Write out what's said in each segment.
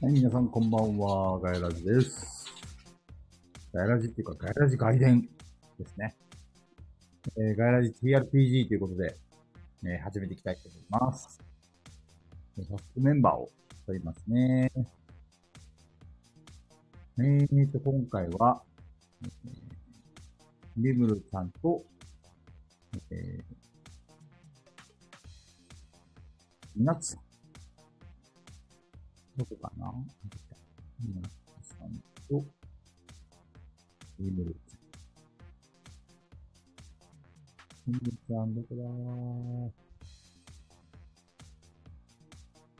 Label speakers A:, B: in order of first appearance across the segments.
A: はい、皆さんこんばんは。ガイラジです。ガイラジっていうか、ガイラジ外伝ですね。えー、ガイラジ TRPG ということで、えー始めていきたいと思います。えー早速メンバーを取りますね。えーと、今回は、えーリムルさんと、えー、ナツさん。どこかなナツさんと、リムルさん。リムルさんどこだ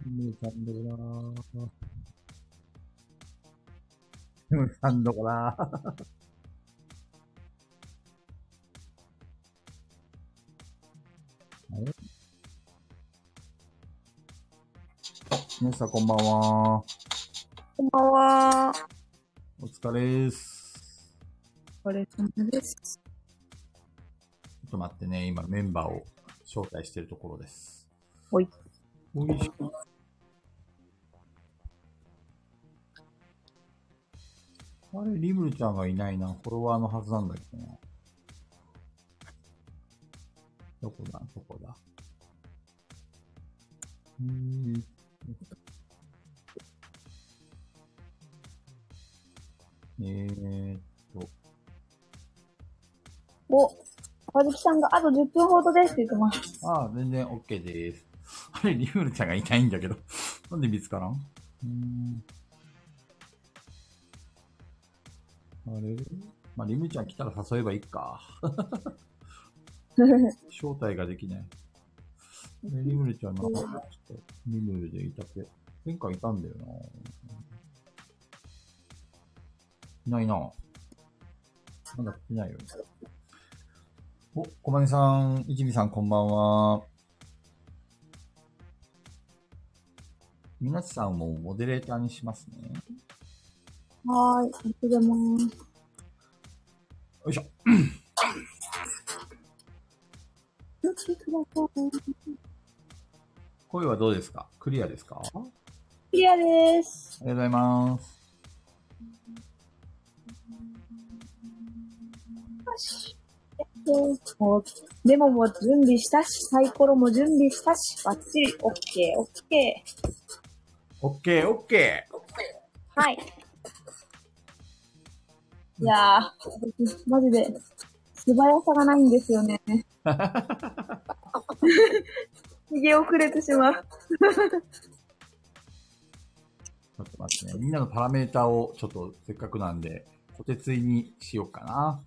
A: リムルさんどこだリムルさんどこだ皆さんこんばんは。
B: こんばんは。
A: お疲れです。
B: お疲れ様です。
A: ちょっと待ってね、今メンバーを招待してるところです。
B: ほい。
A: おいしょ。あれ、リムルちゃんがいないな。フォロワーのはずなんだけどな。どこだどこだうーん。えーっと、
B: お、かずきさんがあと10分ほどですって言ってます。
A: ああ、全然 OK でーす。 あれ、リフルちゃんがいないんだけど。 なんで見つからんうーん。あれまあ、リムちゃん来たら誘えばいいか。招待ができない。えリムルちゃんなんか、ちょっと、リムルでいたけ。前回いたんだよな。いないな。まだ来てないよ。お、小金さん、一味さんこんばんは。みなちさんをモデレーターにしますね。
B: はーい。ありがとうございます。
A: よいしょ。
B: お待ちください。
A: 声はどうですかクリアですかあ
B: クリアです。
A: りがとうございます。
B: よし。えっと、もうメモも準備したし、サイコロも準備したし、バッチリ、オッケー、オッケ
A: オッケー、オッケー。
B: ー。はい。いやー、私マジで、素早さがないんですよ ね。逃げ遅れてしまう。
A: ちょっと待ってね。みんなのパラメーターをちょっとせっかくなんで、小手ついにしようかな。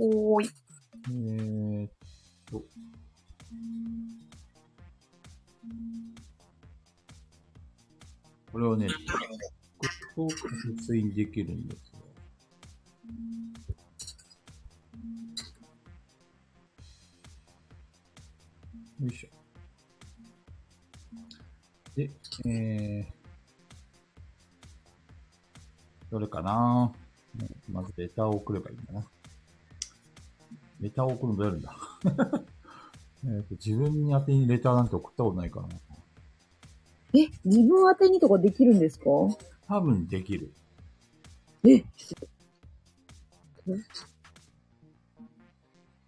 B: おーい。
A: えーっと。これをね、ここを小手ついにできるんですよ。よいしょ。で、えー、どれかなまずレターを送ればいいんだな。レターを送るのどうやるんだ えーと自分に宛てにレターなんて送ったことないからな。
B: え、自分宛てにとかできるんですか
A: 多分できる。
B: ええ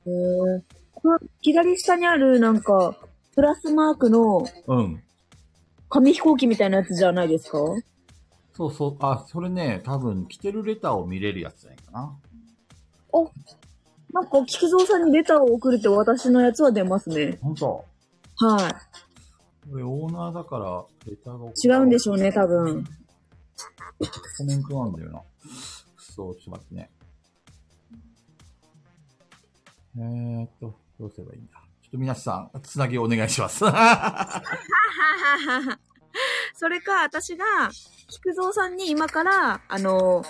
B: えー、この左下にあるなんか、プラスマークの
A: うん。
B: 紙飛行機みたいなやつじゃないですか
A: そうそう。あ、それね、多分来てるレターを見れるやつじゃないかな。
B: なんか、菊蔵さんにレターを送るって私のやつは出ますね。
A: 本当
B: は
A: これオーナーだから、レターが送
B: い。違うんで
A: ょ
B: しょうね、多分。
A: コメントなんだよな。くそ、ちょっと待ってね。えーっと、どうすればいいんだ。ちょっと皆さん、つなぎをお願いします。
B: それか、私が、菊蔵さんに今から、あの、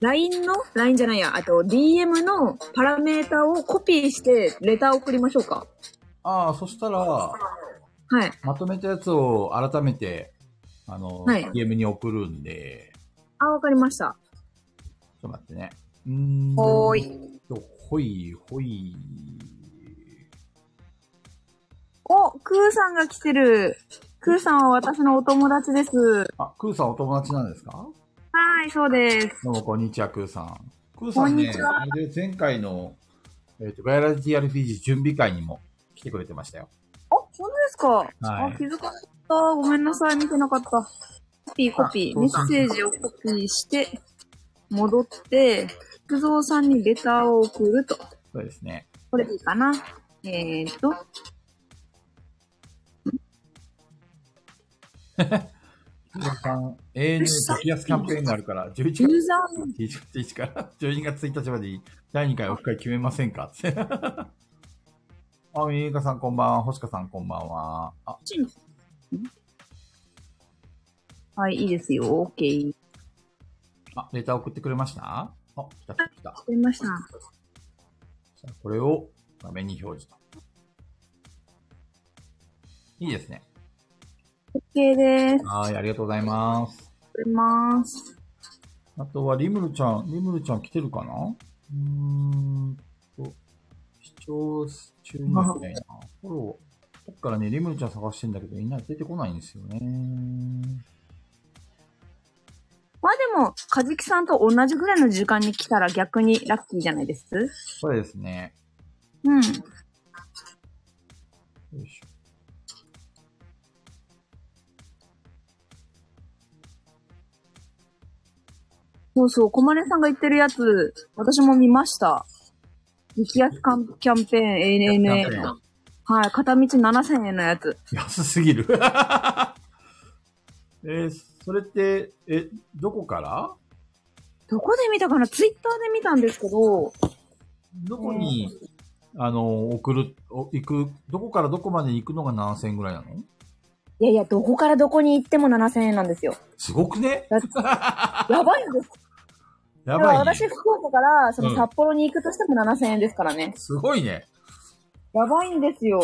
B: LINE の、LINE じゃないや、あと DM のパラメータをコピーして、レターを送りましょうか。
A: ああ、そしたら、
B: はい。
A: まとめたやつを改めて、あの、
B: はい
A: DM に送るんで、
B: あ、わかりました。
A: ちょっと待ってね。うーん。
B: ほー
A: え
B: い。
A: っと。ほい、ほい。
B: お、クーさんが来てる。クーさんは私のお友達です。
A: あ、クーさんお友達なんですか
B: はい、そうです。
A: どうも、こんにちは、クーさん。クーさん
B: こん
A: ね、
B: にちは
A: あれで前回の、えっ、と、ガイラジ TRPG 準備会にも来てくれてましたよ。
B: あ、そうですか。
A: はい
B: あ、気づかなかった。ごめんなさい、見てなかった。コピー、コピ
A: あ
B: ー。メッセージをコピーして、戻って、福蔵さんにレターを送ると。
A: そうですね。
B: これでいいかな。えーっと。ん
A: クーさん、永遠に激安キャンペーンがあるから、11月
B: ユーザー名、
A: 1日から12月1日までに第2回オフ会決めませんか って。あ、みゆかさんこんばんは。星香さんこんばんは。あ、
B: はい、いいですよ。OK。
A: あレター送ってくれましたあ、来た来た来た。
B: 作りました。
A: じゃあこれを画面に表示と。いいですね。
B: OK です。
A: はい、ありがとうございます。
B: 作ります。
A: あとはリムルちゃん、リムルちゃん来てるかなうーんと、視聴中みたいな。フォロー。こっからね、リムルちゃん探してんだけど、いない出てこないんですよね。
B: まあでも、かじきさんと同じぐらいの時間に来たら逆にラッキーじゃないです
A: これですね。
B: うん。
A: よいしょ。
B: そうそう、こまねさんが言ってるやつ、私も見ました。激安カンキャンペーン
A: キ
B: ANA
A: ャンペーン
B: の。はい、片道7000円のやつ。
A: 安すぎる。 えーそれって、え、どこから
B: どこで見たかなツイッターで見たんですけど、
A: どこに、あの、送る、お行く、どこからどこまで行くのが7000円ぐらいなの
B: いやいや、どこからどこに行っても7000円なんですよ。
A: すごくね
B: だってやばいんです。
A: や
B: だから
A: ばい、
B: 私、
A: ね。
B: 福岡から、そ
A: うん
B: の札幌に行くとしても7000円ですからね。
A: すごいね。
B: やばいんですよ。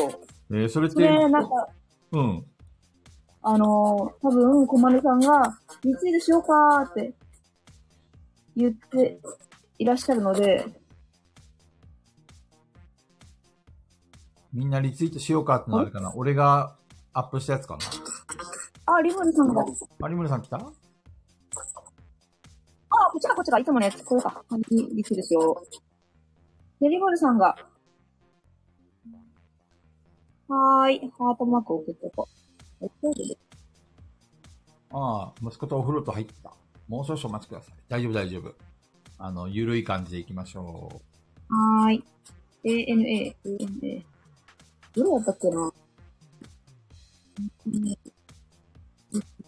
A: えーそれっ
B: そ
A: て、
B: れ、なんか、
A: うん。
B: あのー、多分、小丸さんが、リツイートしようかーって、言っていらっしゃるので、
A: みんなリツイートしようかってのあるかな。俺がアップしたやつかな。
B: あ、リムルさんが、あ、こ
A: 有村さん来た
B: っちかこっちか、いつものやつ、これか。はい、いいいいですよ。で、リムルさんが、はーい、ハートマーク送ってこう。え大丈夫です
A: ああ、息子とお風呂と入った。もう少々お待ちください。大丈夫、大丈夫。あの、ゆるい感じで行きましょう。
B: はーい。ANA、ANA。どれだったっけな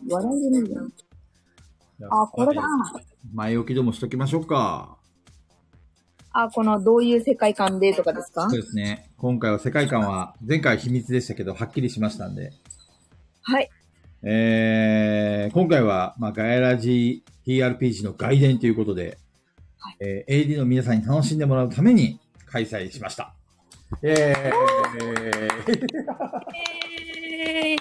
B: 笑いでないじゃん。あ、これだ。
A: 前置きでもしときましょうか。
B: あ、このどういう世界観でとかですか
A: そうですね。今回は世界観は、前回は秘密でしたけど、はっきりしましたんで。
B: はい。
A: えー、今回は、まあ、ガヤラジ TRPG の外伝ということで、
B: はい
A: えー AD の皆さんに楽しんでもらうために開催しました。えー、
B: えー、
A: という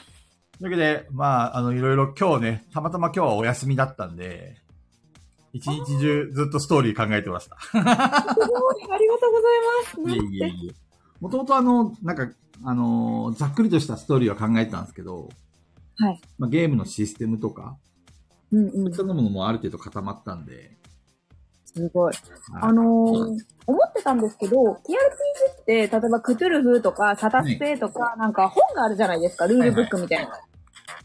A: わけで、まあ、あの、いろいろ今日ね、たまたま今日はお休みだったんで、一日中ずっとストーリー考えてました。
B: すごい、ありがとうございます。
A: いえいえいえ。もともとあの、なんか、あのーざっくりとしたストーリーは考えてたんですけど、
B: はい。
A: まあ、ゲームのシステムとか、
B: うん
A: そううんいっ、たものもある程度固まったんで、
B: すごい。
A: はい
B: あのー、思ってたんですけど、TRPG って、例えばクトゥルフとか、サタスペとか、なんか本があるじゃないですか、ルールブックみたいな。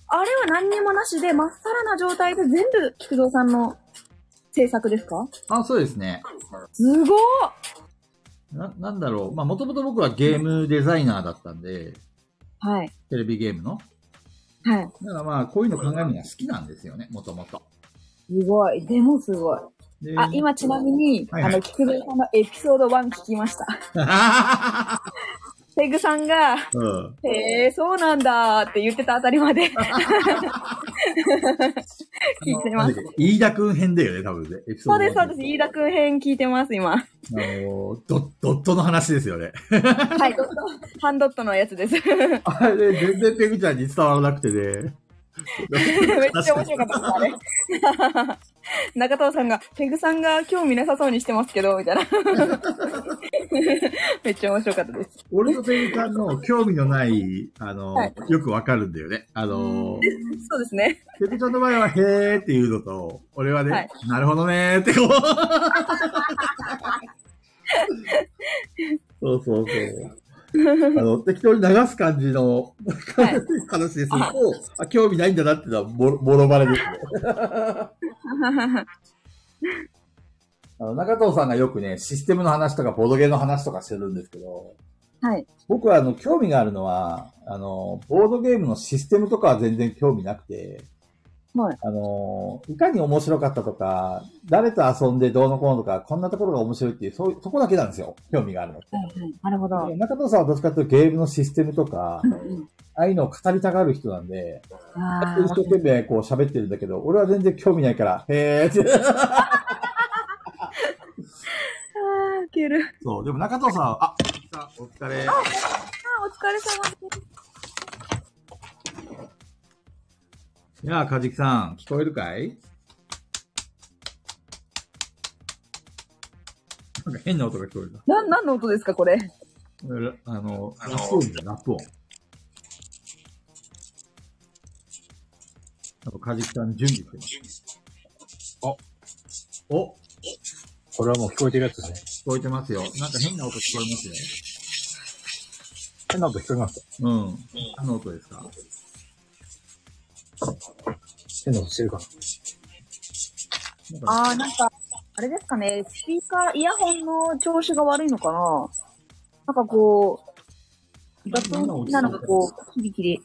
B: あれは何にもなしで、まっさらな状態で全部、菊蔵さんの制作ですか
A: あ、そうですね。
B: すごい
A: な、なんだろう。まあ、もともと僕はゲームデザイナーだったんで、
B: はい。
A: テレビゲームの。
B: はい。
A: だからまあ、こういうの考えるのが好きなんですよね、もともと。
B: すごい。でもすごい。
A: で
B: あ、今ちなみに、
A: はいはい
B: あの、菊蔵さんのエピソード1聞きました。ペグさんが、
A: うん。
B: へえ、そうなんだーって言ってたあたりまで 聞いてます。
A: 飯田くん編だよね、多分ね。エピソ
B: そ
A: ー
B: う
A: ド
B: です、そうです。飯田くん編聞いてます、今。は
A: あのード、ドットの話ですよね。
B: い、ドット、ハンドットのやつ です。めっ
A: あれ、全然ペグちゃんに伝わらなくてね。
B: ちゃ面白かったです、あ れ。 中藤さんが、ペグさんが興味なさそうにしてますけど、みたいな。めっちゃ面白かったです。
A: 俺とペグさんの興味のない、あの、
B: はい
A: よくわかるんだよね。あの、
B: そうですね。
A: ペグちゃんの場合は、へーっていうのと、俺はね、
B: はい
A: なるほどねーってこう。そうそうそう。あの、適当に流す感じの、
B: はい
A: 話ですると、あ、興味ないんだなっていうのはもろ、もろバレですね。あの、中藤さんがよくね、システムの話とか、ボードゲームの話とかしてるんですけど、
B: はい。
A: 僕はあの、興味があるのは、あの、ボードゲームのシステムとかは全然興味なくて、
B: はい。
A: あの、いかに面白かったとか、誰と遊んでどうのこうのとか、こんなところが面白いっていう、そういう、そこだけなんですよ、興味があるのって。
B: なるほど。
A: で中藤さんはどっちかというとゲームのシステムとか
B: う、ん
A: ああいうのを語りたがる人なんで、
B: うん あ
A: 一生
B: ー
A: 懸命こう喋ってるんだけど、俺は全然興味ないから、へーって。
B: あー、いける。
A: そう、でも中藤さんは、あ、さんお疲れ。
B: あーお疲れ様です。
A: いやあ、かじきさん、聞こえるかいなんか変な音が聞こ
B: な、何の音ですか、これ。
A: えるな。あの、ラップ音だよ、ラップ音。なんかかじきさん、準備してます。
C: あ
A: お、聞
C: これはもう聞こえてるやつですね。
A: こえてますよ。なんか変な音聞こえますね。
C: 変な音聞こえます。
A: うん。何の音ですか
C: 変な音してるか
A: なん
C: な。
A: か
B: ああ、なんか、あれですかね、スピーカー、イヤホンの調子が悪いのかななんかこう、雑音なのがこう、キリキリ。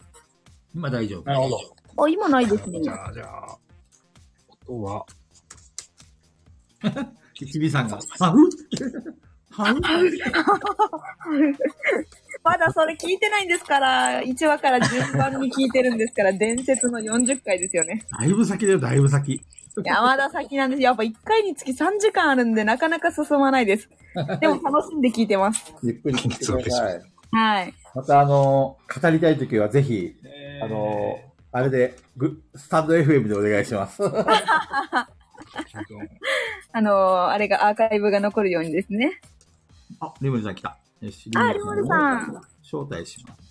A: 今大丈夫。
C: なるほど。
B: あ、今ないですね
C: じ。ゃあ、じゃあ、音は、
A: 一尾さんが、ハフハフ
B: まだそれ聞いてないんですから、1話から順番に聞いてるんですから、伝説の40回ですよね。
A: だいぶ先だよ、だいぶ先。
B: 山田先なんです。やっぱ1回につき3時間あるんで、なかなか進まないです。でも楽しんで聞いてます。
A: ゆっくり聞いてください。
B: はい。
A: またあの、語りたいときはぜひ、あの、あれで、グスタンド FM でお願いします。
B: あのーあれが、アーカイブが残るようにですね。
A: あ、リムルさん来た。よし、
B: あ、リモルさん。
A: 招待します。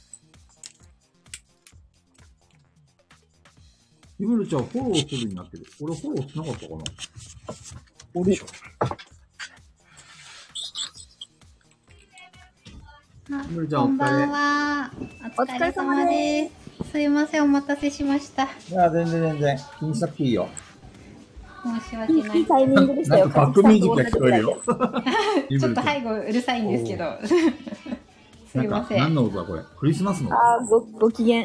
A: リムルちゃんフォローするになってる。俺フォローしなかったかな
C: オーディション。
A: リムルちゃんお
D: こんば
A: 疲
D: んは。お
B: 疲れ様
D: です。すいません、お待たせしました。
A: れ。いや、全然全然。気にしなくていいよ。
D: 申し訳
B: いい
D: ないい。
B: い
D: ち
B: タイミングでした
A: な
B: よ。
A: んかバックミュージックが聞こえるよ。リム
D: ょっ
A: ル
D: と
A: ちゃん
D: 背後うるさいんですけど。 すい
A: なん
D: ま
A: か、
D: せん。
A: 何の音だこれ。クリスマスの音。
B: あーご、ご機嫌。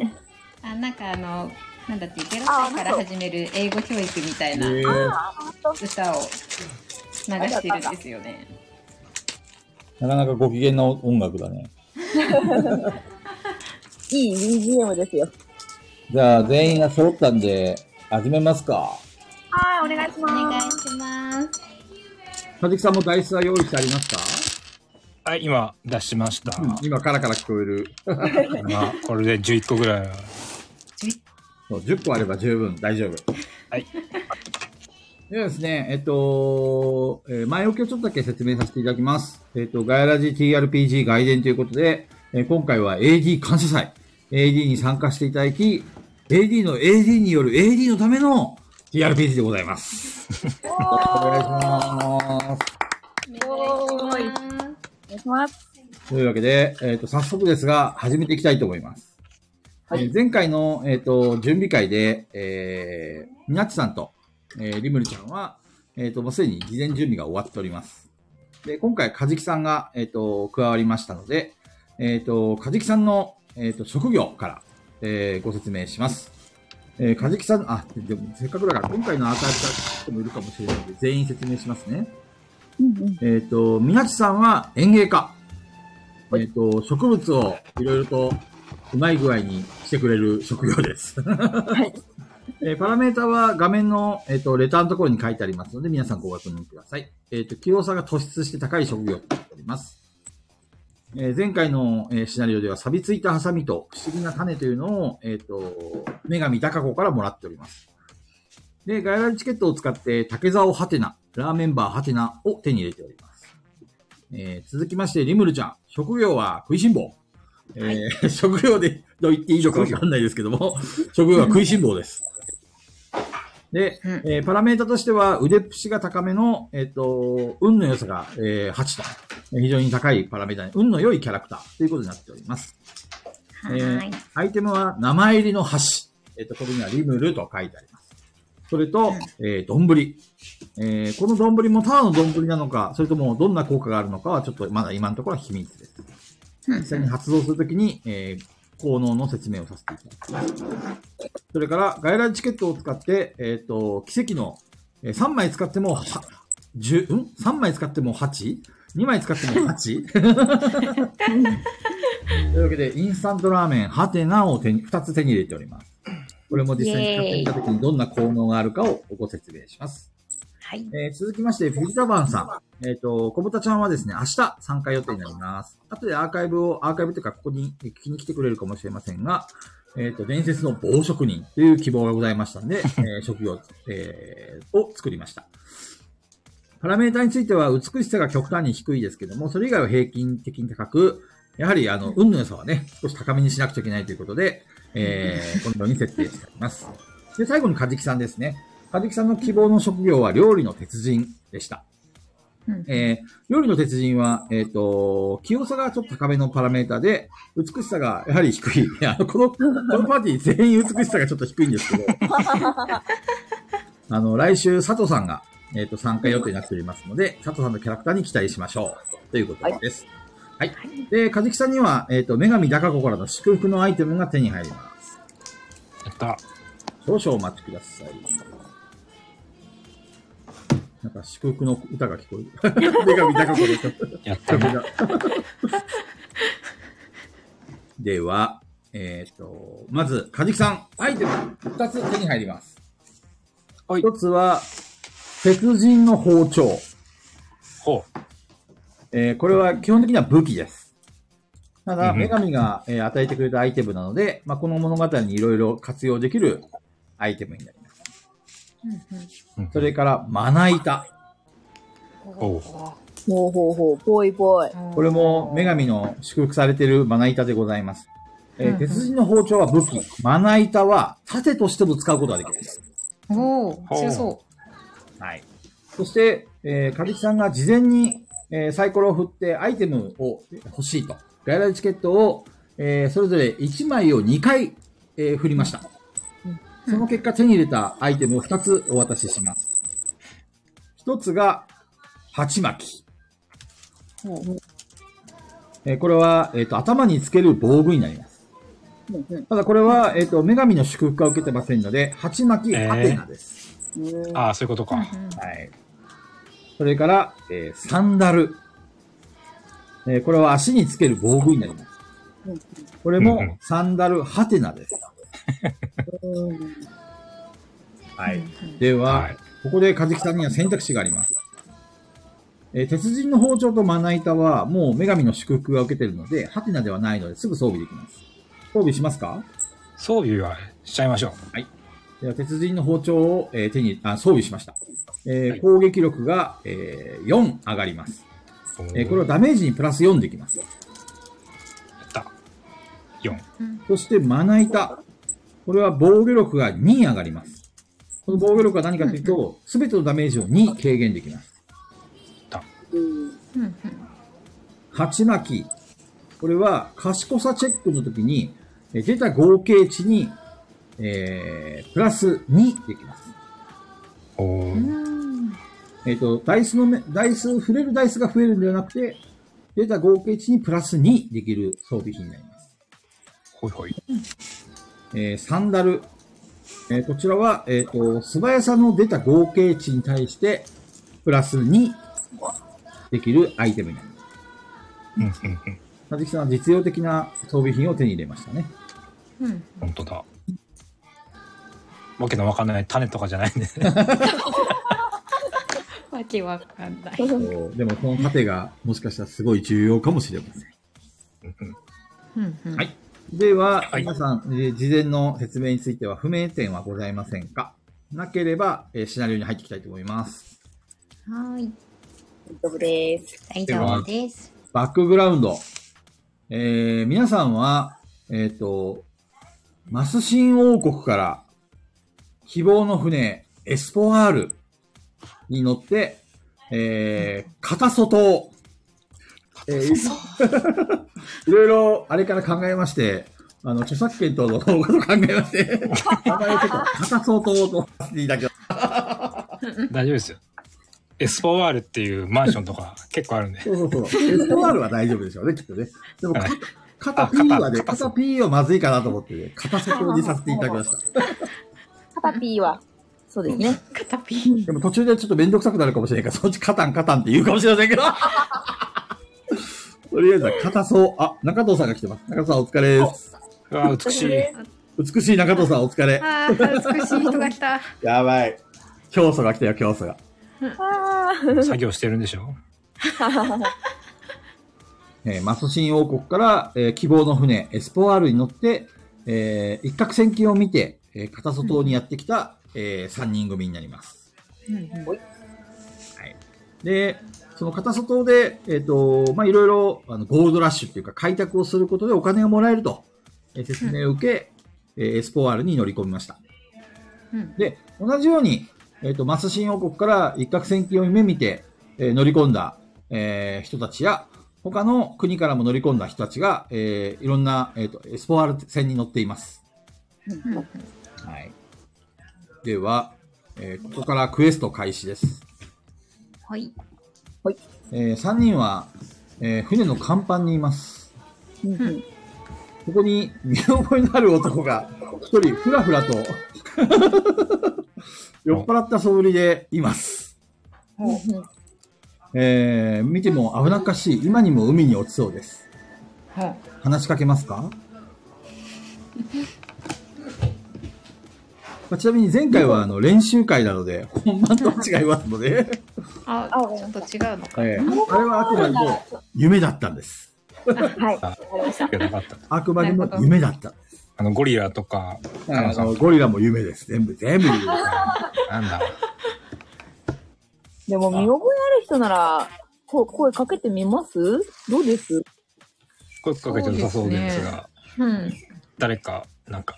D: あ、なんかあの、なんだって、0
B: あ
D: 歳から始める英語教育みたいな
A: へー
D: 歌を流してるんですよね。
A: なかなかご機嫌な音楽だね。
B: いい BGM ですよ。
A: じゃあ、全員が揃ったんで、始めますか。
B: はい、お願いし
D: お願い
B: す。
D: します。
A: かじきさんもダイスは用意してありますか、
C: はい、今出しました。
A: 今、カラカラ聞こえる。
C: 今、これで11個ぐらいは。
A: そう10個あれば十分、大丈夫。
C: はい。
A: ではですね、えっと、えー前置きをちょっとだけ説明させていただきます。えっと、ガヤラジ TRPG 外伝ということで、えー今回は AD 感謝祭、AD に参加していただき、AD の AD による AD のための TRPG でございます。
B: お
A: よろしくお願いします。
B: 願
D: お願いします。
B: いします。
A: というわけで、えっ、と、早速ですが、始めていきたいと思います。
B: はい
A: えー前回の、えっ、と、準備会で、えー、みなっちさんと、えー、りむるちゃんは、えっ、と、もうすでに事前準備が終わっております。で、今回、かじきさんが、えっ、と、加わりましたので、えっ、と、かじきさんの、えっ、と、職業から、えー、ご説明します。えー、かじきさん、あ、でも、せっかくだから、今回のアーカイブから聞く人もいるかもしれないので、全員説明しますね。
B: うんうん。
A: えっ、と、みなちさんは園芸家。えっ、と、植物をいろいろとうまい具合にしてくれる職業です。
B: はい。
A: えーパラメータは画面の、えっ、と、レターのところに書いてありますので、皆さんご確認ください。えっ、と、器用さが突出して高い職業となっております。えー前回の、えーシナリオでは、錆びついたハサミと不思議な種というのを、えっ、と、女神高子からもらっております。で、外来チケットを使って、竹竿ハテナ、ラーメンバーハテナを手に入れております。えー続きまして、リムルちゃん。職業は食いしん坊。えー 職業で、と言っていいのかわかんないですけども、職業は食いしん坊です。で、
D: うん
A: えーパラメータとしては腕っぷしが高めの、えっ、と、運の良さが、えー8と、えー非常に高いパラメータに、運の良いキャラクターということになっております。え
D: は
A: ーアイテムは名前入りの箸。えっ、と、これにはリムルと書いてあります。それと、えー、丼。えー、この丼もただの丼なのか、それともどんな効果があるのかは、ちょっとまだ今のところは秘密です。実際に発動するときに、えー、効能の説明をさせていただきます。それから、外来チケットを使って、えっ、と、奇跡の、えー、3枚使っても、は10、うん ?3 枚使っても 8?2 枚使っても 8? というわけで、インスタントラーメン、ハテナを手に、2つ手に入れております。これも実際に使ってみたときにどんな効能があるかをご説明します。
D: はい。
A: えー続きまして、フィギタバンさん。えっ、と、小豚ちゃんはですね、明日参加予定になります。後でアーカイブを、アーカイブというか、ここに聞きに来てくれるかもしれませんが、えっ、と、伝説の棒職人という希望がございましたん で、えー職業、えーを作りました。パラメータについては美しさが極端に低いですけども、それ以外は平均的に高く、やはりあの、運の良さはね、少し高めにしなくちゃいけないということで、えー、今度に設定してあります。で、最後にカジキさんですね。カジキさんの希望の職業は料理の鉄人でした。
D: うん
A: えー料理の鉄人は、えっ、と、清さがちょっと高めのパラメータで、美しさがやはり低い。い や、この、このパーティー全員美しさがちょっと低いんです けど、あの、来週佐藤さんが、えっ、と、参加予定になっておりますので、佐藤さんのキャラクターに期待しましょう。ということです。はい。で、かじきさんには、えっ、と、女神高子からの祝福のアイテムが手に入ります。
C: やった。
A: 少々お待ちください。なんか祝福の歌が聞こえる。 女神高子でしょ。
C: やったね。
A: では、えっ、と、まず、かじきさん、アイテム2つ手に入ります。
C: はい
A: 1つは、鉄人の包丁。
C: ほ
A: えーこれは基本的には武器です。ただ、
C: うんうん
A: 女神が、えー与えてくれたアイテムなので、まあ、この物語にいろいろ活用できるアイテムになります。
C: う。
A: それから、まな板。
C: ほう。
B: ほうほうほう、ぽいぽい。
A: これも女神の祝福されているまな板でございます。えー
D: うんうん
A: 鉄人の包丁は武器、まな板は盾としても使うことができます。
D: おお、強そ
A: はい。そして、えー、かじきさんが事前に、えーサイコロを振ってアイテムを欲しいと。外来チケットを、えーそれぞれ1枚を2回、えー振りました。その結果手に入れたアイテムを2つお渡しします。1つが、鉢巻き。
D: う。ほう
A: えーこれは、えっ、と、頭につける防具になります。
B: うんうん
A: ただこれは、えっ、と、女神の祝福は受けてませんので、鉢巻き、
C: えー
A: ハテナです。
B: うん
C: ああ、そういうことか。
A: はい。それから、えーサンダル。えーこれは足につける防具になります。これ
C: うんう
A: も
C: ん、
A: サンダルハテナです。
B: うん
A: はい。では、
C: はい
A: ここでカジキさんには選択肢があります。えー鉄人の包丁とまな板は、もう女神の祝福が受けているので、ハテナではないので、すぐ装備できます。装備しますか
C: 装備はしちゃいましょう。
A: では、鉄人の包丁を、えー手に、あ、装備しました。えー
C: はい
A: 攻撃力が、えー4上がります。えーこれ
C: や
A: はダメージにプラス4できます。
C: った。4。
A: そして、まな板。これは防御力が2上がります。この防御力は何かというと、すべてのダメージを2軽減できます。
B: うん
D: うん
A: 鉢巻き。これは、賢さチェックの時に、えー出た合計値に、えー、プラス2できます。
C: ほ
D: う
C: う。
D: ん。
A: えっ、と、ダイスのめ、ダイス、触れるダイスが増えるんではなくて、出た合計値にプラス2できる装備品になります。
C: ほいほい。
A: えーサンダル。えーこちらは、えっ、と、素早さの出た合計値に対して、プラス2できるアイテムになります。
C: うんうんうん。
A: なずきさんは実用的な装備品を手に入れましたね。
D: うん。
C: 本当だ。わけのわかんない種とかじゃ ないんですね。
D: わけわかんない。
A: そうでも、この盾がもしかしたらすごい重要かもしれません。
D: うんうん
A: はいでは、
C: はい
A: 皆さん、えー事前の説明については不明点はございませんかなければ、えーシナリオに入っていきたいと思います。
D: はーい。
B: 大丈夫です。
D: 大丈夫です。
A: バックグラウンド。えー、皆さんは、えっ、と、マスシン王国から、希望の船、エスポアールに乗って、えー、片外を、えー、 いろいろ、あれから考えまして、あの、著作権等のことを考えまして、 名前をちょっと、片外をとさせていただきます。
C: 大丈夫ですよ。エスポワールっていうマンションとか結構あるんで。
A: そうそうそう。エスポワールは大丈夫でしょうね、きっとね。でも、
C: はい
A: 肩、
C: あ
A: 肩 P はね、
C: 肩
A: 肩 P はまずいかなと思ってね、肩外にさせていただきました。
B: カタピーは。そうですね。
D: カタピ ー。
A: でも途中でちょっとめんどくさくなるかもしれないから、そっちカタンカタンって言うかもしれませんけど。 とりあえずは、肩そう。あ、中藤さんが来てます。中藤さんお疲れです。
C: うわ、美しい。
A: 美しい中藤さんお疲れ。
D: ああ、美しい人が来た。
A: やばい。教祖が来たよ、教祖が。
B: あー
C: 作業してるんでしょ
A: えーマスシン王国から、えー希望の船、エスポアールに乗って、えー一攫千金を見て、えー、片外にやってきた、え3人組になります。はい。で、その片外で、えっ、と、まあ、いろいろ、あの、ゴールドラッシュっていうか、開拓をすることでお金がもらえると、えー説明を受け、えーエスポアールに乗り込みました。
D: うん
A: で、同じように、えっ、と、マスシン王国から一攫千金を夢見て、えー乗り込んだ、えー人たちや、他の国からも乗り込んだ人たちが、えーいろんな、えっ、と、エスポワール船に乗っています。
D: うん
A: はい。では、えーここからクエスト開始です。
D: はい。
A: え3人は、えー船の甲板にいます。
B: うんうん
A: ここに見覚えのある男が、一人ふらふらと、 酔っ払った素振りでいます。
B: うん
A: えー、見ても危なっかしい。今にも海に落ちそうです。
D: は
A: 話しかけますか まあちなみに前回はあの練習会なので、本番とは違いますので、
D: あ、ちょっと違うのか。
A: えーあれはあくまでも夢だったんです。
B: はい。わかりました。
C: なかった。
A: あくまでも夢だったんです。
C: あの、ゴリラとか、な
A: あ
C: るほど
A: のゴリラも夢です。全部、全部 夢です。
C: なんだ。
B: でも見覚えある人なら、こ声かけてみますどうです
C: 声かけて良さそうですが、
D: うん。
C: 誰か、なんか、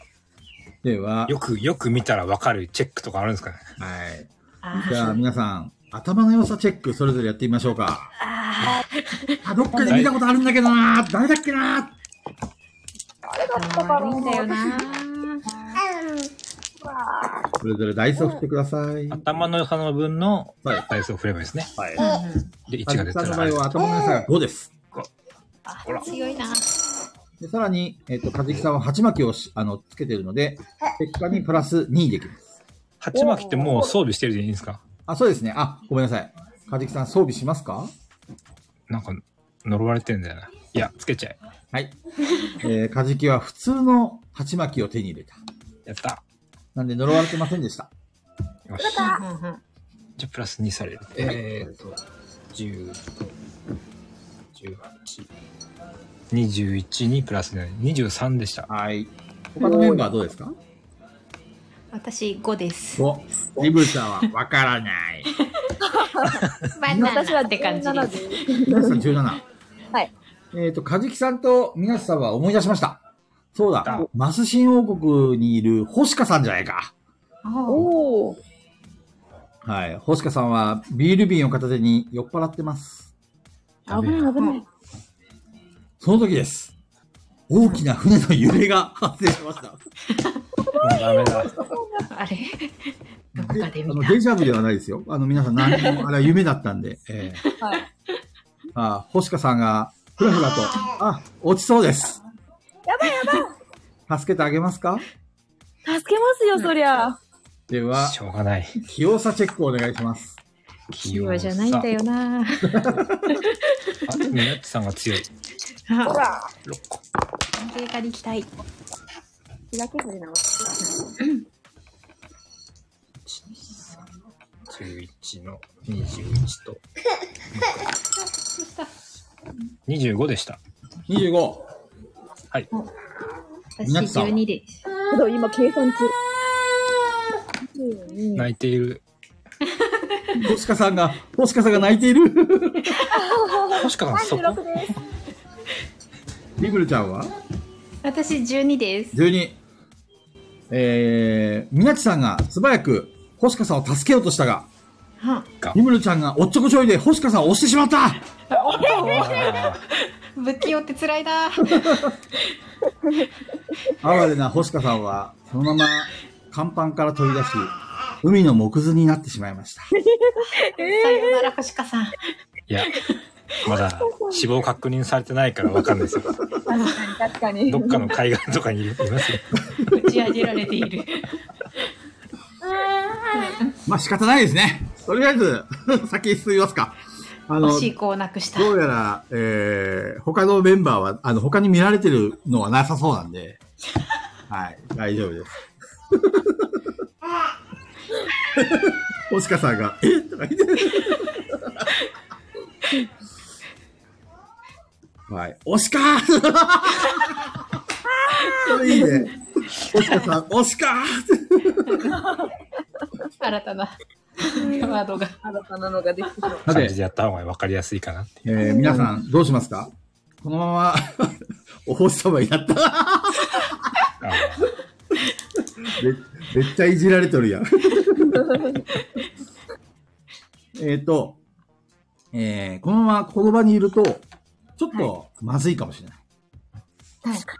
A: では、
C: よく、よく見たらわかるチェックとかあるんですかね。
A: はい。
D: あ
A: じゃあ皆さん、頭の良さチェックそれぞれやってみましょうか。
D: あ
A: あ、どっかで見たことあるんだけどな誰だっけな
D: ー、悪いんだよな。
A: それぞれダイスを振ってください。
C: 頭の良さの分の
A: はい
C: ダイスを振ればいいですね。
A: はい。
C: で、1
A: さ
C: が
A: ん
C: 出た
A: の
C: ら
A: 場、合は頭の良さが5です。
C: ほら、
D: 強いな。
A: でさらに、えっ、と、かずきさんは鉢巻きをしあのつけてるので、結果にプラス2できます。
C: 鉢巻きってもう装備してるでいいんですか
A: あ、そうですね。あ、ごめんなさい。かずきさん装備しますか
C: なんか、呪われてんだよな。いや、つけちゃえ。
A: はい。えー、かじきは普通の鉢巻きを手に入れた。
C: やった。
A: なんで呪われてませんでした。
C: よし。じゃあ、プラス2される。えーと、10、18、21にプラス2、23でした。
A: はい。他のメンバーどうですか
D: 私5です。
A: お、リブちゃんはわからない。
D: バナナって感じ
B: 17
D: です。
B: で
A: 皆さん17。
B: はい。
A: えっ、と、かじきさんと皆さんは思い出しました。そうだ
C: あ。
A: マス新王国にいる星香さんじゃないか。
D: お
B: おお。
A: はい。星香さんはビール瓶を片手に酔っ払ってます。
C: や
B: 危
C: べえ
B: ない危ない。
A: その時です。大きな船の揺れが 発生しました。
C: もうダメだ。
D: あれどこかで
A: あ
D: 見
A: の
D: た。
A: デジャブではないですよ。あの、皆さん何も、あれは夢だったんで。ええ
B: はい。
A: あ星香さんが、ふらふらと、あ、落ちそうです。
B: やばいやばい。
A: 助けてあげますか
B: 助けますよ、そりゃ。
A: では、
C: しょうがない。
A: 器用さチェックをお願いします。
C: 器
D: 器用じゃないんだよな。
C: さ。あ、みなっちさんが強い。
B: ほら。
C: 六個。
D: 関係が行きたい。
B: 開けずなの。
C: 11の21と。25でした。
A: 25。
C: はい。
D: 私
A: みなっちさんは
D: 12です。
B: そう今計算中。22
C: 泣いている。
A: トシカさんが、トシカさんが泣いている。
C: トシカさんそこ
B: 36です。
A: リブルちゃんは
D: 私12です。
A: ?12。えー、みなちさんが素早く、ホシカさんを助けようとしたが、
D: は
A: リムルちゃんがおっちょこちょいでホシカさんを押してしまった
C: あ
D: あ不器用って辛いな。
A: 哀れな星香さんは、そのまま、甲板から飛び出し、海の木図になってしまいました。
D: さよなら星香さん。
C: ーいや、まだ死亡確認されてないからわかんないですよ。
B: 確かに、確かに。
C: どっかの海岸とかにいるいますよ。
D: 打ち上げられている。
A: まあ仕方ないですね。とりあえず、 先に進みますか。あ
D: 惜
A: の、
D: しい子をなくした。
A: どうやら、えー、他のメンバーは、あの、他に見られてるのはなさそうなんで、はい、大丈夫です。星香さんが、えとか言って。はい。星香それいいね。星香さん、星香
D: 新たなワードが。
B: 新たなのができてしまう
A: さ
C: 感
A: て
C: じでやった方がわかりやすいかなって。
A: えー、皆さん、どうしますかこのまま、 お星様になった。
C: あ
A: めめっちゃいじられとる やん。えっと、えー、このままこの場にいると、ちょっとまずいかもしれない。
B: 確か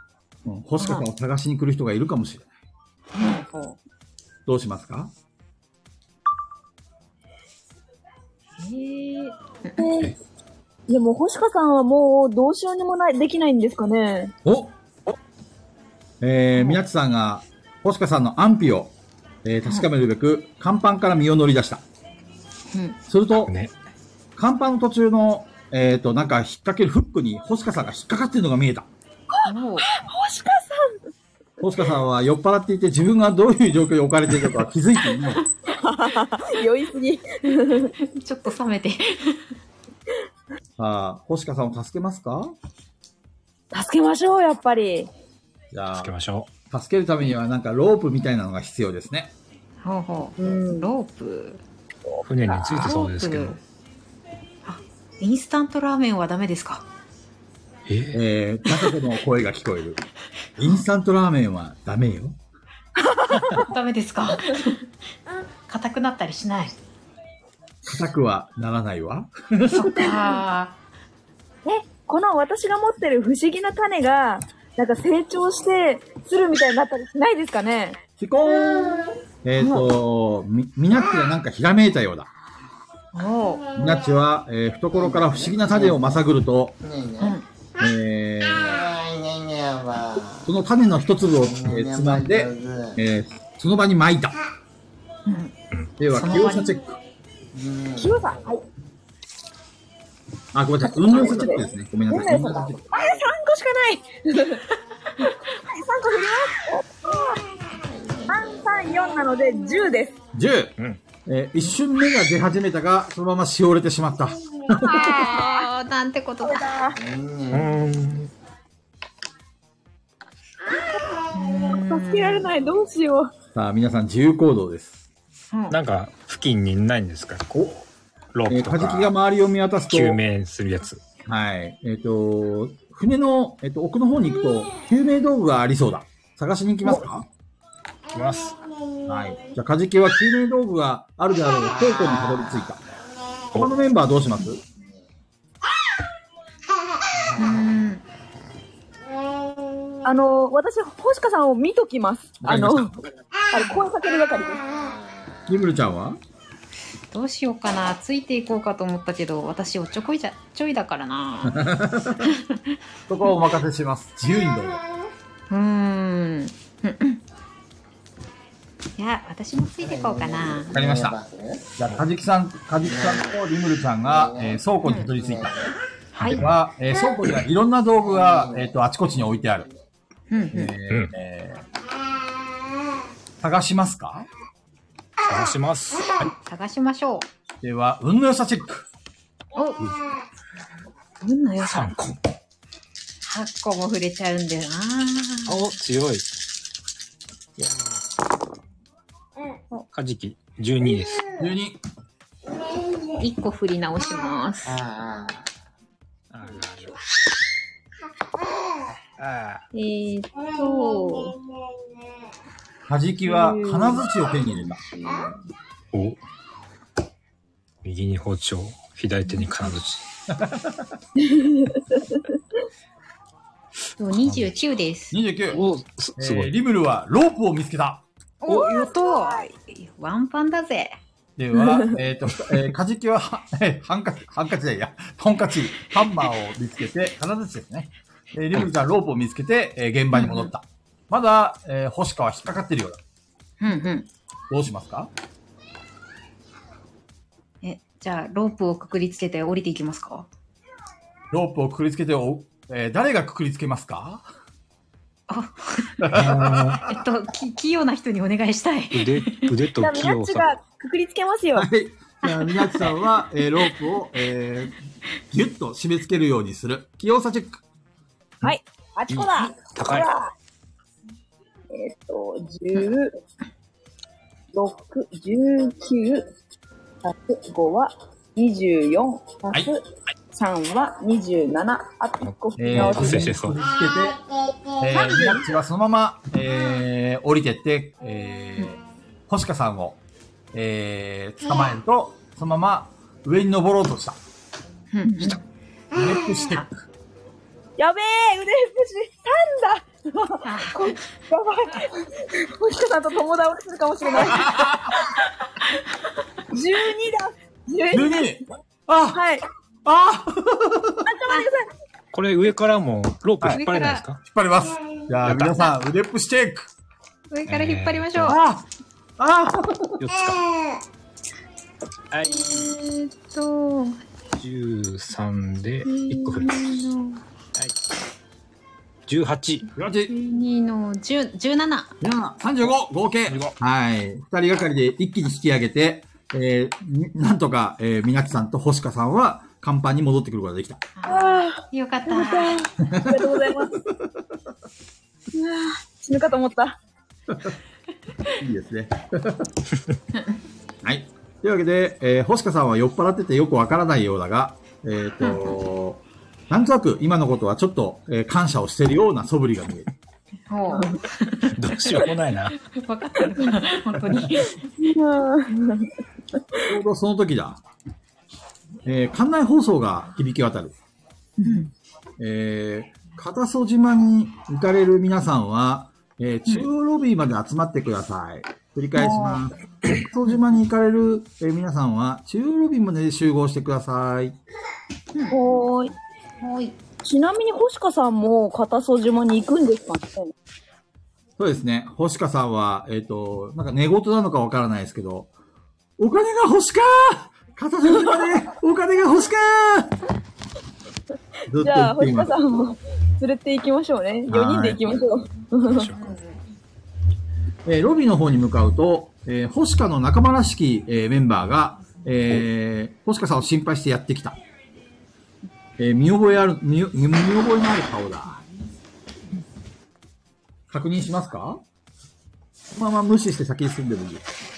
A: うん、星方を探しに来る人がいるかもしれない。どうしますか
B: に。えでも、星香さんはもうどうしようにもない、できないんですかね。
A: おえー、宮地さんが、星香さんの安否を、えー確かめるべく、甲板から身を乗り出した。
D: うん
A: すると
C: ー、ね。
A: 甲板の途中の、えっ、と、なんか引っ掛けるフックに星香さんが引っかかってるのが見えた。
D: もう
B: 星香さ
A: 星香さんは酔っ払っていて自分がどういう状況に置かれているのか気づいていない。
B: ん酔いすぎ。
D: ちょっと冷めて。
A: さあ、星香さんを助けますか
B: 助けましょう、やっぱり。
A: じゃ
C: つけ
A: あ、
C: ましょ
A: 助けるためにはなんかロープみたいなのが必要ですね。
D: ほうほ
B: う
D: う。
B: ん。
D: ロープ。
C: う。船についてそうですけ
D: ロ
C: ど
D: ープ。あインスタントラーメンはダメで すか
C: えー
A: えー、高子の声が聞こえる。インスタントラーメンはダメよ。
D: ダメですか硬くなったりし ない。
A: 硬くはならないわ。
D: そっか
B: え、この私が持ってる不思議な種が、なんか成長して、するみたいになったりしないですかね。
A: ピコーンえっ、と、み、みなっちがなんかひらめいたようだ。
D: ー。おう。
A: みなっちは、えー懐から不思議な種をまさぐると、
E: ねえね
D: うん。
A: え
E: え。
A: ー、
E: あーねえねえは。
A: その種の一粒を、えーつまんで、えーその場に撒いた。
D: うん
A: では、
D: その場に
A: 清さチェック。
E: うん
B: キヨさん、はい。
A: あ、ごめんなさい。運動数チェックですね。ごめんな
B: どん
A: さ。
B: ないや
A: 運動数
B: つだあ、
A: チェッ
B: 3個しかない。はい、3個振ります。3、3、4なので10です。
A: ク。
C: うん。
A: 10、えー一瞬目が出始めたが、そのまましおれてしまった。
D: あーなんてことだ。
C: うーん。
B: 助けられない、どうしよう。
A: さあ、皆さん自由行動です。
D: うん
C: なんか、付近にないんですかこう、ロ
A: え
C: ー
A: ー
C: プと
A: カジキが
C: か、
A: 周りを見渡すと、
C: 救命するやつ。
A: はい。えっ、と、船の、えっ、と、奥の方に行くと、救命道具がありそうだ。探しに行きますか
C: いきます。
A: はい。じゃあ、カジキは救命道具があるであろう、京都にたどり着いた。他のメンバーどうします
D: うん
B: あの、私、星香さんを見ときます。あの、
A: わ
B: あ
A: か
B: の声かける係で
A: リムルちゃんは
D: どうしようかなついていこうかと思ったけど私おっちょこいじゃちょいだか らな
A: そこはお任せします。自由にどうぞ。
D: うーんうんうんいや私もついていこうかな
A: わかりました。じゃあ、カジキさん、カジキさんとリムルちゃんが、えー倉庫にたどり着いた。
D: はいうん
A: は、えー倉庫にはいろんな道具が、えっ、と、あちこちに置いてある。
D: うん
A: えー
C: うん
A: えー探しますか
C: 探します。
D: 探しましょう
A: では、運の良さチェック。
D: お
B: 運の良さ。
C: 3個。
D: 8個も触れちゃうんだよな
C: お、強い。カジキ、12です。
A: 12。
D: 1個振り直します。
E: ああ。
C: ああ。ああ。
D: えー、っと、
A: はじきは金槌を手に入れた。
C: お右に包丁、左手に金槌。
D: と29です。
A: 29。
C: おすすご
A: えー
C: い。
A: リムルはロープを見つけた。
D: お、やったワンパンだぜ。
A: では、えっ、と、えー、カジキは、はえーハンカチ、ハンカチじゃいや、トンカチ、ハンマーを見つけて、金槌ですね。えー、リムルがロープを見つけて、えー現場に戻った。まだ、えー、星川は引っかかってるようだ。
D: うんうん。
A: どうしますか
D: え、じゃあ、ロープをくくりつけて降りていきますか
A: ロープをくくりつけてお、えー誰がくくりつけますか
D: えっと、き器用な人にお願いしたい。
C: 腕、腕と
B: じゃあ、ミ
C: 器
B: ナッ
C: 用
B: チ
C: さ。
B: がくくりつけますよ。
A: い。じゃあ、皆さんは、えーロープを、えー、ぎゅっと締め付けるようにする。器用さチェック。
B: はい。あちこだ。
C: 高い
B: ここだえっと、十六、十九、足す五は二十四、足す三は二十七。あと一個振り直
C: ー
B: し
C: 失
B: で
C: 礼し
A: くくりつけて、えー、リナッチはそのまま、えー、降りてって、えー、星香さんを、えー、捕まえると、そのまま上に登ろうとした。
D: うんう
A: ネ
D: ん
A: ックステップ。
B: やべえ、腕振り三だ。
D: あ
B: こやばい。星川さんと友倒れするかもしれ ない。十二だ。十
A: 急
B: 二。
A: に、あ、
B: はい。
A: あ、引っ
C: これ上からもロープ引っ張れないですか
A: 張ります。じゃあ
C: やった
A: 皆さん、腕っぷしチェック。
D: 上から引っ張りましょう。
A: あ、あ、
C: ?4 つか。はい。
D: えっと、
C: 13で1個振る。
D: 12の
C: 18。
A: よし。
D: 12の10 17。
A: じゃあ、35、合計。
C: 35
A: はい。二人がかりで一気に引き上げて、えー、になんとか、えー、みなきさんと星香さんは、甲板に戻ってくることができた。
B: あ
D: よかっ
B: あ、
D: た。
B: ありがとうございます。うわ死ぬかと思った。
A: いいですね。はい。というわけで、えー、星香さんは酔っ払っててよくわからないようだが、えっ、と、なんとなく今のことはちょっと、えー感謝をしてるような素振りが見える。
D: おう
C: どうしようもないな。
D: 分かったのかな本当に。
B: うん
A: ちょうどその時だ。えー、館内放送が響き渡る。えー、片曽島に行かれる皆さんは、えー、中央ロビーまで集まってください。繰り返します。片曽島に行かれる、えー皆さんは、中央ロビーまで集合してください。
B: おーい。
D: はい。
B: ちなみに星香さんも片曽島に行くんですかね
A: そうですね。星香さんは、えっ、と、なんか寝言なのかわからないですけど、お金が欲しかー片手の金、お金が欲しかーずっと
B: じ
A: 言
B: ゃあ
A: ってい
B: 星
A: ま
B: 香
A: す
B: さ。んも連れて行きましょうね。4人で行きましょう。
C: どうしようか
A: えーロビーの方に向かうと、えー星香の仲間らしき、えーメンバーが、えー星香さんを心配してやってきた。えー見覚えある、見見覚えのある顔だ。確認しますかそのまま無視して先に進んでもいいです。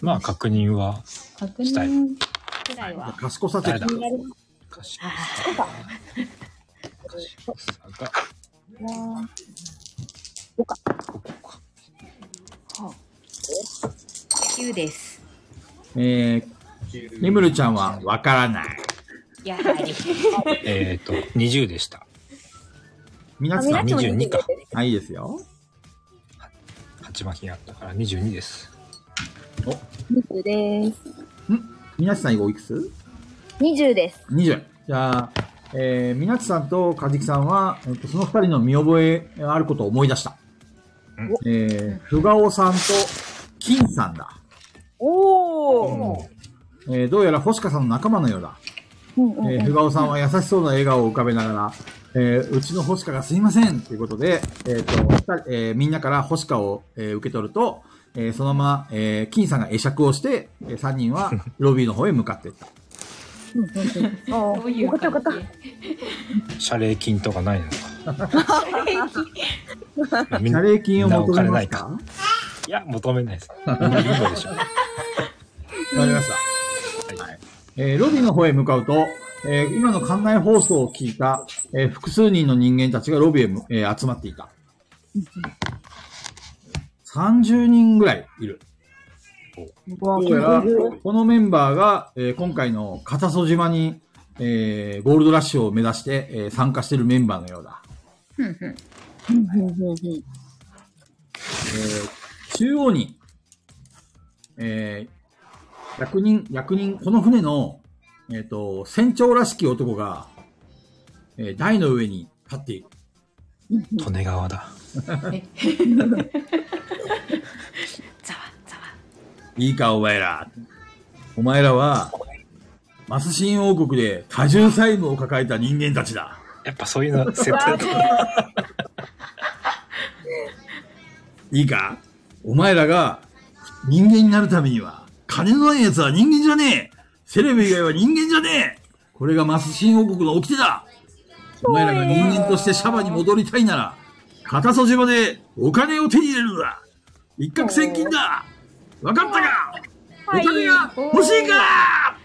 C: まあ確認は
D: 確
C: したい。
D: 認くらいは。
A: 賢さチェック
C: 誰
B: や
C: だ
B: り
C: 賢さ
B: か
C: 賢さが
B: どうか
C: ここか。
D: 9です。
A: えー、リムルちゃんはわからない。
D: やは り。
C: えっと、20でした。
A: みな
B: あ
A: つさ
B: 皆
A: ん
B: さ、んも
C: 22か
A: あ、いいですよ。
C: 鉢巻きがあったから22です。
B: 20です。
A: みなつさん、おいくつ
B: 20です。
A: ?20。じゃあ、えー、みなつさんとかじきさんは、えっとその二人の見覚えがあることを思い出した
C: うん。
A: えー、ふがおさんと、金さんだ。
B: おー。
A: えー、どうやら星香さんの仲間のようだ。
B: うんうん
A: えー、ふがおさんは優しそうな笑顔を浮かべながら、えー、うちの星香がすいませんということで、えーとふたえーみんなから星香を、えー受け取ると、えーそのまま、えー、金さんが会釈をして、えー、3人 はロビーの方へ向かっていった。
B: あ
D: どう
B: ー
D: い
B: よか
D: う
B: ったよかった。
C: 謝礼金とかないの か。みん
A: 謝
C: な
A: 礼金を求めます
C: み
A: か
C: いや、求めないです。みんな貧乏でしょ。
A: わかりました。はい。えーロビーの方へ向かうと、えー今の考え放送を聞いた、えー複数人の人間たちがロビーへむ、えー集まっていた。30人ぐらいいる。どうやら、このメンバーが、えー今回の片曽島に、えーゴールドラッシュを目指して、えー参加しているメンバーのようだ。
D: ふんふん
A: えー中央に、えー役人、役人、この船の、えっ、と、船長らしき男が、えー台の上に立っている。
C: 利根川だ。
D: ざわざわ。
A: いいか、お前ら。お前らは、マスシン王国で多重債務を抱えた人間たちだ。
C: やっぱそ ういうの設定だと。
A: いいか、お前らが人間になるためには、金のない奴は人間じゃねえセレブ以外は人間じゃねえこれがマス新王国の掟だお前らが人間としてシャバに戻りたいなら、片素島でお金を手に入れるのだ一攫千金だわかったかお
B: はい
A: 金が欲しいか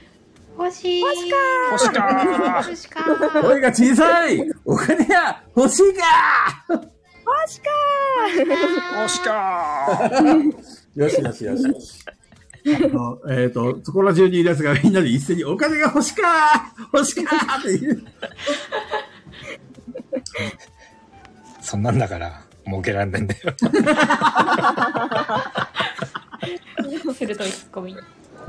D: 欲しい。
C: 欲しか
D: 欲し か。
A: 声が小さいお金が欲しいか
B: 確か
C: 欲しか
A: よしよしよしよし。あのえっ、と、そこら中にいるやつがみんなで一斉にお金が欲しかー欲しかーって言う。
C: そんなんだから、儲けられないんだよ。
D: 鋭いツッコミ。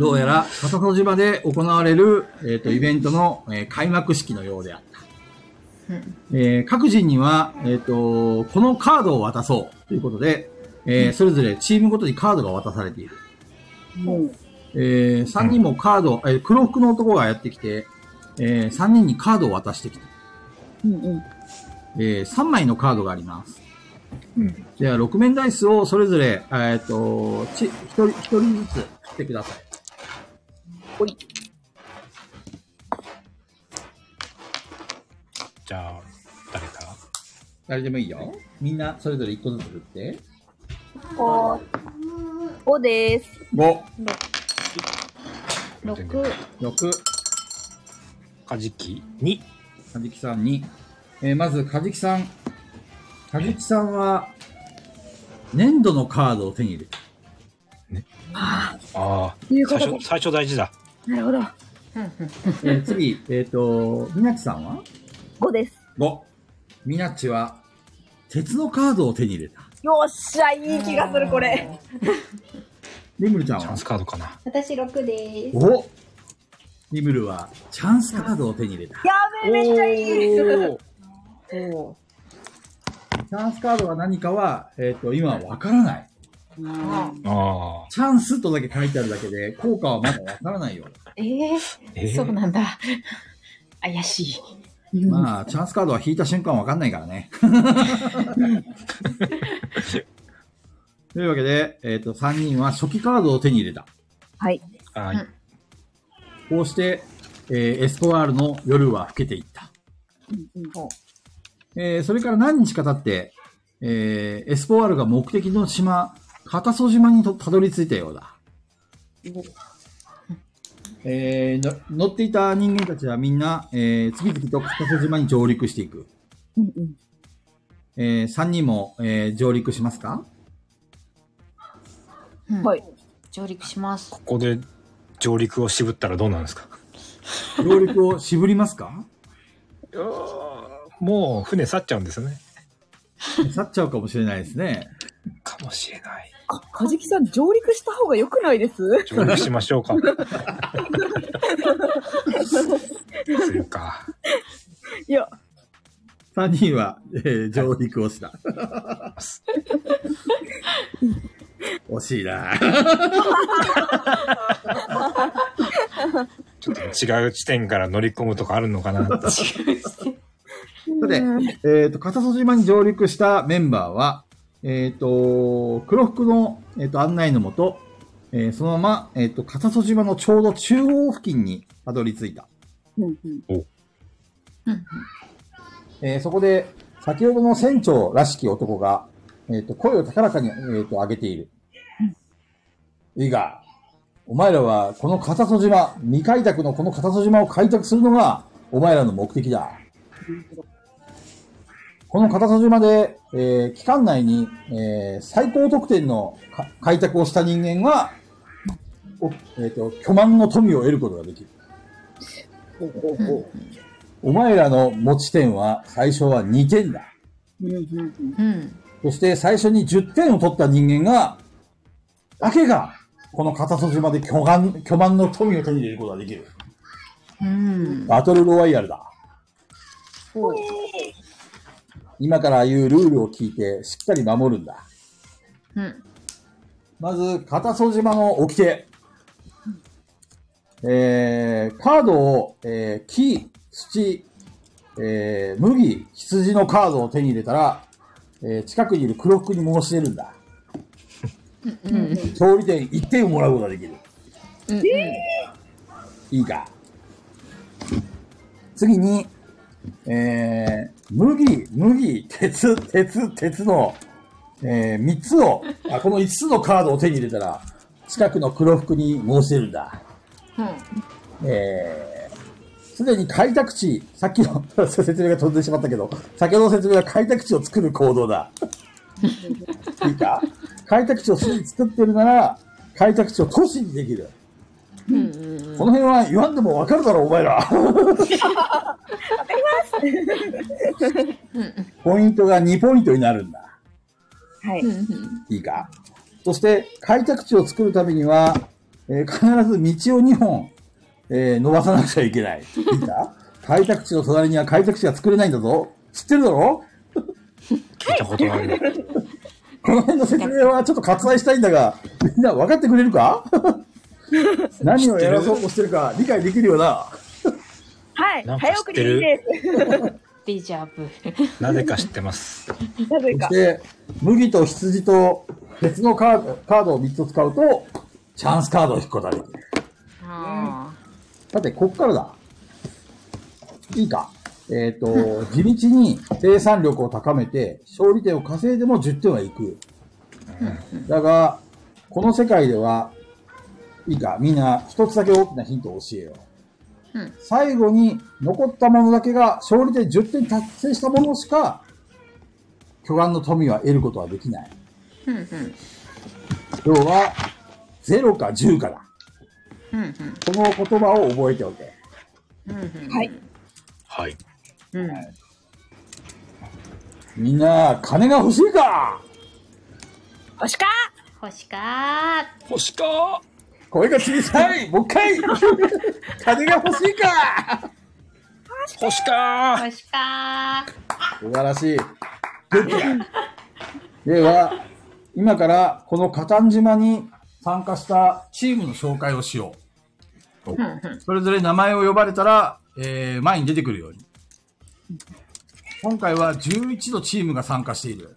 A: どうやら、片戸島で行われる、えっ、と、イベントの、えー開幕式のようであった。えー各人には、えっ、と、このカードを渡そうということで、えーそれぞれチームごとにカードが渡されている。えー、3人もカード、えー黒服の男がやってきて、え3人にカードを渡してきた。
B: に。うんうん。
A: え3枚のカードがあります。
C: うん
A: では、6面ダイスをそれぞれ、えっ、と、ち、一人、一人ずつ振ってください。
C: じゃあ、誰か。
A: 誰でもいいよ。みんな、それぞれ一個ずつ振って。
B: こう。5です。
A: 5、
D: 六。
A: 6、
C: カジキに、
A: カジキさんに。えーまず、カジキさん。カジキさんは、粘土のカードを手に入れた。
C: ああ、
B: いうこ
C: 最
B: とか
C: 初、最初大事だ。
B: なるほど。
D: うんうん
A: えー次、えっ、と、みなちさんは
B: 5です。
A: ?5。みなちは、鉄のカードを手に入れた。
B: よっしゃ、いい気がする、これ。。
A: リムルちゃん
C: チャ
A: は
C: ンスカードかな。
D: 私六です。
A: おリムルは、チャンスカードを手に入れた。
B: やべえ、めっちゃいい。
C: お
A: チャンスカードが何かは、えっ、と、今はわからない。
C: ーあ
A: チャンスとだけ書いてあるだけで、効果はまだわからないよ。
D: ええ
C: あ、えー
D: そうなんだ。怪しい。
A: まあ、チャンスカードは引いた瞬間わかんないから ね。というわけで、えっ、と、3人は初期カードを手に入れた。
B: はい。
C: あー
A: こうして、えーエスコワールの夜は更けていった。えーそれから何日か経って、えーエスポワールが目的の島、片曽島にとたどり着いたようだ。えーの乗っていた人間たちはみんな、えー次々と片曽島に上陸していく。
B: うんうん。
A: え3人も、えー上陸しますか
D: うん
B: はい。
D: 上陸します。
C: ここで上陸を渋ったらどうなんですか
A: 上陸を渋りますか
C: もう船去っちゃうんですよね。
A: 去っちゃうかもしれないですね。
C: かもしれない。
B: か、かじきさん、上陸した方が良くないです
C: 上陸しましょう か。するか。
B: いや、
A: 3人は、えー上陸をした。惜しいな。
C: ちょっと違う地点から乗り込むとかあるのかなって。
A: さて、えっ、と、片曽島に上陸したメンバーは、えっ、と、黒服の、えー、と案内のもと、えーそのまま、えっ、と、片曽島のちょうど中央付近にたどり着いた。
B: うんうん。
A: えーそこで、先ほどの船長らしき男が、えっ、と、声を高らかに、えっ、と、上げている。いいか、お前らはこの片戸島、未開拓のこの片戸島を開拓するのが、お前らの目的だ。この片戸島で、えー期間内に、えー最高得点のか開拓をした人間は、おえーと、巨万の富を得ることができる。お前らの持ち点は最初は2点だ。
D: うん。
A: そして最初に10点を取った人間が、だけが、この片戸島で巨万、巨万の富を手に入れることができる。
D: うん。
A: バトルロワイヤルだ。
D: ほう
A: 今から言うルールを聞いて、しっかり守るんだ。
D: うん。
A: まず、片戸島の掟。えー、カードを、えー、木、土、えー、麦、羊のカードを手に入れたら、えー、近くにいる黒服に申し出るんだ。
D: うん。
A: 勝利点1点をもらうことができる。
D: うん。
A: いいか。次に、えー、麦、麦、鉄、鉄、鉄の、えー、3つを、あ、この5つのカードを手に入れたら、近くの黒服に申し出るんだ。
D: ほう
A: えー、すでに開拓地、さっきの 説明が飛んでしまったけど、先ほどの説明は開拓地を作る行動 だ。いいか開拓地をすでに作ってるなら、開拓地を都市にできる。この辺は言わんでもわかるだろう、お前 ら。わかります。 ポイントが2ポイントになるんだ。
B: はい。
A: いいか。そして、開拓地を作るためには、えー必ず道を2本、えー伸ばさなくちゃいけない。いいか開拓地の隣には開拓地が作れないんだぞ。知ってるだろ
C: 聞いたことがある。
A: この辺の説明はちょっと割愛したいんだが、みんな分かってくれるか何をやらそうとしてるか理解できるよな。
B: はい。
C: なんか
B: 早送りいいです。
D: デジャ ブ。
C: なぜか知ってます。
B: なぜ
A: そ
B: か
A: し。て、麦と羊と別のカードカードを3つ使うと、チャンスカードを引くことができる。
D: あ
A: さて、こっからだ。いいか。えっ、と、地道に生産力を高めて、勝利点を稼いでも10点はいく。だが、この世界では、いいか、みんな一つだけ大きなヒントを教えよう。
D: うん
A: 最後に残ったものだけが勝利点10点達成したものしか、巨岩の富は得ることはできない。
D: ーうんうん
A: 要は、0か10かだ。
D: うん
A: この言葉を覚えておけ。
D: うんうん
B: はい。
C: はい。
D: うん
A: みんな、金が欲しいか
B: 星か
D: 星か
C: 星か
A: 声が小さいもう一回金が欲しいか
C: 星か
D: 星か
A: 素晴らしい。元気だでは、今からこのカタン島に参加したチームの紹介をしよう。それぞれ名前を呼ばれたら、えー前に出てくるように。今回は11のチームが参加している。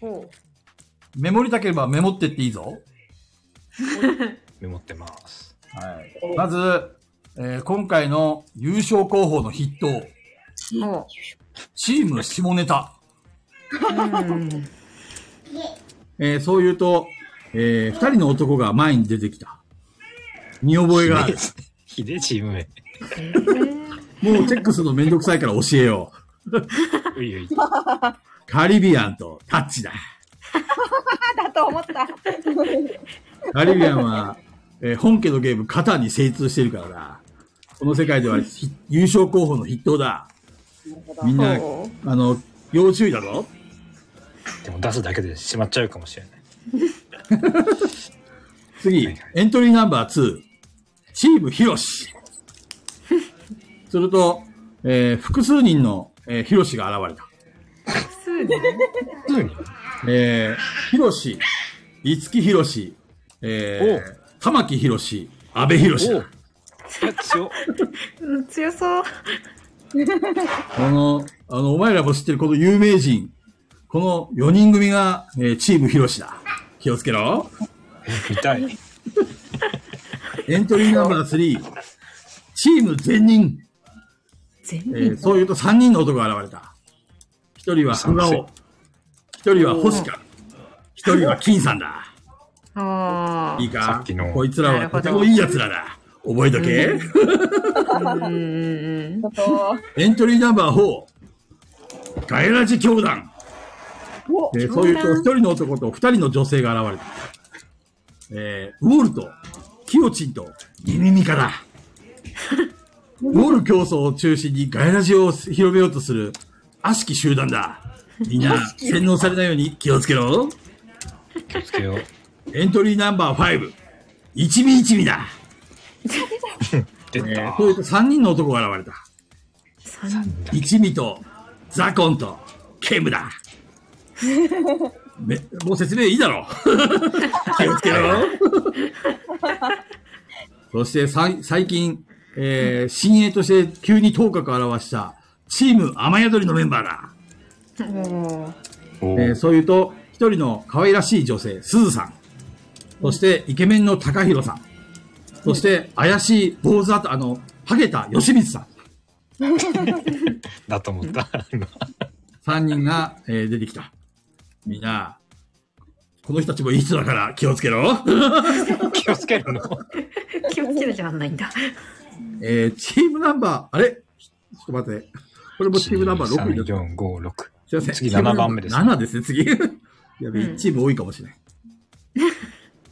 D: ほ
A: メモりたければメモってっていいぞ。
C: メモってます。
A: はい、まず、えー今回の優勝候補の筆頭、
D: うほ
A: チーム下ネタ。
D: ううん
A: えーそう言うと、えー二人の男が前に出てきた。見覚えがある。
C: ひでえチーム名。
A: もうチェックするのめんどくさいから教えよう。
C: ういうい。
A: カリビアンとタッチだ。
B: だと思った。
A: カリビアンは、えー本家のゲーム、カタンに精通してるからな。この世界ではひ優勝候補の筆頭だ。みんな、
D: ほ
A: あの、要注意だぞ。
C: でも出すだけでしまっちゃうかもしれない。
A: 次
C: はい、
A: エントリーナンバー2、チームヒロ シ。すると、えー複数人の、えーヒロシが現れた。
C: 普通に
A: えー、ヒロシ、五木ヒロシ、えー、玉木ヒロシ、安倍ヒロシだ。
C: おえ、強っ。
D: うん強そう
A: この、あの、お前らも知ってるこの有名人、この4人組が、えーチームヒロシだ。気をつけろ。
C: 見たい。
A: エントリーナンバー3、チーム全人。
D: 全
A: えーそう言うと3人の男が現れた。1人は小顔、1人は星か、1人は金さんだ。
F: あ
A: いい
C: さ
A: か
C: っきの
A: こいつら
F: な
A: は
F: るほ
A: と
F: ど
A: てもいい奴らだ。覚えとけ。
F: あ。うんうんうん。
B: ちょっ
A: エントリーナンバー4。ガエラジ教団。
B: と、
A: えーそういうと、一人の男と二人の女性が現れた。えーウォールと、キヨチンと、ギミミカだ。ウォール競争を中心にガエラジを広めようとする、悪しき集団だ。みんな、洗脳されないように気をつけろ。
C: 気をつけよう。
A: エントリーナンバー5。一味一味だ。
C: 出
A: え
C: た
A: ー。そういうと、三人の男が現れた。
F: 三人。
A: 一味とザコンとケムだ。めもう説明いいだ ろ。気をつけろ。そしてさい最近、えー、新鋭として急に頭角を現したチーム雨宿りのメンバーだ。
F: おー
C: お
A: えー
C: ー
A: そういうと、一人の可愛らしい女性、すずさん。そして、イケメンの高弘さん。そして、怪しい坊主あと、あの、ハゲた吉光さん。
C: だと思った。
A: 三人が、えー出てきた。みんな、この人たちもいい人だから気をつけろ。
C: 気をつけるの。
F: 気をつけなきゃなんないんだ。
A: えーチームナンバー、あれちょっと待って。これもチームナンバー6にな
C: 3、
A: った。
C: 4、5、6。
A: すいません。
C: 次
A: チームナンバー
C: 7番目です
A: 7ですね、次。やべ、1チーム多いかもしれない。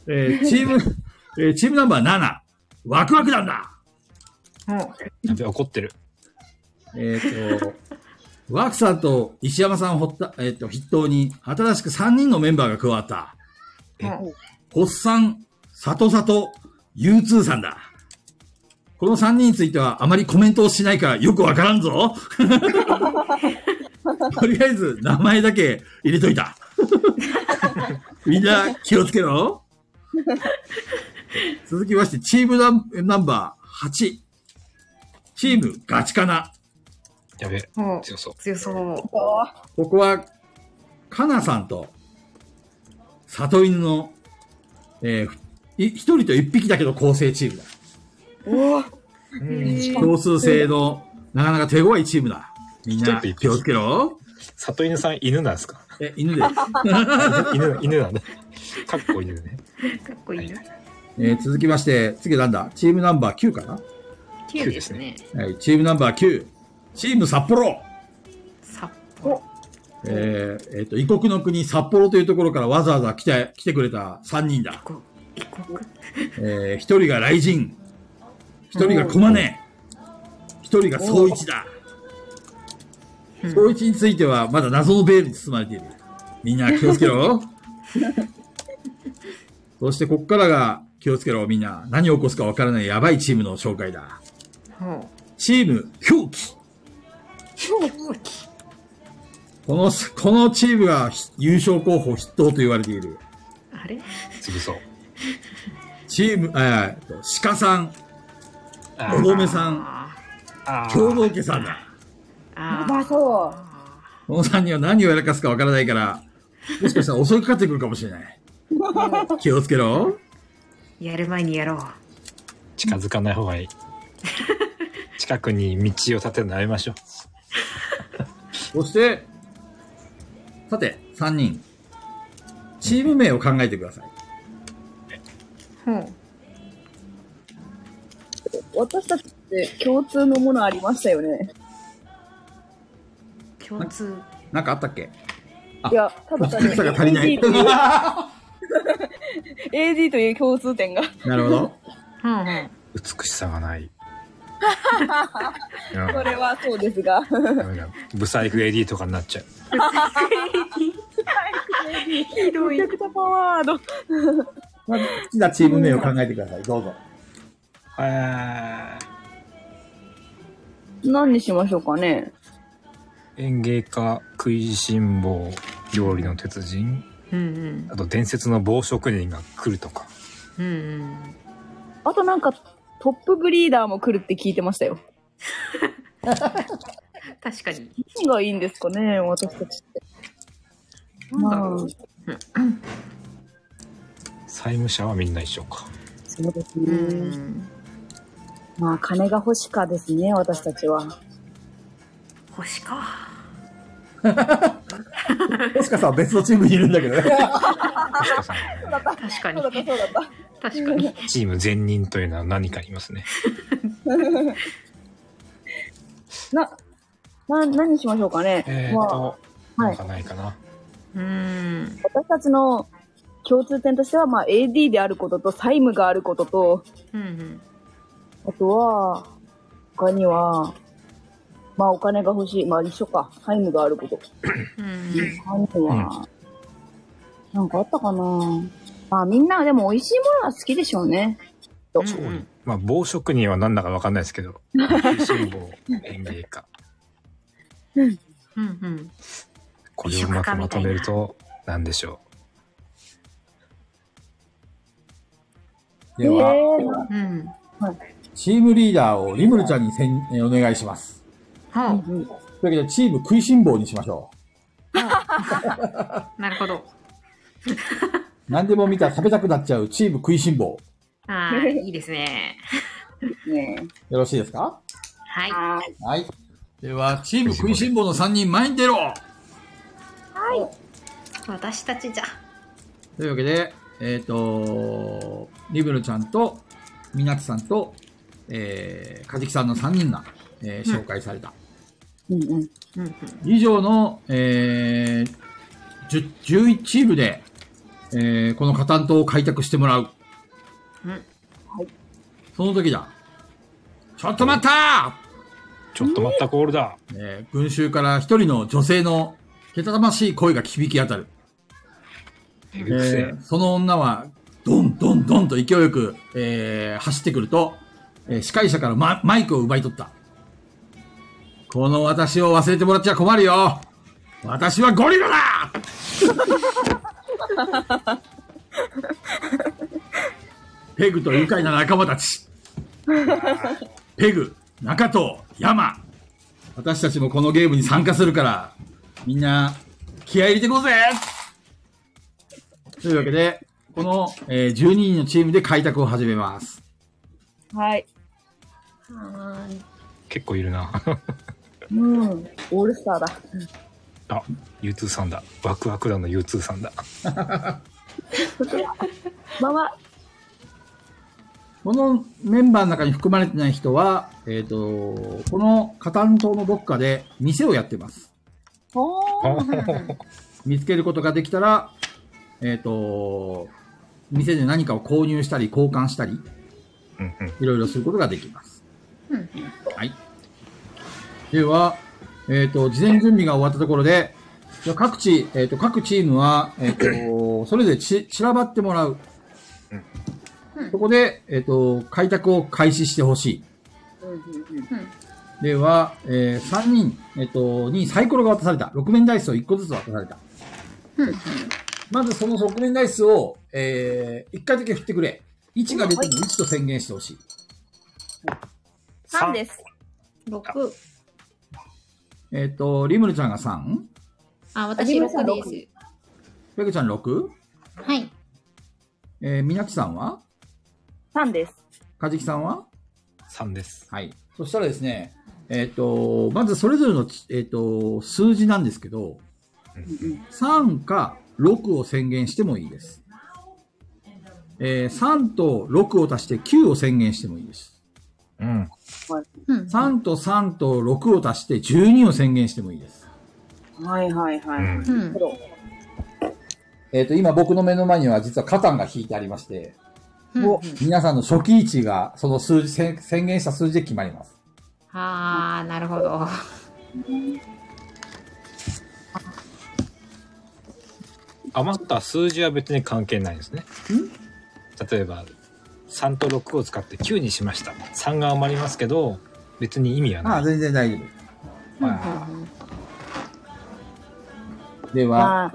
A: えーチーム、えーチームナンバー7。ワクワクなんだ
C: やべ、怒ってる。
A: えっ、と、ワークさんと石山さんをほった、えっ、と、筆頭に、新しく3人のメンバーが加わった。
C: え
A: ホッサン、サトサト、ユーツーさんだ。この3人についてはあまりコメントをしないからよくわからんぞ。 とりあえず名前だけ入れといた。 みんな気をつけろ。続きまして、チームナンナンバー8。チームガチかな。
C: やべ、
F: おー
C: 強そう。
F: 強そう。
A: ここは、かなさんと、里犬の、えーふい一人と一匹だけど構成チームだ。少数制の、なかなか手強いチームだ。みん
C: 一人
A: な
C: と一匹
A: 気をつけろ。
C: 里犬さん犬なんですか
A: え、犬です。
C: 犬、犬なんだ。かっこ犬ね。
F: かっこいいな。
A: えー続きまして、次なんだチームナンバー9かな
F: 九ですね。
A: はい、チームナンバー9。チーム札幌
F: 札幌。
A: えーえっと、異国の国札幌というところからわざわざ来て、来てくれた3人だ。
F: ご異国。
A: えー、一人が雷神、一人が駒根、一人が総一だ。
F: うん
A: 総一についてはまだ謎のベールに包まれている。みんな気をつけろ。そしてここからが気をつけろみんな。何を起こすかわからないやばいチームの紹介だ。
F: お
A: チーム表記。この、このチームが優勝候補筆頭と言われている。
F: あれ
C: 潰そう。
A: チーム、えー、と鹿さん、
C: あ
A: おどめさん、
F: あ
C: あ
A: 共同家さんだ。
F: ーあ
B: まあそう。
A: この3人は何をやらかすかわからないから、もしかしたら襲いかかってくるかもしれ ない。気をつけろ。
F: ー。やる前にやろう。
C: 近づかない方がいい。近くに道を立てるのやめましょう。
A: そして、さて、3人。チーム名を考えてください。
F: ほう。
B: 私たちって共通のものありましたよね。
F: 共通。
A: なんかあったっけ
B: いや、ただ単に
A: 草が足り ない
B: AD という AD という共通点が。
A: なるほど。
F: うんうん。
C: 美しさがない。
B: それはそうですが。
C: うんダメだ。ブサイク AD とかになっちゃう。
F: ひど
B: め
F: い
B: ちゃ。くちゃパワード。
A: まず好きなチーム名を考えてください。どうぞ。
C: えー
B: 何にしましょうかね。
C: 園芸家、食いしん坊、料理の鉄人、
F: うんうん。
C: あと伝説の棒職人が来るとか。
F: うんうん。
B: あとなんか、トップブリーダーも来るって聞いてましたよ。
F: 確かに。
B: 何がいいんですかね、私たちって。
F: なんだろう。
C: 債務者はみんな一緒 か。
B: そうです
F: う
B: ね。
F: ん。
B: まあ、金が欲しかですね、私たちは。
F: 星か。
A: もしかさんは別のチームにいるんだけどね。
C: 星香さんはね
F: 確か
B: そ
F: に
B: うだ。った、そうだった。
F: 確かに。
C: チーム全人というのは何かありますね。
B: な、な、何しましょうかね。
C: え ー
B: ま
C: っ
B: あ、
C: と、なんかないかな。
F: うーん。
B: 私たちの共通点としては、まあ、AD であることと、債務があることと、
F: うんうん。
B: あとは、他には、まあ、お金が欲しい。まあ、一緒か。債務があること。
F: うんうん。
B: 他には、なんかあったかなまあ、みんなでも美味しいものは好きでしょうね。
F: うんうん
C: まあ、棒職人は何だかわかんないですけど、辛棒、園芸 家。
F: うんうん。
C: これをまとまとめると、何でしょ
A: で
B: え
A: は、
B: ー
F: うん。
A: チームリーダーをリムルちゃんにせんえお願いします。
F: ほう。
A: というわけで、チーム食いしん坊にしましょ
F: なるほど。
A: う。何でも見たら食べたくなっちゃうチーム食いしん坊。
F: ああ、いいですね。
B: ね
A: よろしいですか
F: はい。
B: はい。
A: はい。では、チーム食いしん坊の3人前に出ろ
F: 私たちじゃ。
A: というわけで、えっ、と、リブルちゃんと、みなきさんと、えー、かじきさんの3人が、えー紹介された。
B: うんうん。
F: うんうん。
A: 以上の、えー、10 11チームで、えー、このカタン島を開拓してもらう。
F: うん
B: はい
A: その時だ。ちょっと待った
C: う。ちょっと待ったコールだ。
A: えー群衆から一人の女性のけたたましい声が響き当たる。
C: え
A: え
C: ぐくせえ
A: ーその女は、どんどんどんと勢いよく、えー走ってくると、えー司会者からママイクを奪い取った。この私を忘れてもらっちゃ困るよ私はゴリラだ ペグと愉快な仲間たち。ペグ、中藤、山。私たちもこのゲームに参加するから、みんな気合い入れてこうぜというわけで、この、えー12人のチームで開拓を始めます。
B: はい。
F: はーい
C: 結構いるな。
B: うん。オールスターだ。
C: あ、U2 さんだ。ワクワクだの U2 さんだ。
B: まあまあ、
A: このメンバーの中に含まれてない人は、えっ、と、このカタン島のどっかで店をやってます。
B: ほー。
A: 見つけることができたら、えっ、と、店で何かを購入したり交換したり、
C: うんうん。
A: いろいろすることができます。
F: うんうん
A: はい。では、えっ、と、事前準備が終わったところで、じゃあ各地、えっ、と、各チームは、えっ、 と、それぞれち散らばってもらう
F: うん。
A: そこで、えっ、と、開拓を開始してほし
B: うんうんうん。
F: うん
A: い。では、え3人、えっ、と、にサイコロが渡された。6面ダイスを1個ずつ渡された。
F: うんうん
A: まずその側面ダイスを、え1回だけ振ってくれ。1が出ても1と宣言してほしい。
B: 3です。
F: 六。
A: えっ、と、リムルちゃんが 3?
F: あ、私
B: リム
F: 六
B: さん
F: です。
A: ペグちゃん 6?
F: はい。
A: えー、みなきさんは
B: 3です。
A: かじきさんは
C: 3です。
A: はい。そしたらですね、えっ、と、まずそれぞれのち、えっ、と、数字なんですけど、3か6を宣言してもいいです。えー、3と6を足して9を宣言してもいいです。
C: うん。
F: うん。
A: 3と3と6を足して12を宣言してもいいです。
B: はいはいは
C: う
B: い。
C: ん
F: う。
B: け
F: ん。
B: ど
A: えっ、と、今僕の目の前には実はカタンが引いてありまして、
F: うんうん
A: 皆さんの初期位置がその数字、宣宣言した数字で決まります。
F: ああ、なるほど。
C: 余った数字は別に関係ないんですね。例えば、3と6を使って9にしました。3が余りますけど、別に意味は
A: あ
C: ない
A: あ、。全然大丈夫。
C: まあ
A: では、
B: まあ、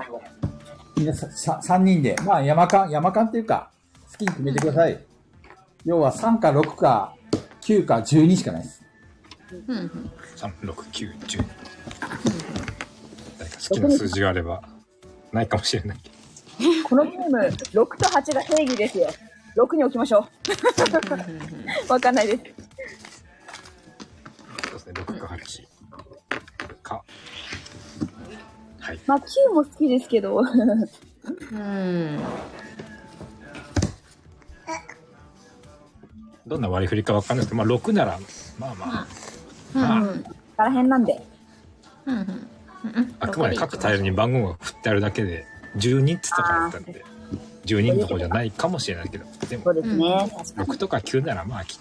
A: みんなささ3人で、まあ山間、山間っていうか、好きに決めてください。要は3か6か9か12しかないです。
F: うんうん。
C: 3、6、9、10。誰か好きな数字があれば、ないかもしれないけど。
B: このゲーム、6と8が正義ですよ。6に置きましょう。わかんないです。
C: そうですね、6か8。か。はい。
B: まあ、9も好きですけど。
F: うん。
C: どんな割り振りかわかんないですけど、まあ6なら、まあまあ、
D: うん
C: ま
D: うん
B: ら辺なんで。
D: うんうんうん
C: あくまで各タイルに番号が振ってあるだけで、12つとかだったんで、10人とかじゃないかもしれないけど、でも
B: うですね。確かに。
C: 6とか9ならまあきっ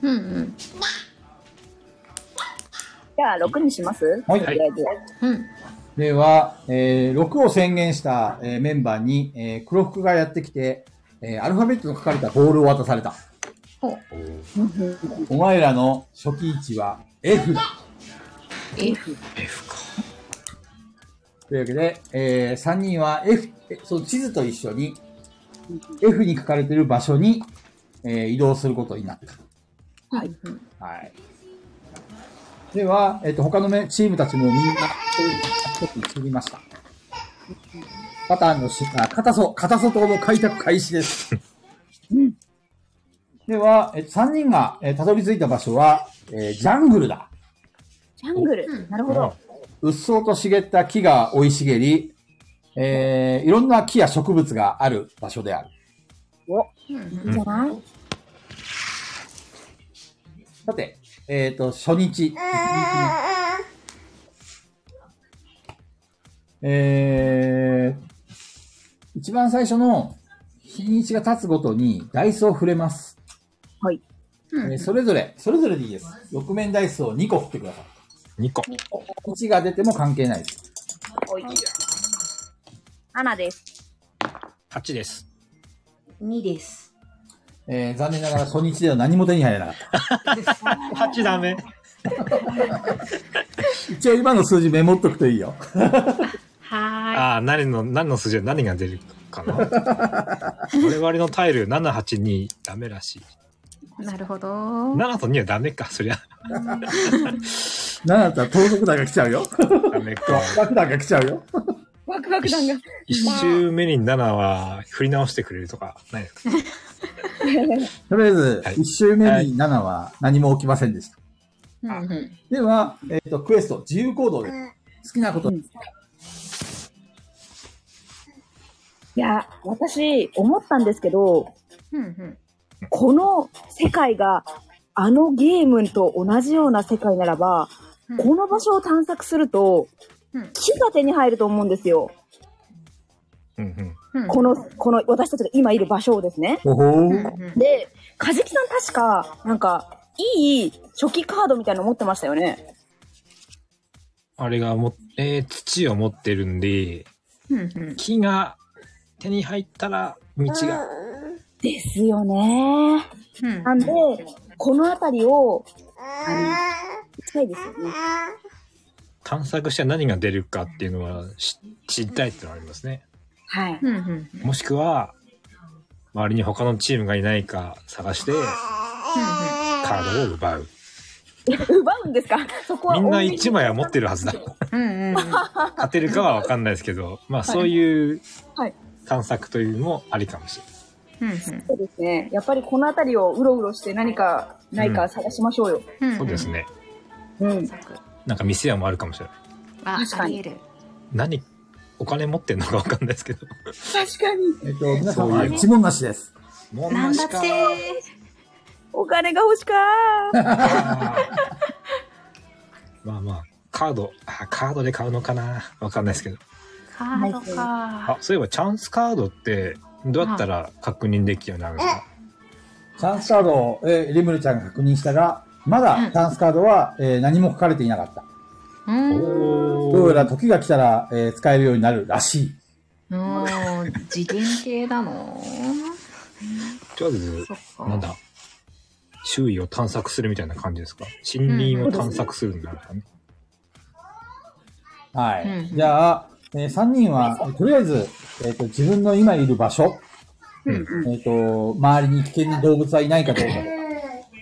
C: と。
D: うんうん
B: じゃあ、6にします
A: はい
B: とりあえず。
D: うん
A: では、えー6を宣言した、えーメンバーに、えー黒服がやってきて、えーアルファベットの書かれたボールを渡された。
C: おー
A: お前らの初期位置は F だ。
D: F
C: F か。
A: というわけで、え3人は F、えその地図と一緒に、F に書かれている場所に、えー移動することになった。
B: はい。
A: はい。では、えっ、と、他のめチームたちもみんな、一つに散りました。パターンのし、あ、片ソ、片ソ島の開拓開始です。 では、えっと、3人が、えーたどり着いた場所は、えージャングルだ。
B: ジャングル。なるほど。
A: うっそうと茂った木が生い茂り、えー、いろんな木や植物がある場所である。
B: いいんじゃない
A: さて、えっ、と、初日。えー、一番最初の日にちが経つごとにダイスを振れます。
B: はい。
A: えーそれぞれ、それぞれでいいです。6面ダイスを2個振ってください。
C: 2個。
A: 1が出ても関係ないです。
B: 7です。
C: 8です。
D: 2です
A: えー残念ながら初日では何も手に入らなかった。
C: 8ダメ。
A: 一応今の数字メモっとくといいよ。
D: は
C: ああ、何の、何の数字で何が出るか な。我々のタイル7、8、2ダメらしい。
D: ーいなるほど
C: 7と2はダメか、そりゃ。
A: 7だったら盗賊団が来ちゃうよ。
C: ダメか。
A: 爆弾が来ちゃうよ。
B: ワクワク弾が。
C: 一周目に7は振り直してくれるとか、ないですか
A: とりあえず
C: はい、
A: 一周目に7は何も起きませんでした。
D: うんうん
A: では、えっ、と、クエスト、自由行動で、好きなことに、
B: いや、私、思ったんですけど、
D: うんうん
B: この世界が、あのゲームと同じような世界ならば、
D: うん
B: この場所を探索すると
D: うん、
B: 木が手に入ると思うんですよ。
C: うんうん。
D: うん
B: この、この、私たちが今いる場所をですね。
A: ほほー
D: うんうん
B: で、かじきさん確か、なんか、いい初期カードみたいなの持ってましたよね。
C: あれがも、えー、土を持ってるんで、
D: うんうん
C: 木が手に入ったら道が。
B: ですよね。
D: うん
B: なんで、この辺りを、あの、行きたいですよね。
C: 探索して何が出るかっていうのは知知りたいっていうのはありますね。
B: はい。
D: うんうん
C: もしくは、周りに他のチームがいないか探して、カードを奪う。
B: 奪うんですかそこは。
C: みんな1枚は持ってるは ずだ。
D: うんうん
C: 当てるかは分かんないですけど、まあそういう
B: はい
C: 探索というのもありかもしれない。
D: うん
B: そうですね。やっぱりこの辺りをうろうろして何かないか探しましょうよ。
D: うん
C: そうですね。
B: うん。
C: なんか店屋もあるかもしれない。
D: あ
B: 確
D: あ
B: かに
D: り得る
C: 何、お金持ってんのか分かんないですけど。
B: 確かに。
A: えっ、と、皆さん
C: そ
A: は
C: ういう
A: 一問なしです。
C: もう
D: なんだっ
C: か
D: て
B: お金が欲しかー。
C: まあまあ、カード、あカードで買うのかなわかんないですけど。
D: カードか
C: あ、そういえばチャンスカードって、どうやったら確認できるようになるんですか
A: チャンスカードを、えーリムルちゃんが確認したが、ま
D: う
A: だ
D: ん
A: チャンスカードは、えー何も書かれていなかった。
D: うん
A: どう
C: お
A: やら時が来たら、えー使えるようになるらしい。
D: もう次元系だの
C: とりあえず
D: そっ、か
C: なんだ、周囲を探索するみたいな感じですか森林を探索するんだろうかね。
A: はい。
D: うん
A: じゃあ、え3人は、えーとりあえず、えっ、と、自分の今いる場所、
C: うん
A: えっ、と、周りに危険な動物はいないかどうかとか、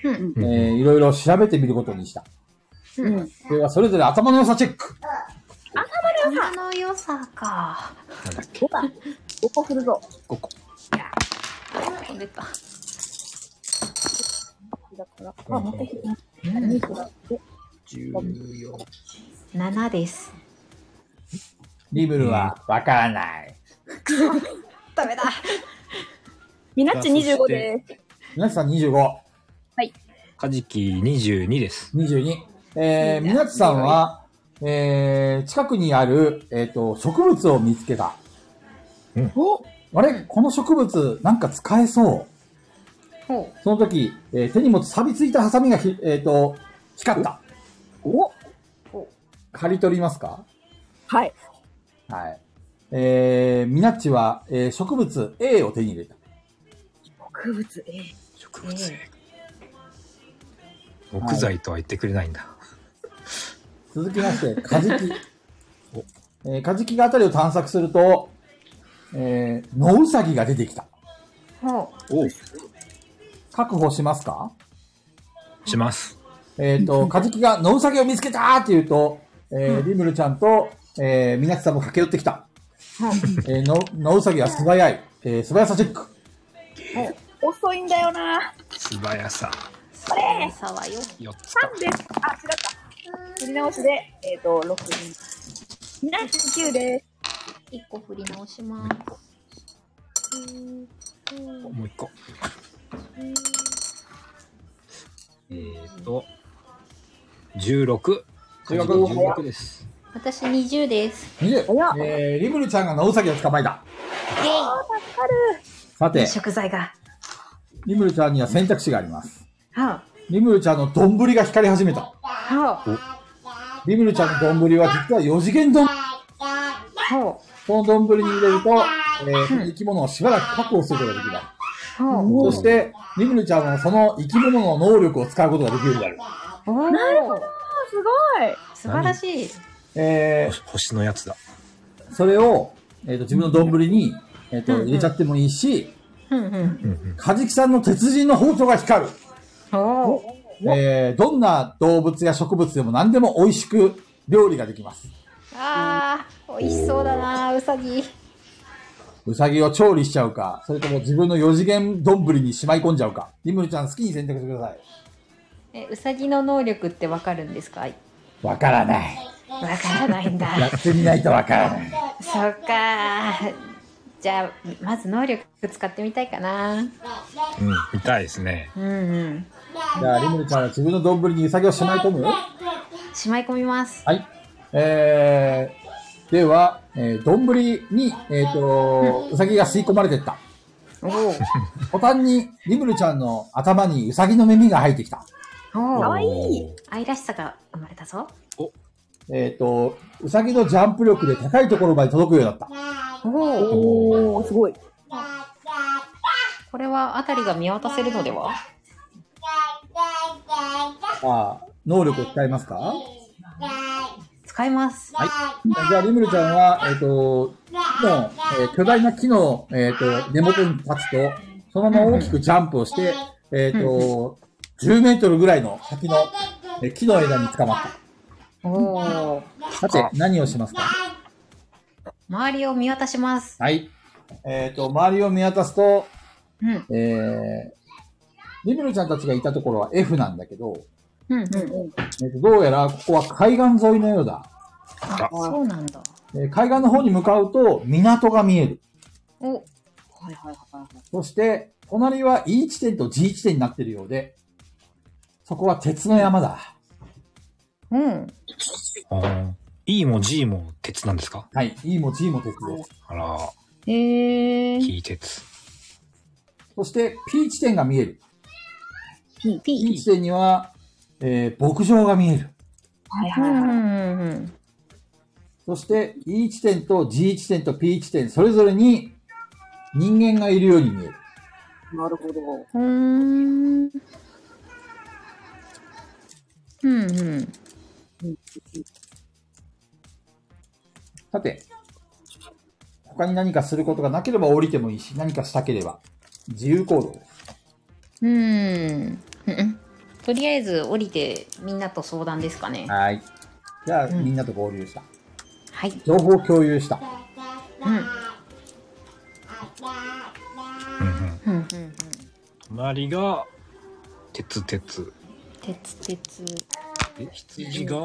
D: うん
A: えーいろいろ調べてみることにした。
D: うん
A: では、それぞれ頭の良さチェック。
D: 頭の良さか
C: なんだっけ
B: 5番。5個振るぞ。
C: ここ。
D: 飛んでった
B: だから。あ、持ってきてない。
C: 14。
D: 7です
A: リムルは、わからない。
D: ダメだ
B: ミナッチ25です。
A: 皆さん25。
C: カジキ22です。
A: 22。えー、みなちさんは、えー、近くにある、えっ、と、植物を見つけた。
C: うん
A: おあれこの植物、なんか使えそう。
F: ほ
A: その時、えー手に持つ錆びついたハサミがひ、えっ、と、光った。お
F: お
A: 刈り取りますか
B: はい。
A: はい。えー、ミナッチは、えー植物 A を手に入れた。
B: 植物、ええ
C: 植物性。木材とは言ってくれないんだ。
A: 続きまして、カジキ
C: お。
A: えーカジキがあたりを探索すると、えー、ノウサギが出てきた。
F: うほ
C: おう
A: 確保しますか
C: します。
A: えっ、 と、カジキがノウサギを見つけたーって言うと、えーリムルちゃんと、えー、ミナッチさんも駆け寄ってきた。えー、ノノウサギは素早い、えー素早さチェック。
B: 遅いんだよな。
C: 素早さ。
F: う。これ。さわよ。
C: 4つか。
B: 3です。あ、違った。振り直しで、えっ、と、6人。みなち9です。
F: 一個振り直します。
C: もう一個。えーと、16。カジキ16です。
F: 私二十です。
A: 20えー、リムルちゃんがノウサギを捕まえた。さて、
F: 食材が。
A: リムルちゃんには選択肢があります。
F: は
A: リムルちゃんの丼が光り始めた。
F: あ。は
A: リムルちゃんの丼は実は4次元丼。
F: あ。ほ
A: この丼に入れると、えーその生き物をしばらく確保することができます。
F: う。ほう。
A: そして、リムルちゃんはその生き物の能力を使うことができるようになる。
F: おお。
B: あ、すごい。
F: 素晴らしい。
A: え
C: 星星のやつだ。
A: ー、それを、えっ、と、自分の丼に、えっ、と、入れちゃってもいいし、
F: うんうん。
C: うんうん。
A: カジキさんの鉄人の包丁が光る。
F: ほう。
A: えー、どんな動物や植物でも何でも美味しく料理ができます。
F: ああ、美味しそうだな、うさぎ。
A: うさぎを調理しちゃうか、それとも自分の4次元丼にしまい込んじゃうか。リムルちゃん好きに選択してください。
F: え、うさぎの能力ってわかるんですか。わ
A: わからない。
F: からないんだ。
A: やってみないとわからない。
F: そっか。じゃあ、まず能力使ってみたいかな。
C: うん、見たいですね。
F: うんうん。
A: じゃあ、リムルちゃんは自分の丼にうさぎをしまい込む
F: しまい込みます。
A: はい。えー、では、えー、丼に、えっ、と、うさぎが吸い込まれてった。
F: お
A: 途
F: お。
A: 端に、リムルちゃんの頭にうさぎの耳が入ってきた。
F: お
B: か
F: お。
B: わいい。
F: 愛らしさが生まれたぞ。
A: えっ、と、うさぎのジャンプ力で高いところまで届くようになった。
F: おお。
B: おー、すごい。
F: これはあたりが見渡せるのでは。
A: ああ、能力を使いますか
F: 使います。
A: じゃあ、リムルちゃんは、えっ、と、もう、えー巨大な木の、えっ、と、根元に立つと、そのまま大きくジャンプをして、えっ、と、10メートルぐらいの先の、えー木の枝に捕まっ
F: おお。
A: た。さて、何をしますか
F: 周りを見渡します。
A: はい。えっ、と、周りを見渡すと、
F: うん。
A: えー、リムルちゃんたちがいたところは F なんだけど、
F: うんうん。
A: えーとどうやらここは海岸沿いのようだ。
F: あ、そうなんだ。
A: えー海岸の方に向かうと港が見える。
F: お。
B: はいはいはい。
A: そして、隣は E 地点と G 地点になっているようで、そこは鉄の山だ。
F: うん。
C: あー E も G も鉄なんですか
A: はい。E も G も鉄です。
C: あら、
F: へえ。
C: 非鉄。
A: そして、P 地点が見える。
B: ピー
A: P 地点には、えー牧場が見える。
B: はいは
F: う
B: い
F: んう
B: はい。
F: んうん。
A: そして、E 地点と G 地点と P 地点、それぞれに人間がいるように見える。
B: なるほど。
F: うーん。うんうん。
A: さて、他に何かすることがなければ降りてもいいし、何かしたければ、自由行動です。
F: うん。うんとりあえず降りてみんなと相談ですかね。
A: はい。じゃあ、
F: うん
A: みんなと合流した。
F: はい。
A: 情報共有した。
F: うん。
C: うんうん。
F: うんうんうん。
C: 隣が、鉄鉄。
F: 鉄鉄。
C: え、羊が、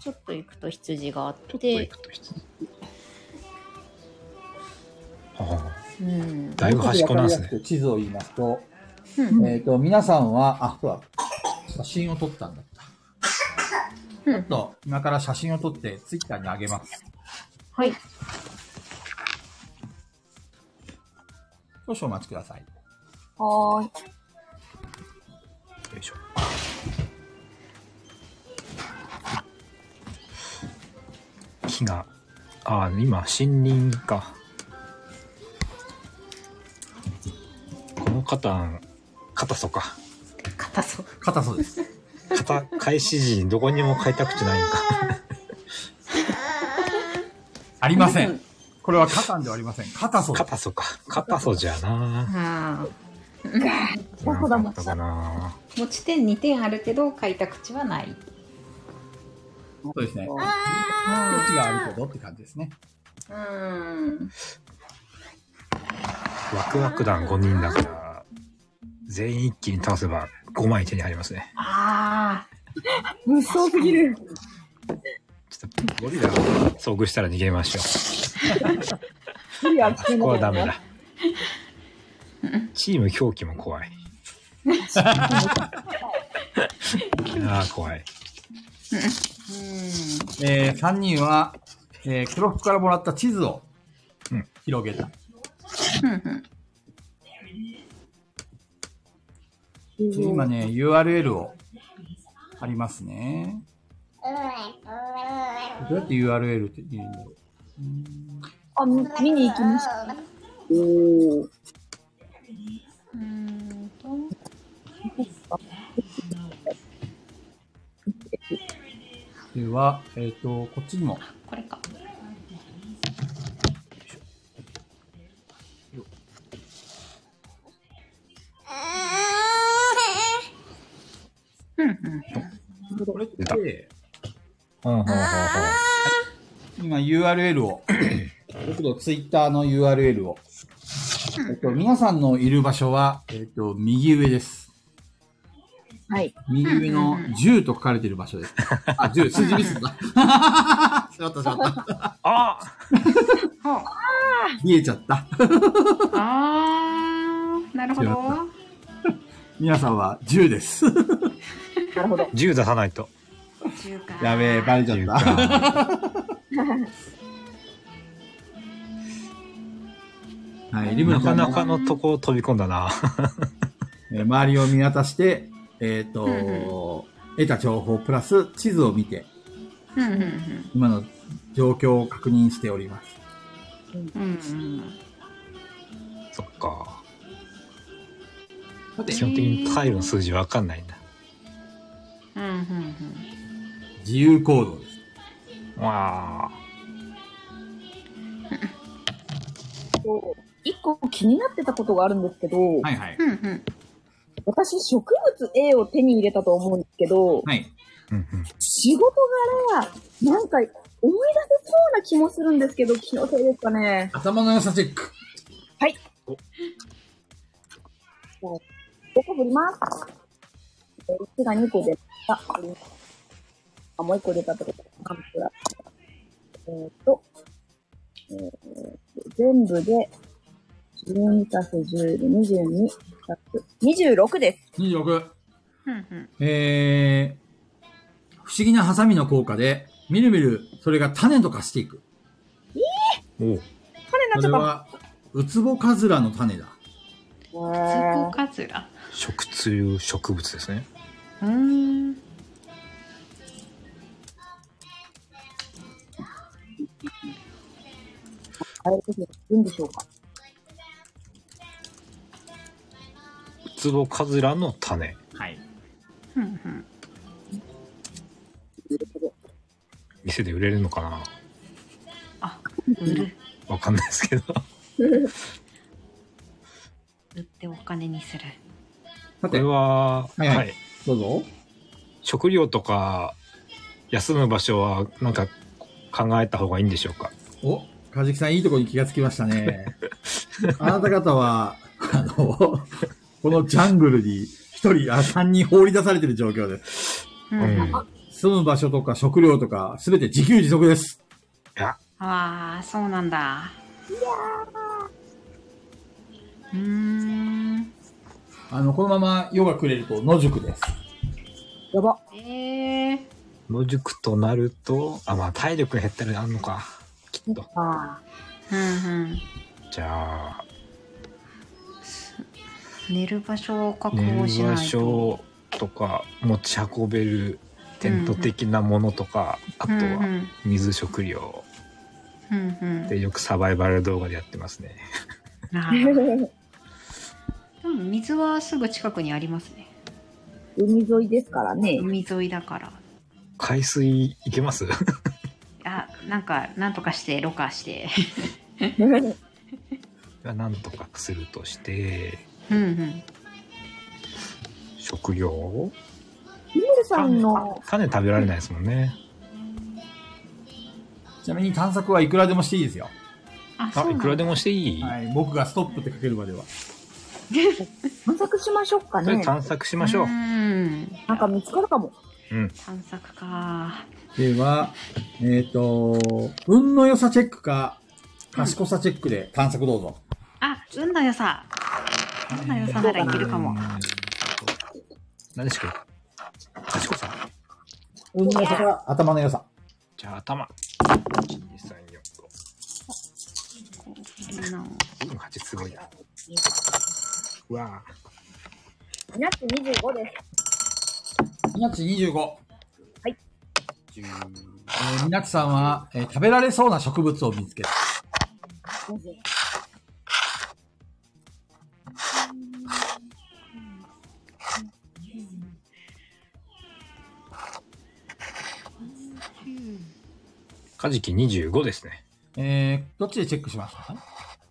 F: ちょっと行くと羊があっ
C: ちょっと行
F: て、
C: くと羊。ああ、
F: うん。
C: だいぶ端っこなんです
A: もうちょっとわかりや
C: ね。
A: く地図を言いますと、
F: うん
A: えっ、と、皆さんは、あ、そうだ。写真を撮ったんだった。
D: うん
A: ちょっと、今から写真を撮って、ツイッターにあげます。
D: はい。
A: 少々お待ちください。
B: はーい。
C: よいしょ。木が、ああ、今、森林か。この方、硬そうか。
D: 硬そう。
A: 硬そうです。
C: 硬、開始時にどこにも書いたくてないんか。
A: ありません。これはカタンではありません。硬そうです。
C: 硬そうか。硬そうじゃな。
D: ああ。
C: なんかあったかな。
D: 持ち点2点あるけど、開いた口はない。
A: そうですね。こ
D: あ
A: っちがあるけどって感じですね。
D: あ。うん。
C: ワクワク団5人だから、全員一気に倒せば5枚手に入りますね。
D: ああ。
B: 無双すぎる。
C: ちょっとゴリラ遭遇したら逃げましょう。
B: 無理は
C: あそこはダメだ。チーム表記も怖い。ああ、怖い。
D: うん。
A: えー、3人は、えー、黒服からもらった地図を
C: うん
A: 広げた。
D: うん
A: 今ね、URL をありますね。どうやって URL って言うんだろう。
B: あ、み見に行きました。おー。
D: うん。うんと。
A: では、えっ、と、こっちにも
D: これか。うんうん。
A: これっ
C: 出た
A: て、
C: ほんほんほんほん
A: 今 URL を、 僕の Twitter の URL を。えっと、皆さんのいる場所は、えっと、右上です。
B: はい。
A: 右上の10と書かれている場所 です。あ、10、数字ミスだ。しまったしまった。
C: あ
D: ほう
A: 見えちゃった。
D: ああ。なるほど。
A: 皆さんは10です。
B: なるほど。
C: 銃出さないと。
D: 10か
A: やべえ、バレちゃ
C: 銃
A: っ
C: か
A: た。はい、リム
C: な
A: ルちゃ
C: か
A: んも
C: なかのとこ飛び込んだな。
A: えー周りを見渡して、えっ、と、
D: うん
A: 得た情報プラス地図を見て、
D: うんうんうん
A: 今の状況を確認しております。
D: うんうん。
C: そっか。
A: さて
C: 基、本的にタイルの数字わかんないんだ。
D: うんうんうん。
A: 自由行動です。
C: わあ。
B: こう一個気になってたことがあるんですけど、
A: はいはい。
D: うんうん。
B: 私、植物 A を手に入れたと思うんですけど、
A: はい。
C: うんうん。
B: 仕事柄、なんか思い出せそうな気もするんですけど、気のせいですかね。
A: 頭の良さチェック。
B: 5個振ります。1が2個出た。あ、もう1個出たってことか。3プラス。えーっと、えー全部で、12たす10で22たす26です。
A: 26。
D: うんうん。
A: えー、不思議なハサミの効果で、みるみるそれが種と化していく。
C: おう
B: 彼にな
A: こ
B: っち
A: れ
B: ゃった
A: は、ウツボカズラの種だ。
B: の。
D: ズコ
B: へ
D: カズラ。
C: 食虫植物ですね。
D: うーん。
B: ーあれですね。いいんでしょうか。
C: ウツボカズラの種。
A: はい。
D: うんうん。
C: 店で売れるのかな
D: あ、売る。
C: わかんないですけど。こ
D: 売ってお金にする。
A: さて
C: れ、は、
A: はいはいどうぞ。
C: 食料とか休む場所はなんか考えた方がいいんでしょうか
A: お、かじきさん、いいとこに気がつきました ね。あなた方は、あの、このジャングルに一人、あ、三人放り出されてる状況です。
D: うん
C: うん
D: あ
A: 住む場所とか食料とか、すべて自給自足です。
D: あー、そうなんだ。うーん。
A: あの、このまま夜が暮れると野宿です。
B: やば。
F: えー。
C: 野宿となると、あ、まあ体力が減ったらあんのか。きっと。
B: あ
F: うんうん。
C: じゃあ、
F: 寝る場所を確
C: 寝
F: 保し
C: る
F: な
C: 場
F: いと。
C: 所とか持ち運べるテント的なものとか、あと
F: うんう
C: は
F: ん
C: 水食料
F: うんうん
C: でよくサバイバル動画でやってますね。
F: あ
B: あ。
F: ー
B: 海
F: でも水はすぐ近くにありますね。
B: 沿いですからね。
F: 海沿いだから。
C: 海水いけます
F: あ、なんか、なんとかして、ろ過して。
C: なんとかするとして、
F: うんうん。
C: 食料
B: ミルさんの、
C: 種食べられないですもんね。
A: ちなみに探索はいくらでもしていいですよ。
F: あ、そう
C: あ、
F: ないん
C: くらで
F: も。
C: もしていい、
A: はい。僕がストップってかけるまでは。
B: 探索しましょうか
C: それ
B: ね。
C: 探索しましょう。
F: ん。
B: なんか見つかるかも。
C: うん。
F: 探索か。
A: では、えっ、と、運の良さチェックか、賢さチェックで探索どうぞ。
F: あ、運の良さ。運の良さならいけるかも。
C: 何でしたっけ賢さ。
A: 運の良さか、頭の良さ。
C: じゃあ頭。1、2、3、4、5。うん、8すごいな。うわぁ。
B: 2月25です。。
A: みなっち25。はいえー、みなっちさんは、えー食べられそうな植物を見つけた。
C: カジキ25ですね。
A: えー、どっちでチェックしましたか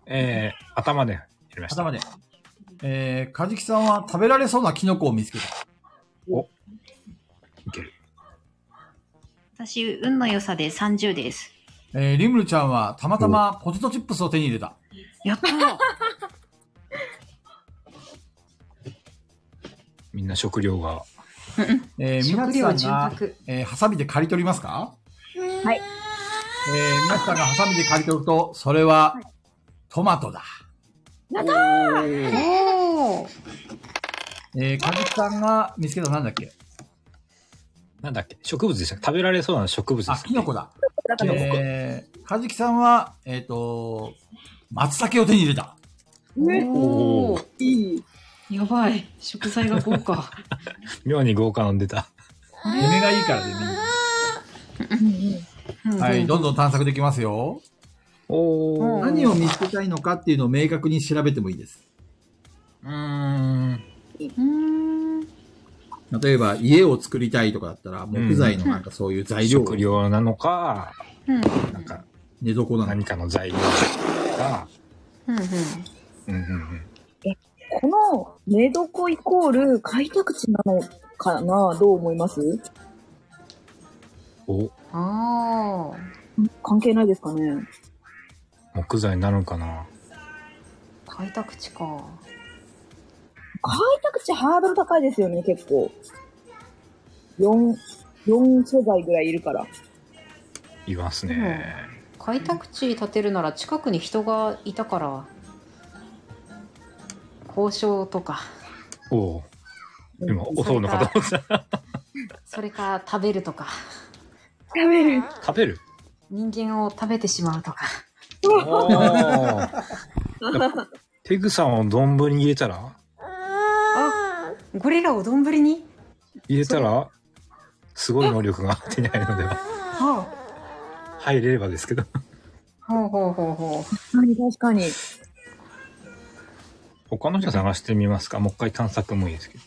C: えー、頭でやりました。
A: 頭で。えー、かじきさんは食べられそうなキノコを見つけた。
C: いける。
F: 私、運の良さで30です。
A: えー、リムルちゃんはたまたまポテトチップスを手に入れた。
F: やった
C: みんな食料が。
A: えー、みな
F: 食
A: ち
F: 料
A: さん
F: 住
A: が、
F: 宅。
A: えー、ハサミで刈り取りますか
B: はい。
A: えー、みなちさんがハサミで刈り取ると、それは、トマトだ。
B: やったー
F: おー
A: えー、かじきさんが見つけたなんだっけ
C: なんだっけ植物でしたっけ食べられそうな植物でした
A: あ
C: っ、け
A: キノコだ。
B: だか
C: キノ
B: ら
C: コ、
A: えー、かじきさんは、えっ、と、松茸を手に入れた。
B: ね、
F: おー
B: いい。
F: やばい。食材が豪華。
C: 妙に豪華なん出た。
A: 夢がいいからね、みんな。はい、どんどん探索できますよ。
C: おー。
A: 何を見つけたいのかっていうのを明確に調べてもいいです。
C: うーん。
F: うーん。
A: 例えば、家を作りたいとかだったら、木材のなんかそういう材料、
C: 食料なのか、
F: うん。
C: なんか
A: 寝床なの
C: 何かの材料か、
F: うんうん。
C: うんうんうん。
B: この、寝床イコール開拓地なのかなどう思います
C: お、
F: あ
B: 関係ないですかね
C: 木材なのかな
F: あ。開拓地か。
B: 開拓地ハードル高いですよね、結構。4、4素材ぐらいいるから。
C: いますね。
F: 開拓地建てるなら近くに人がいたから。交渉とか。
C: お
B: うん
C: 今、おそうのかと思った。
F: それか食べるとか。
B: 食べる。
C: 食べる
F: 人間を食べてしまうとか。
C: おー。ペグさんを丼に入れたら
F: あゴリラを丼に
C: 入れたらすごい能力が手に入るのでは
F: は
C: 入れればですけど。
F: あ。ほうほうほうほう。
B: 確かに、確かに。
C: 他の人探してみますかもう一回探索もいいですけど。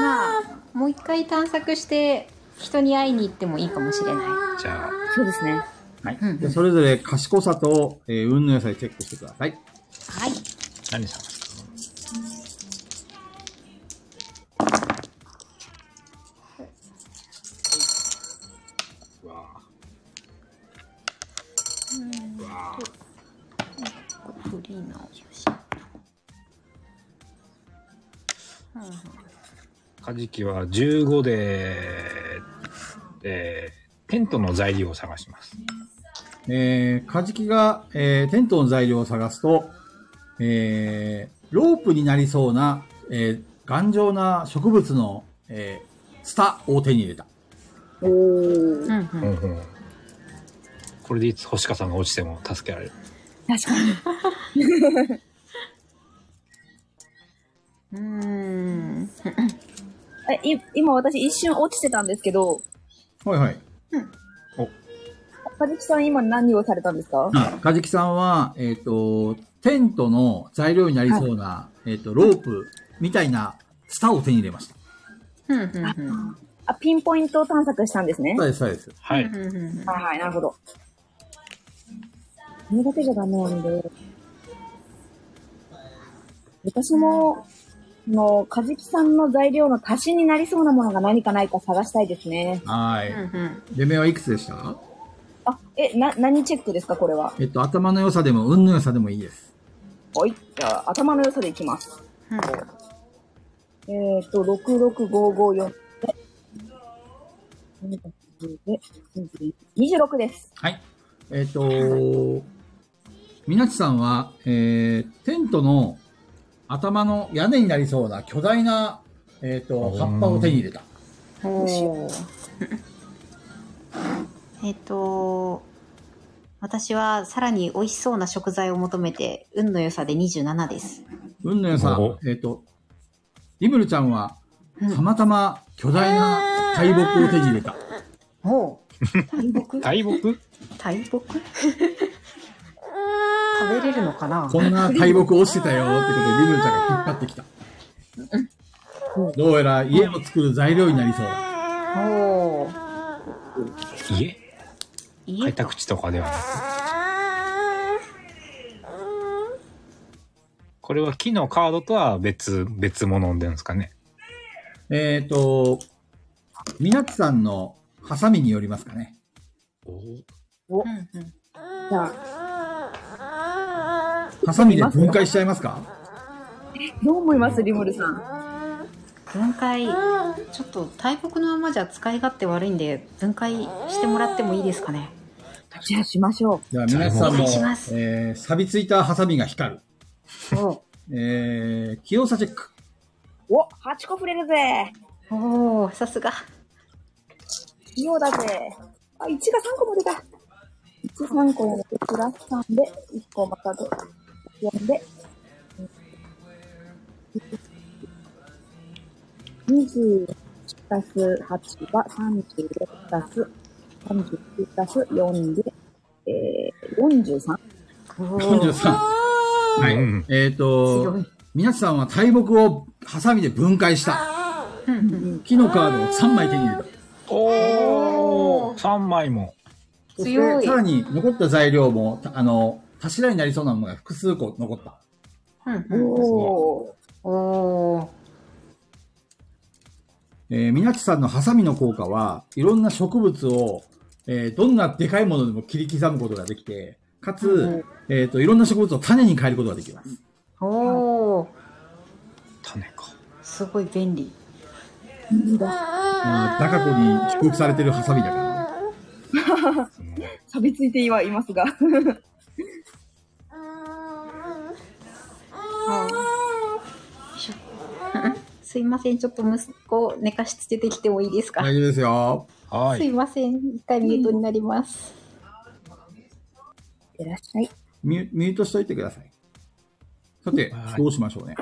F: まあ、もう一回探索して、人に会いに行ってもいいかもしれない。
C: じゃあ、
B: そうですね。
A: はい
F: うん
A: でそれぞれ賢さと、えー運の良さでチェックしてください。
F: はい。
C: 何探すかうわあうわあ
F: フリーの。
C: カジキは15で、えー、テントの材料を探します。
A: えー、カジキが、えーテントの材料を探すと、えーロープになりそうな、えー頑丈な植物の、えースタを手に入れた。
B: おー
F: う。んう。
C: うんんうんこれでいつ星香さんが落ちても助けられる。
B: 確かに。
F: うーん。
B: え、い今私一瞬落ちてたんですけど、
A: はいはい。
B: かじきさん今何をされたんですか
A: あかじきさんは、えっ、と、テントの材料になりそうな、えっ、と、ロープみたいなスタを手に入れました。
F: うんうんうん
B: あ、ピンポイント探索したんですね。
A: そうです、そうです。
C: はい。
F: うんうん
B: はいはい、なるほど。これだけじゃダメなんで。私も、その、かじきさんの材料の足しになりそうなものが何かないか探したいですね。
A: は
F: うん。
A: い。
F: うんうん
A: 出目はいくつでした
B: あ、え、な、何チェックですか、これは。
A: えっと、頭の良さでも、運の良さでもいいです。
B: はい。じゃあ、頭の良さでいきます。えっ、ー、と、66554で、26です。
A: はい。えっ、と、みなちさんは、えー、テントの頭の屋根になりそうな巨大な、えっ、と、葉っぱを手に入れた。
F: おーえっと、私はさらに美味しそうな食材を求めて、運の良さで27です。
A: 運の良さ
C: お、
A: えっ、と、リムルちゃんは、
F: うん
A: たまたま巨大な大木を手に入れた。
F: おう大木
C: 大木
F: 大木食べれるのかな
A: こんな大木落ちてたよってことで、リムルちゃんが引っ張ってきた。どうやら家を作る材料になりそうだ。
F: おう
C: 家
F: 家
C: 開
F: か
C: 拓地とかではなく。これは木のカードとは別、別物でんですかね。
A: えっ、と、みなちさんのハサミによりますかね。
F: うんうん
B: じゃあ、
A: ハサミで分解しちゃいますか
B: どう思いますリムルさん。
F: 分解、ちょっと大木のままじゃ使い勝手悪いんで、分解してもらってもいいですかね。
B: じゃあ、しましょう。
A: じゃあ皆さん
F: お
A: も
F: 願いします、
A: えー、錆びついたハサミが光る。
F: お
A: えー、器用さチェック。
B: お、8個触れるぜ。
F: うおうさすが。
B: 器用だぜ。あ、1が3個も出た。1、3個やめて、プラス3で、1個またで、4で、20足す8が30で、足す39足す4で、えー、43?
F: おう
A: 43。はい。
C: うん
A: えっ、
F: 強
A: と
F: い、
A: 皆さんは大木をハサミで分解した。
F: うんうん
A: 木のカードを3枚手に入れた。
C: お
F: お
C: お !3 枚も。
A: そし
F: 強
A: て、
F: い
A: さらに残った材料も、たあの、柱になりそうなものが複数個残った。
F: うんうん
B: おー。
F: おー
A: えー、みなちさんのハサミの効果は、いろんな植物を、えー、どんなでかいものでも切り刻むことができて、かつ、えっ、と、いろんな植物を種に変えることができます。
F: おー
C: 種か。
F: すごい便利。
A: まあ、ダカ子に祝福されてるハサミだから。
B: 錆びついてはいますが。
F: すいません、ちょっと息子を寝かしつけてきてもいいですか、
A: 大丈夫ですよ。
C: は
F: す
C: い。
F: いません、一回ミュートになります。
B: いらっしゃい。
A: ミュミュートしといてください。さて
C: は、い
A: どうしましょうね。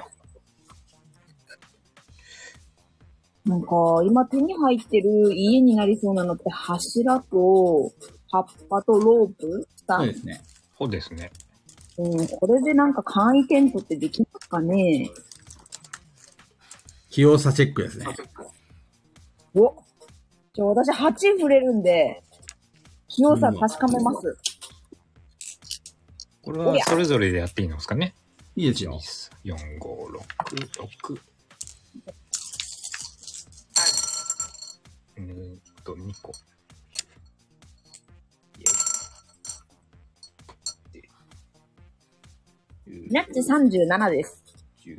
B: なんか、今手に入ってる家になりそうなのって柱と葉っぱとロープさ、
A: そう
B: うん
A: ですね。
C: そうですね。
B: これでなんか簡易テントってできますかね
A: 器用さチェックですね。
B: おじゃあ私8触れるんで、器用さ確かめます。
C: これはそれぞれでやっていいのですかね。
A: いいですよ。
C: 4、5、6、6。うーんと、2個。
B: ナッチ37です。
C: 10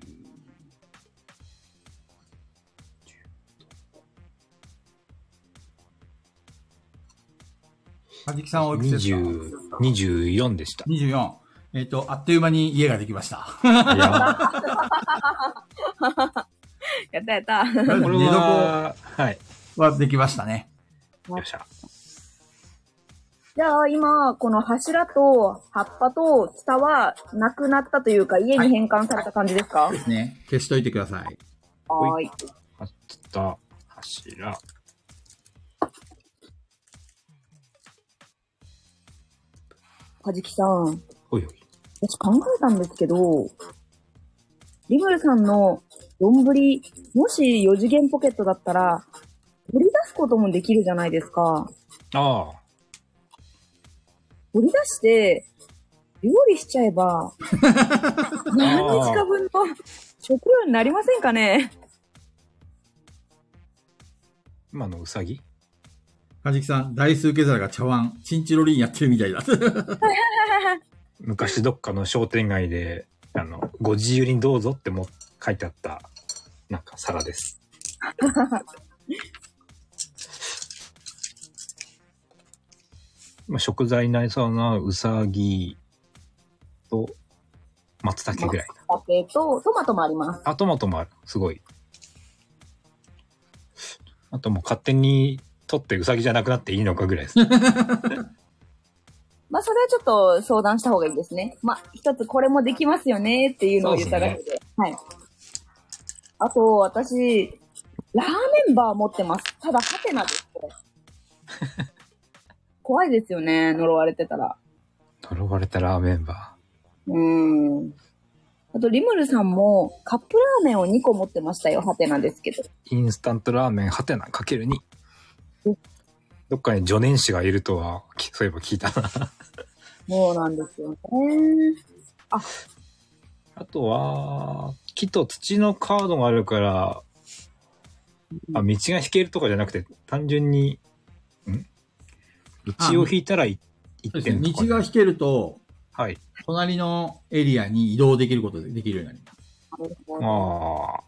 A: はじきさんおいくつですか
C: 20 24でした。
A: ?24。えっ、と、あっという間に家ができました。
C: いや、
B: いや、やったやった。
G: とりあえず
C: これ
G: 寝床
C: は、はい。
G: はできましたね。
C: よっしゃ。
B: じゃあ今、この柱と葉っぱと下はなくなったというか、家に返還された感じですか、は
G: ですね。消しといてください。
B: ーい、
C: あった、柱。
B: はじきさん。
C: おいおい。
B: 私考えたんですけど、リムルさんの丼、もし4次元ポケットだったら、取り出すこともできるじゃないですか。
C: ああ。
B: 取り出して、料理しちゃえば、何日か分の食料になりませんかね
C: 今のうさぎ
G: かじきさん、大数受け皿が茶碗、チンチロリンやってるみたいだ。
C: 昔どっかの商店街で、あの、ご自由にどうぞっても書いてあった、なんか皿 です。まあ食材になりそうなうさぎと松茸ぐらい。
B: だけと、トマトもあります。
C: あ、トマトもある。すごい。あともう勝手に取ってうさぎじゃなくなっていいのかぐらいです。
B: まあ、それはちょっと相談した方がいいですね。まあ、一つこれもできますよねっていうのを言っただけで。はい。あと、私、ラーメンバー持ってます。ただ、ハテナです、 これ。怖いですよね、呪われてたら。
C: 呪われたラーメンバ
B: うーん。あと、リムルさんも、カップラーメンを2個持ってましたよ、ハテナですけど。
C: ー。インスタントラーメンハテナかける2。どっかに助念師がいるとは、きそういえば聞いたな。
B: そうなんですよね。
C: あとは、木と土のカードがあるから、あ、道が引けるとかじゃなくて、単純に、ん道を引いたらい
G: そう
C: 一
G: です
C: 点
G: ね。
C: とか
G: 道
C: ね
G: が引けると、
C: はい。
G: 隣のエリアに移動できることでできるようになります。
C: ああ、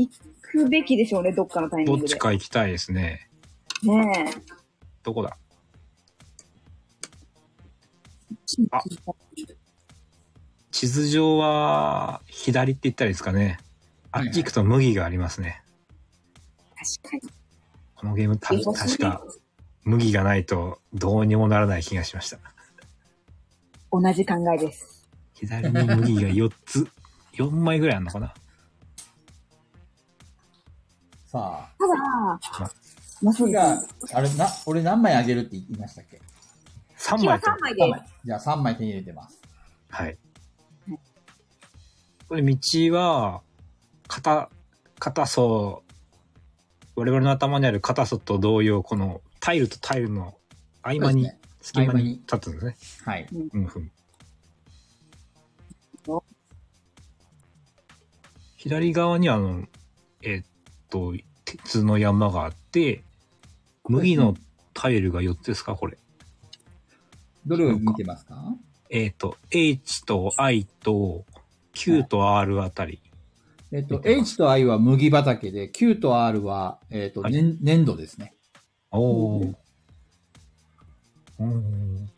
B: 引くべきでしょうね、どっかのタイミ
C: ど
B: ン
C: っ
B: グで
C: ち。か行きたいですね。
B: ねえ。
C: どこだあ地図上は左って言ったらいいですかね。あっち行くと麦がありますね。
B: 確かに。
C: このゲームた確か麦がないとどうにもならない気がしました。
B: 同じ考えです。
C: 左に麦が4つ、4枚ぐらいあるのかな
A: さ
B: ただ、
A: あ、
B: ま
A: 木が、あれ、な、俺何枚あげるって言いましたっけ
C: ?3
B: 木は
C: 枚と。
B: 3枚で
A: 3、枚。じゃあ3枚手に入れてます。
C: はい。これ道は、片、片層、我々の頭にある片層と同様、このタイルとタイルの合間に、
A: そうですね
C: 隙間
A: 合間に
C: に立つんですね。
A: はい。
C: うんうん。左側にあの、えーっと、鉄の山があって、麦のタイルが4つですか、これ。
A: どれを見てますか
C: えーっと、H と I と Q と R あたり。
A: えっと
C: 見、てま
A: H と I は麦畑で、Q と R は、えっと、
C: はい
A: ね粘土ですね。
C: おお。 うん。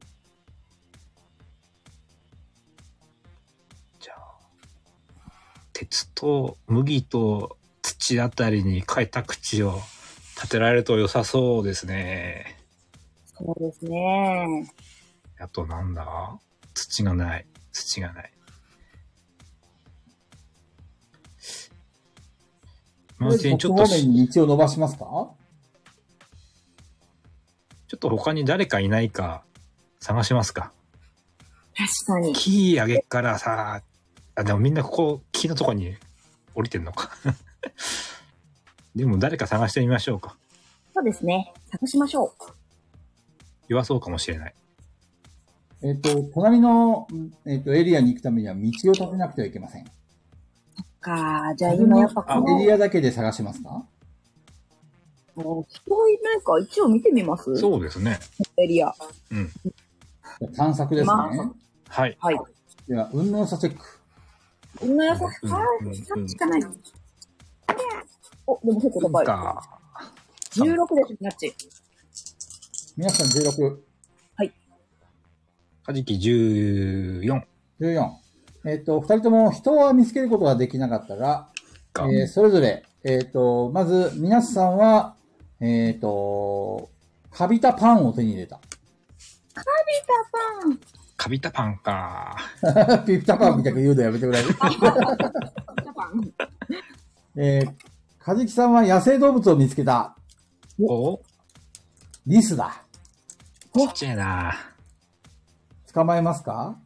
C: じゃあ、鉄と麦と土あたりに開拓地を建てられると良さそうですね。
B: そうですね。
C: あとなんだ土がない。土がない。まあ、うちにちょっと
A: 北方面に道を伸ばしますか
C: ちょっと他に誰かいないか探しますか。
B: 確かに。
C: 木あげっからさ、あ、でもみんなここ、木のとこに降りてんのか。 でも誰か探してみましょうか。
B: そうですね。探しましょう。
C: 弱そうかもしれない。
A: えっと、隣の、えっと、エリアに行くためには道を立てなくてはいけません。
B: かじゃあ今やっぱこ
A: エリ
B: の、
A: アだけで探しますか
B: あの人いないか一応見てみます
C: そうですね。
B: エリア。
C: うん。
A: じゃあ探索です
B: ま
A: ね。
C: はい。
B: はい。
A: では、運の差チェック。
B: こんなやさ、
C: うん
B: さ
C: うん
B: しかない。お、でも結構高い。
C: か。
B: 16です、ナッチ。
A: 皆さん16、
C: カジキ14
A: 14。えっと、二人とも人は見つけることができなかったが、
C: か。
A: えーそれぞれ、えっ、と、まず、皆さんは、えっ、と、カビたパンを手に入れた。
C: カビタパンか。
A: ピピタパンみたいに言うのやめてください。
B: パンパン
A: えー、カジキさんは野生動物を見つけた。
C: お
A: リスだ。
C: ちっちゃいな。
A: 捕まえますか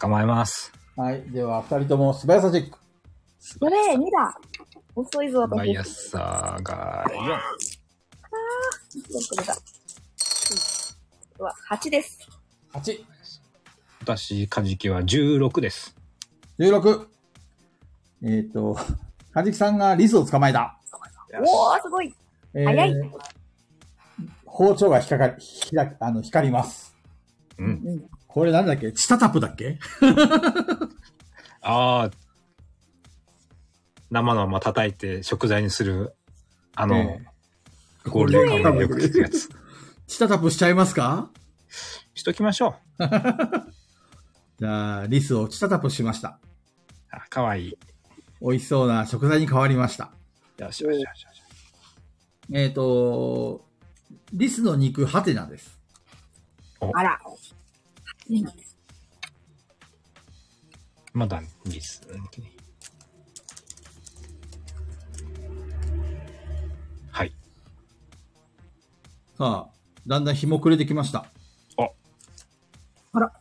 C: 捕まえます。
A: はい。では、二人とも素早さチェック。
B: やべえ、2だ遅いぞ、私。
C: 毎朝が4。
B: 6だ。うわ、8です。
A: 8、
C: 私、カジキは16です。
A: 16。えっ、 と、カジキさんがリスを捕まえた。
B: おー、すごい
A: えー
B: 早い
A: 包丁が引っかかり、ひらあの、光ります。
C: うん。
A: これなんだっけ
G: チタタプだっけ
C: ああ。生のまま叩いて食材にする、あの、
A: え
C: ゴールデンカムイでよく聞く やつ。
G: チタタプしちゃいますか
C: しときましょう。
G: じゃあ、リスをチタタプしました。
C: あ、かわいい。
G: 美味しそうな食材に変わりました。
C: よしよしよしよし。
G: えっ、と、リスの肉、ハテナです。
B: あら。
C: まだリス。はい。
G: さあ、だんだん日も暮れてきました。
C: あ。
B: あら。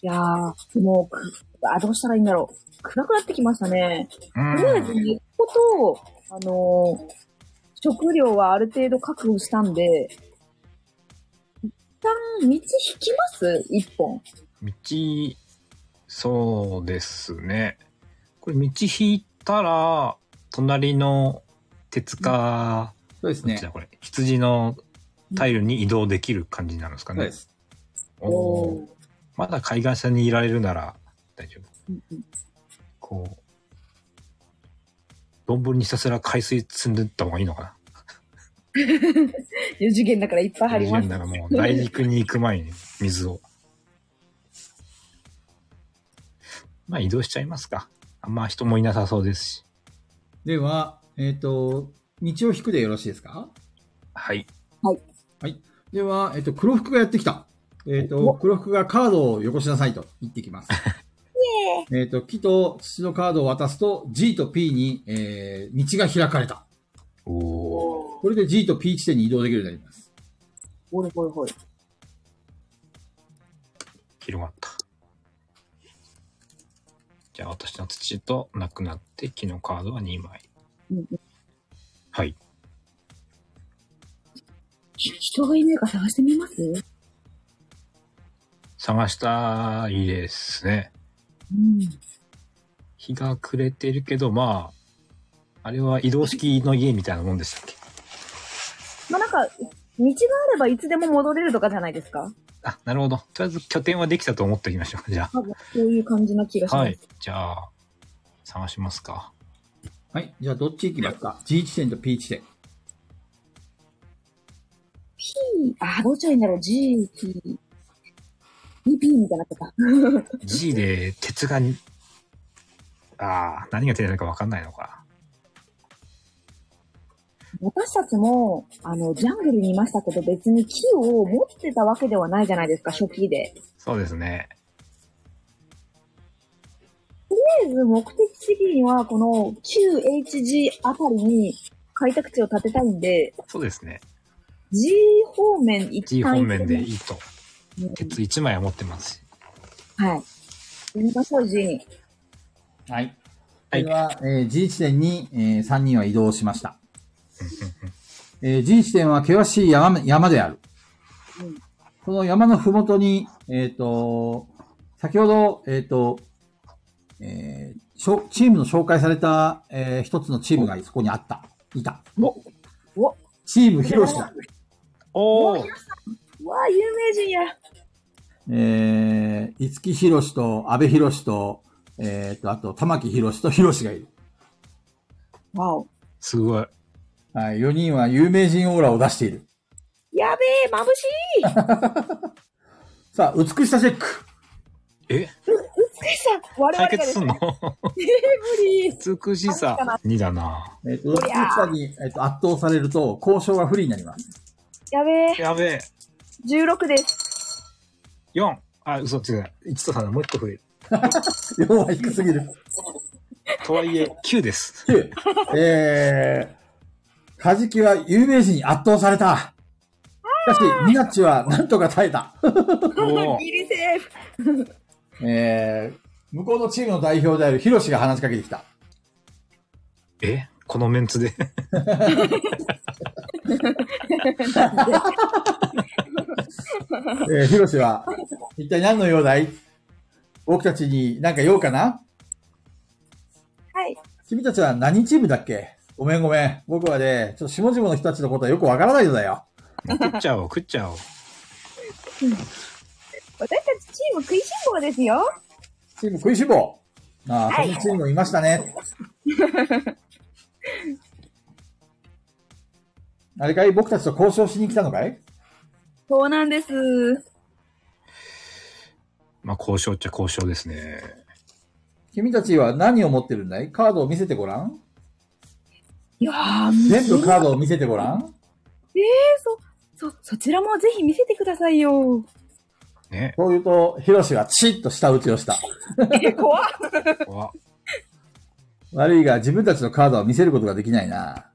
B: いやー、もうく、あ、どうしたらいいんだろう。暗くなってきましたね。
C: う
B: とりあえ
C: ん。
B: ず、肉と、あのー食料はある程度確保したんで、一旦、道引きます一本。
C: 道、そうですね。これ道引いたら、隣の鉄か、
G: そうです
C: どっ
G: ね
C: ち。だこれ、羊のタイルに移動できる感じになるんですか
G: そう
C: ね
G: で。す。
C: おーまだ海岸線にいられるなら大丈夫。
B: うんうん
C: こう、丼にひたすら海水積んでった方がいいのか
B: 4次元だからいっぱい
C: な。
B: 入ります。
C: ならもう内陸に行く前に水を。まあ移動しちゃいますか。あんま人もいなさそうですし。
G: では、えっ、と、道を引くでよろしいですか
C: はい。
G: では、えっ、と、黒服がやってきた。えっ、と、黒服がカードをよこしなさいと言ってきます。えっと、木と土のカードを渡すと、G と P に、えー道が開かれた。
C: おお
G: これで G と P 地点に移動できるようになります。
B: ほいほいほい。
C: ー、広がった。じゃあ私の土となくなって木のカードは2枚。
B: うんうん
C: はい。
B: ひ人がいないか探してみますう
C: 探したいですね。
B: ん。
C: 日が暮れてるけど、まあ、あれは移動式の家みたいなもんでしたっけ
B: まあ、なんか、道があればいつでも戻れるとかじゃないですか
C: あ、なるほど。とりあえず拠点はできたと思っておきましょう。じゃ
B: 多分、そういう感じな気がし
C: あ。
B: ます。
C: はい。じゃあ、探しますか。
G: はい。じゃあ、どっち行きますか ?G 地点と P 地点。
B: P、あ、どうしたらいいんだろう ?G、P、EP みたいになっちゃった。
C: G で鉄がに、ああ、何が手になるかわかんないのか。
B: 私たちも、あの、ジャングルにいましたけど、別に木を持ってたわけではないじゃないですか、初期で。
C: そうですね。
B: とりあえず目的的には、この QHG あたりに開拓地を建てたいんで、
C: そうですね。
B: G 方面一
C: G
B: 旦行
C: 方
B: って
C: 面でいいと。
B: うん
C: 鉄1枚は持ってますし。
B: はい。行きましょう、G に。
A: はい。
C: はい
A: では、えー G 地点に、え3人は移動しました。えー G 地点は険しい山山である。この山のふもとに、えっ、と、先ほど、えっ、と、えーしょチームの紹介された、えー一つのチームがそこにあった。いた。
B: お
A: チームヒロシだ。
C: おお
B: わあ、有名人や。
A: えー、五木ひろしと、安部ひろしと、えっ、と、あと、玉木ひろしとひろしがいる。
B: わお。
C: すごい。
A: はい、4人は有名人オーラを出している。
B: やべえ、眩しい。
A: さあ、美しさチェック。
C: え
B: 美しさ我々
C: 対
B: がで
C: 決す
B: す
C: ん
B: ね
C: の
B: テーブリ
C: 美しさ2だな。
A: えっ、と、どっちかに、えっと圧倒されると、交渉が不利になります。
B: やべえ
C: やべえ。
B: 16です
C: 4。あ、嘘、違う。1と3だ。もう1個増える。
A: 4は低すぎる。
C: とはいえ、9です。
A: 9。えー、カジキは有名人に圧倒された。しかし、ミナッチはなんとか耐えた。
C: おお
B: ギ。リセーフ
A: えー、向こうのチームの代表であるヒロシが話しかけてきた。
C: えこのメンツで。
A: えー、ヒロシは、一体何の用だい僕たちに何か用かな
B: はい
A: 君たちは何チームだっけごめんごめん。僕はね、ちょっと下々の人たちのことはよくわからないのだよ。
C: 食っちゃおう、食っちゃおう。
B: 私たちチーム食いしん坊ですよ
A: チーム食いしぼう。ああ、
B: は
A: そ
B: い
A: のチームもいました ね。あれかい僕たちと交渉しに来たのかい
B: そうなんです
C: まあ、交渉っちゃ交渉ですね。
A: 君たちは何を持ってるんだいカードを見せてごらん
B: いやー
A: 全部カードを見せてごらん
B: そそちらもぜひ見せてくださいよ
C: ね。
A: そう言うと、ヒロシはチッと舌打ちをした。
B: え怖っ
C: わ
A: 悪いが、自分たちのカードは見せることができないな。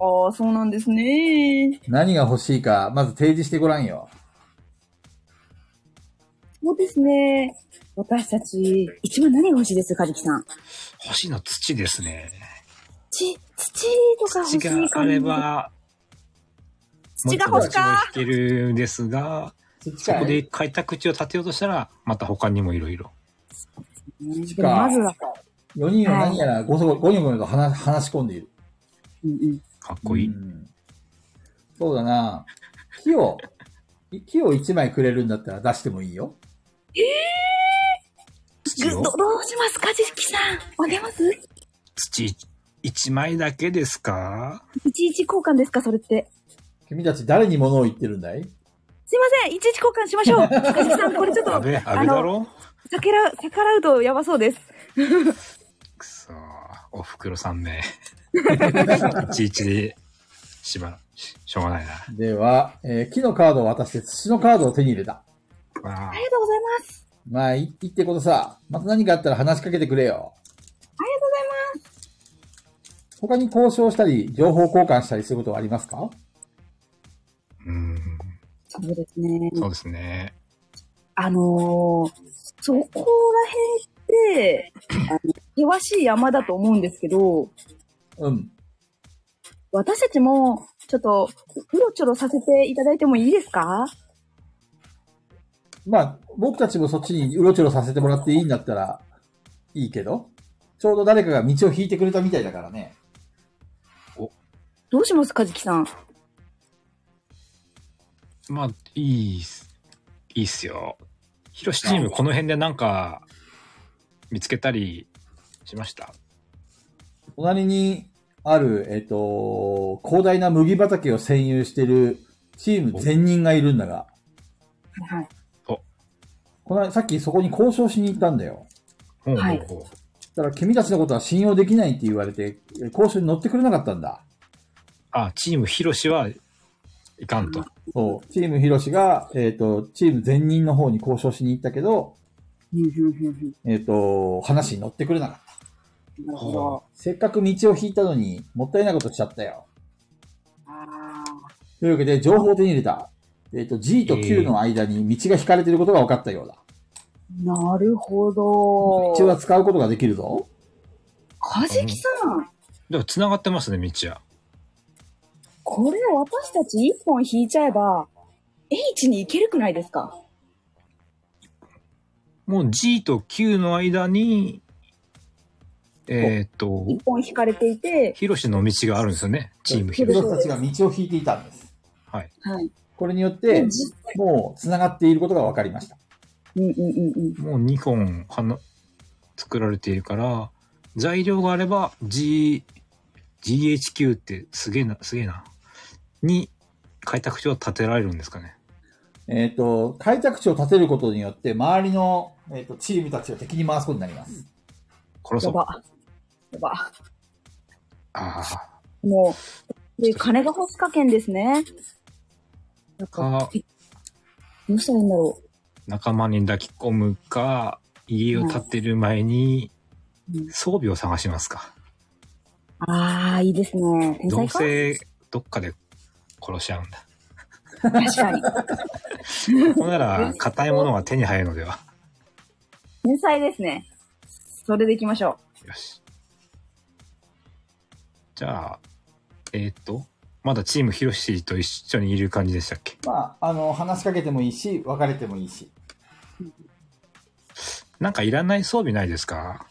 B: ああそうなんですね
A: 何が欲しいか、まず提示してごらんよ。
B: そうですね私たち一番何が欲しいですかじきさん
C: 欲しいの土ですね。
B: 土土とか欲し
C: 土
B: いか
C: が
B: も
C: あれば、
B: 土が欲しか
C: もう一個土を引けるんですが、そこで開拓地を建てようとしたら、また他にもいろいろ。
B: でもまずは、
A: 4人は何やらごそごにょごにょと話話し込んでいる。
B: うんうん、
C: かっこいい。
A: うんそうだな。木を、い木を1枚くれるんだったら出してもいいよ。
C: 土
B: ど
C: を
B: どうしますかじきさんおげます
C: 土1枚だけですか
B: いちいち交換ですかそれって
A: 君たち誰に物を言ってるんだい
B: すいませんいちいち交換しましょう じきさんこれちょっと
C: 安倍、安倍だろ
B: 逆らう逆らうとやばそうです
C: くそーおふくろさんね。いちいちで、しばらし、しょうがないな。
A: では、えー木のカードを渡して土のカードを手に入れた。
C: わあ
B: ありがとうございます
A: まあ、いいってことさ。また何かあったら話しかけてくれよ。
B: ありがとうございます
A: 他に交渉したり、情報交換したりすることはありますか
C: うん、
B: そうですね。
C: そうですね。
B: あのーそこら辺って、あの、険しい山だと思うんですけど、
A: うん。
B: 私たちも、ちょっと、うろちょろさせていただいてもいいですか
A: まあ、僕たちもそっちにうろちょろさせてもらっていいんだったら、いいけど。ちょうど誰かが道を引いてくれたみたいだからね。
B: どうしますかじきさん。
C: まあ、いいっす、いいっすよ。ヒロシチーム、この辺でなんか、見つけたりしました
A: 隣にある、えっ、と、広大な麦畑を占有しているチーム全人がいるんだが、
B: はい。
A: このさっきそこに交渉しに行ったんだよ。
C: ほうほ
B: は
C: う
B: い
C: ほう。
A: だから君たちのことは信用できないって言われて、交渉に乗ってくれなかったんだ。
C: あ、チームヒロシはいかんと。
A: そう。チームヒロシが、えっ、と、チーム全人の方に交渉しに行ったけど、えっ、と、話に乗ってくれなかった。
B: なるほど。
A: せっかく道を引いたのに、もったいないことしちゃったよ。
B: あ
A: というわけで、情報を手に入れた。えっ、と、G と Q の間に道が引かれていることが分かったようだ。
B: ーなるほど。
A: 道は使うことができるぞ。
B: かじきさん、
C: でも、繋がってますね、道は。
B: これ私たち一本引いちゃえば、H に行けるくないですか
C: もう G と Q の間に、えーっと、
B: 一本引かれていて、
C: ヒロシの道があるんですよね。チームヒ
A: ヒ
C: ロ
A: ロ
C: シ。
A: シたちが道を引いていたんです。
C: はい。
B: はい。
A: これによって、もう繋がっていることが分かりました。
B: うんうんうんうん。
C: もう2本はな作られているから、材料があれば G、GHQ ってすげえな、すげえな。に開拓地を建てられるんですかね。
A: えっ、と、開拓地を立てることによって、周りの、えー、とチームたちを敵に回すことになります。
C: 殺そ
B: や
C: う。
B: ば。やば。
C: ああ。
B: もう、で、金が欲しかけんですね。なん
C: か
B: か、えどうしたらいいんだろ
C: 仲間に抱き込むか、家を建てる前に
B: うん
C: 装備を探しますか。
B: う。ああ、いいですね。天
C: ど
B: 才
C: う
B: か
C: せどっかで殺し合うんだ。
B: 確かに。
C: ここなら硬いものが手に入るのでは。
B: 天才ですね。それでいきましょ
C: よし。じゃあ、えーっ、と、まだチームヒロシと一緒にいる感じでしたっけ
A: まあ、あの、話しかけてもいいし、別れてもいいし。
C: なんかいらない装備ないですか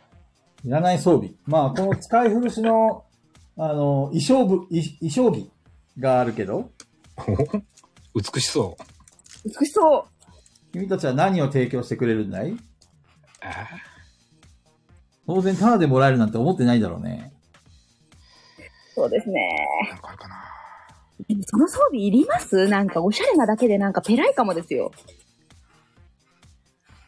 A: いらない装備。まあ、この使い古しの、あの、衣装部、衣衣装着があるけど、
C: お美しそう。
B: う。美しそう。
A: 君たちは何を提供してくれるんだい
C: ああ
A: 当然、タダでもらえるなんて思ってないだろうね。
B: そうですね。
C: なんかあるかな。
B: でもその装備いりますなんかおしゃれなだけでなんかペライかもですよ。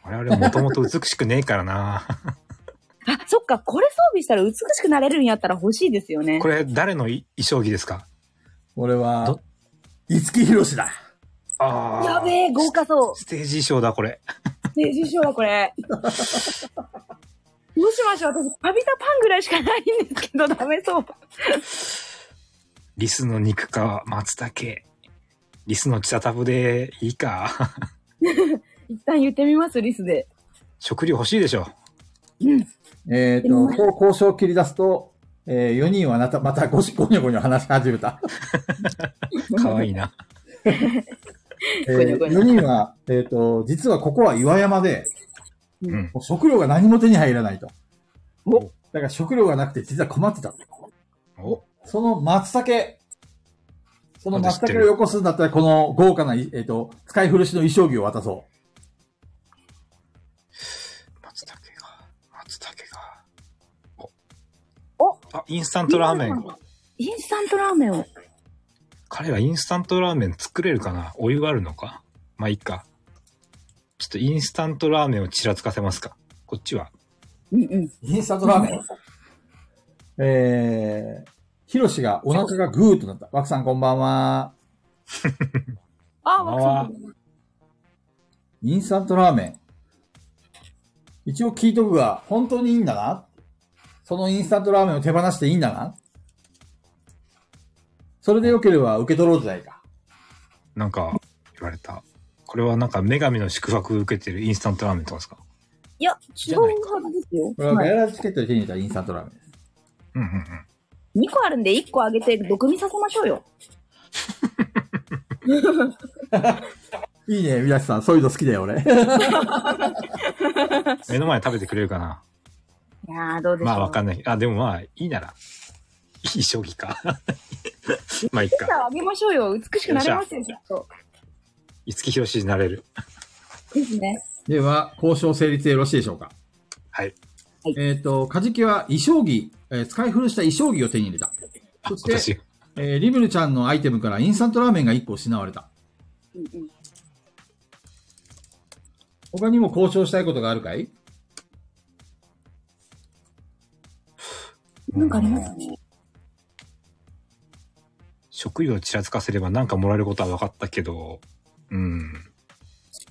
C: 我々もともと美しくねえからな。
B: あ、そっか、これ装備したら美しくなれるんやったら欲しいですよね。
C: これ誰のい衣装着ですか
A: 俺は
C: ど、
G: 五木ひろしだ。
C: ああ。
B: やべえ、豪華そう。
C: ステージ衣装だ、これ。
B: ステージ衣装だ、これ。どうしましょう私、パビタパンぐらいしかないんですけど、ダメそう。
C: リスの肉か、松茸。リスのチタタブでいいか。
B: 一旦言ってみます、リスで。
C: 食料欲しいでしょ。
A: えっ、と、こう交渉を切り出すと、えー、4人はまた、またゴシゴニョゴニョ話し始めた。
C: かわいいな。
A: え
B: ゴニョゴニョ
A: 4人は、えっ、と、実はここは岩山で、
C: うん。
A: もう食料が何も手に入らないと。
B: お
A: だから食料がなくて実は困ってた。
C: お
A: その松茸、その松
C: 知って
A: 茸を
C: る
A: よこすんだったら、この豪華な、いえっ、と、使い古しの衣装着を渡そ
C: 松茸が、松茸が。お
B: お
C: あ、インスタントラーメン。
B: インスタントラーメンを。
C: 彼はインスタントラーメン作れるかなお湯があるのかまあ、いいか。ちょっとインスタントラーメンをちらつかせますか。こっちは。
B: うんうん。
A: う。インスタントラーメン。 えー、ヒロシがお腹がグーッとなった。ワクさんこんばんは。
B: あ、
C: こんばんは
B: わかる。
A: インスタントラーメン。一応聞いとくが、本当にいいんだな。そのインスタントラーメンを手放していいんだな。それで良ければ受け取ろうじゃないか。
C: なんか、言われた。これはなんか女神の宿泊を受けてるインスタントラーメンとかですか
B: いや、違うはずですよ。
A: これは
B: は
A: ガ
B: い
A: ヤラジチケットで手に入れたインスタントラーメンです。
C: うんうんうん。
B: 2個あるんで1個あげて、毒味させましょうよ。
A: いいね、皆さん。そういうの好きだよ、 俺。
C: 目の前で食べてくれるかない
B: やー、どうでしょう。
C: まあわかんない。あ、でもまあいいなら。いい将 棋か。まあいい
B: ピ
C: か。
B: ザあげましょうよ。美しくなれますよ、きっと。
C: 五木ひろしになれる。
B: ですね。
G: では、交渉成立でよろしいでしょうか。
C: はい。
G: えっ、と、カジキは衣装着、えー使い古した衣装着を手に入れた。そして、
C: 私、
G: えーリブルちゃんのアイテムからインスタントラーメンが1個失われた。
B: うんうん。
G: 他にも交渉したいことがあるかい
B: なんかありますね。
C: 食料をちらつかせればなんかもらえることは分かったけど、うん。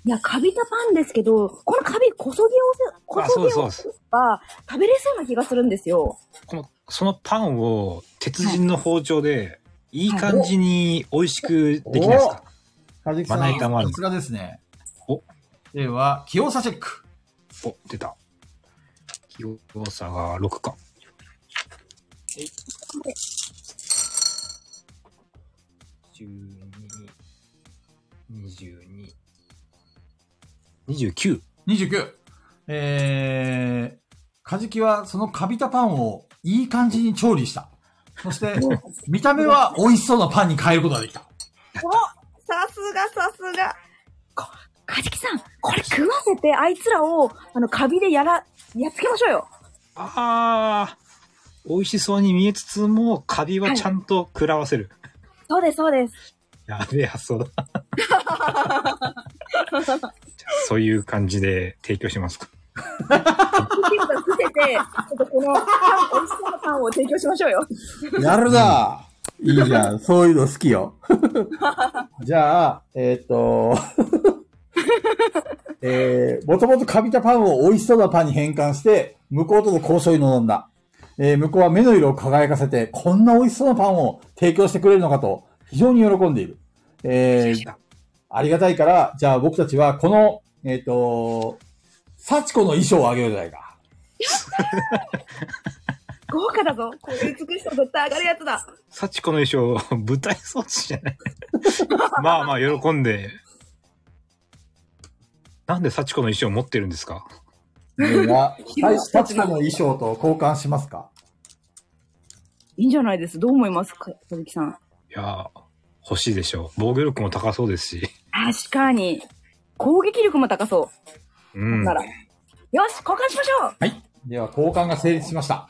B: いや、カビたパンですけど、このカビ、こそぎをせ、こ
C: あ、そう
B: そ
C: で
B: ぎ
C: す、そう
B: を
C: です。
B: が食べれそうな気がするんですよ。
C: この、そのパンを鉄人の包丁で、いい感じに美味しくできないですか
A: はじきさん、
C: まな板もある
G: さすがですね。
C: お
G: では、器用さチェック。
C: お、出た。清さが6か。12、22、29。
G: 29。えー、カジキはそのカビたパンをいい感じに調理した。そして、見た目は美味しそうなパンに変えることができた。
B: さすが、さすが。こカジキさん、これ食わせて、あいつらを、あの、カビでやら、やっつけましょうよ。
C: あー、美味しそうに見えつつも、カビはちゃんと食らわせる。
B: そうです、そうです。
C: やべえ発想だ。そういう感じで提供しますか。
B: キムが伏せて、ちょっとこのパン、美味しそうなパンを提供しましょ うよ。
A: やるな、
G: いいじゃん。そういうの好きよ。
A: じゃあ、えーっと、 えー、もともとカビたパンを美味しそうなパンに変換して、向こうとの交渉に臨んだ。えー向こうは目の色を輝かせて、こんな美味しそうなパンを提供してくれるのかと、非常に喜んでいる。えー、ありがたいから、じゃあ僕たちはこの、えーっと、幸子の衣装をあげようじゃないか。
B: 豪華だぞ。こういう美しさ絶対上がるやつだ。
C: 幸子の衣装、舞台装置じゃ ないまあまあ、喜んで。なんで幸子の衣装を持ってるんですか
A: では、幸子の衣装と交換しますか
B: いいんじゃないです。どう思いますか、鈴木さん。
C: いやー、欲しいでしょう。防御力も高そうですし。
B: 確かに。攻撃力も高そうう。
C: ん
B: な。ら。よし、交換しましょう
A: では、交換が成立しました。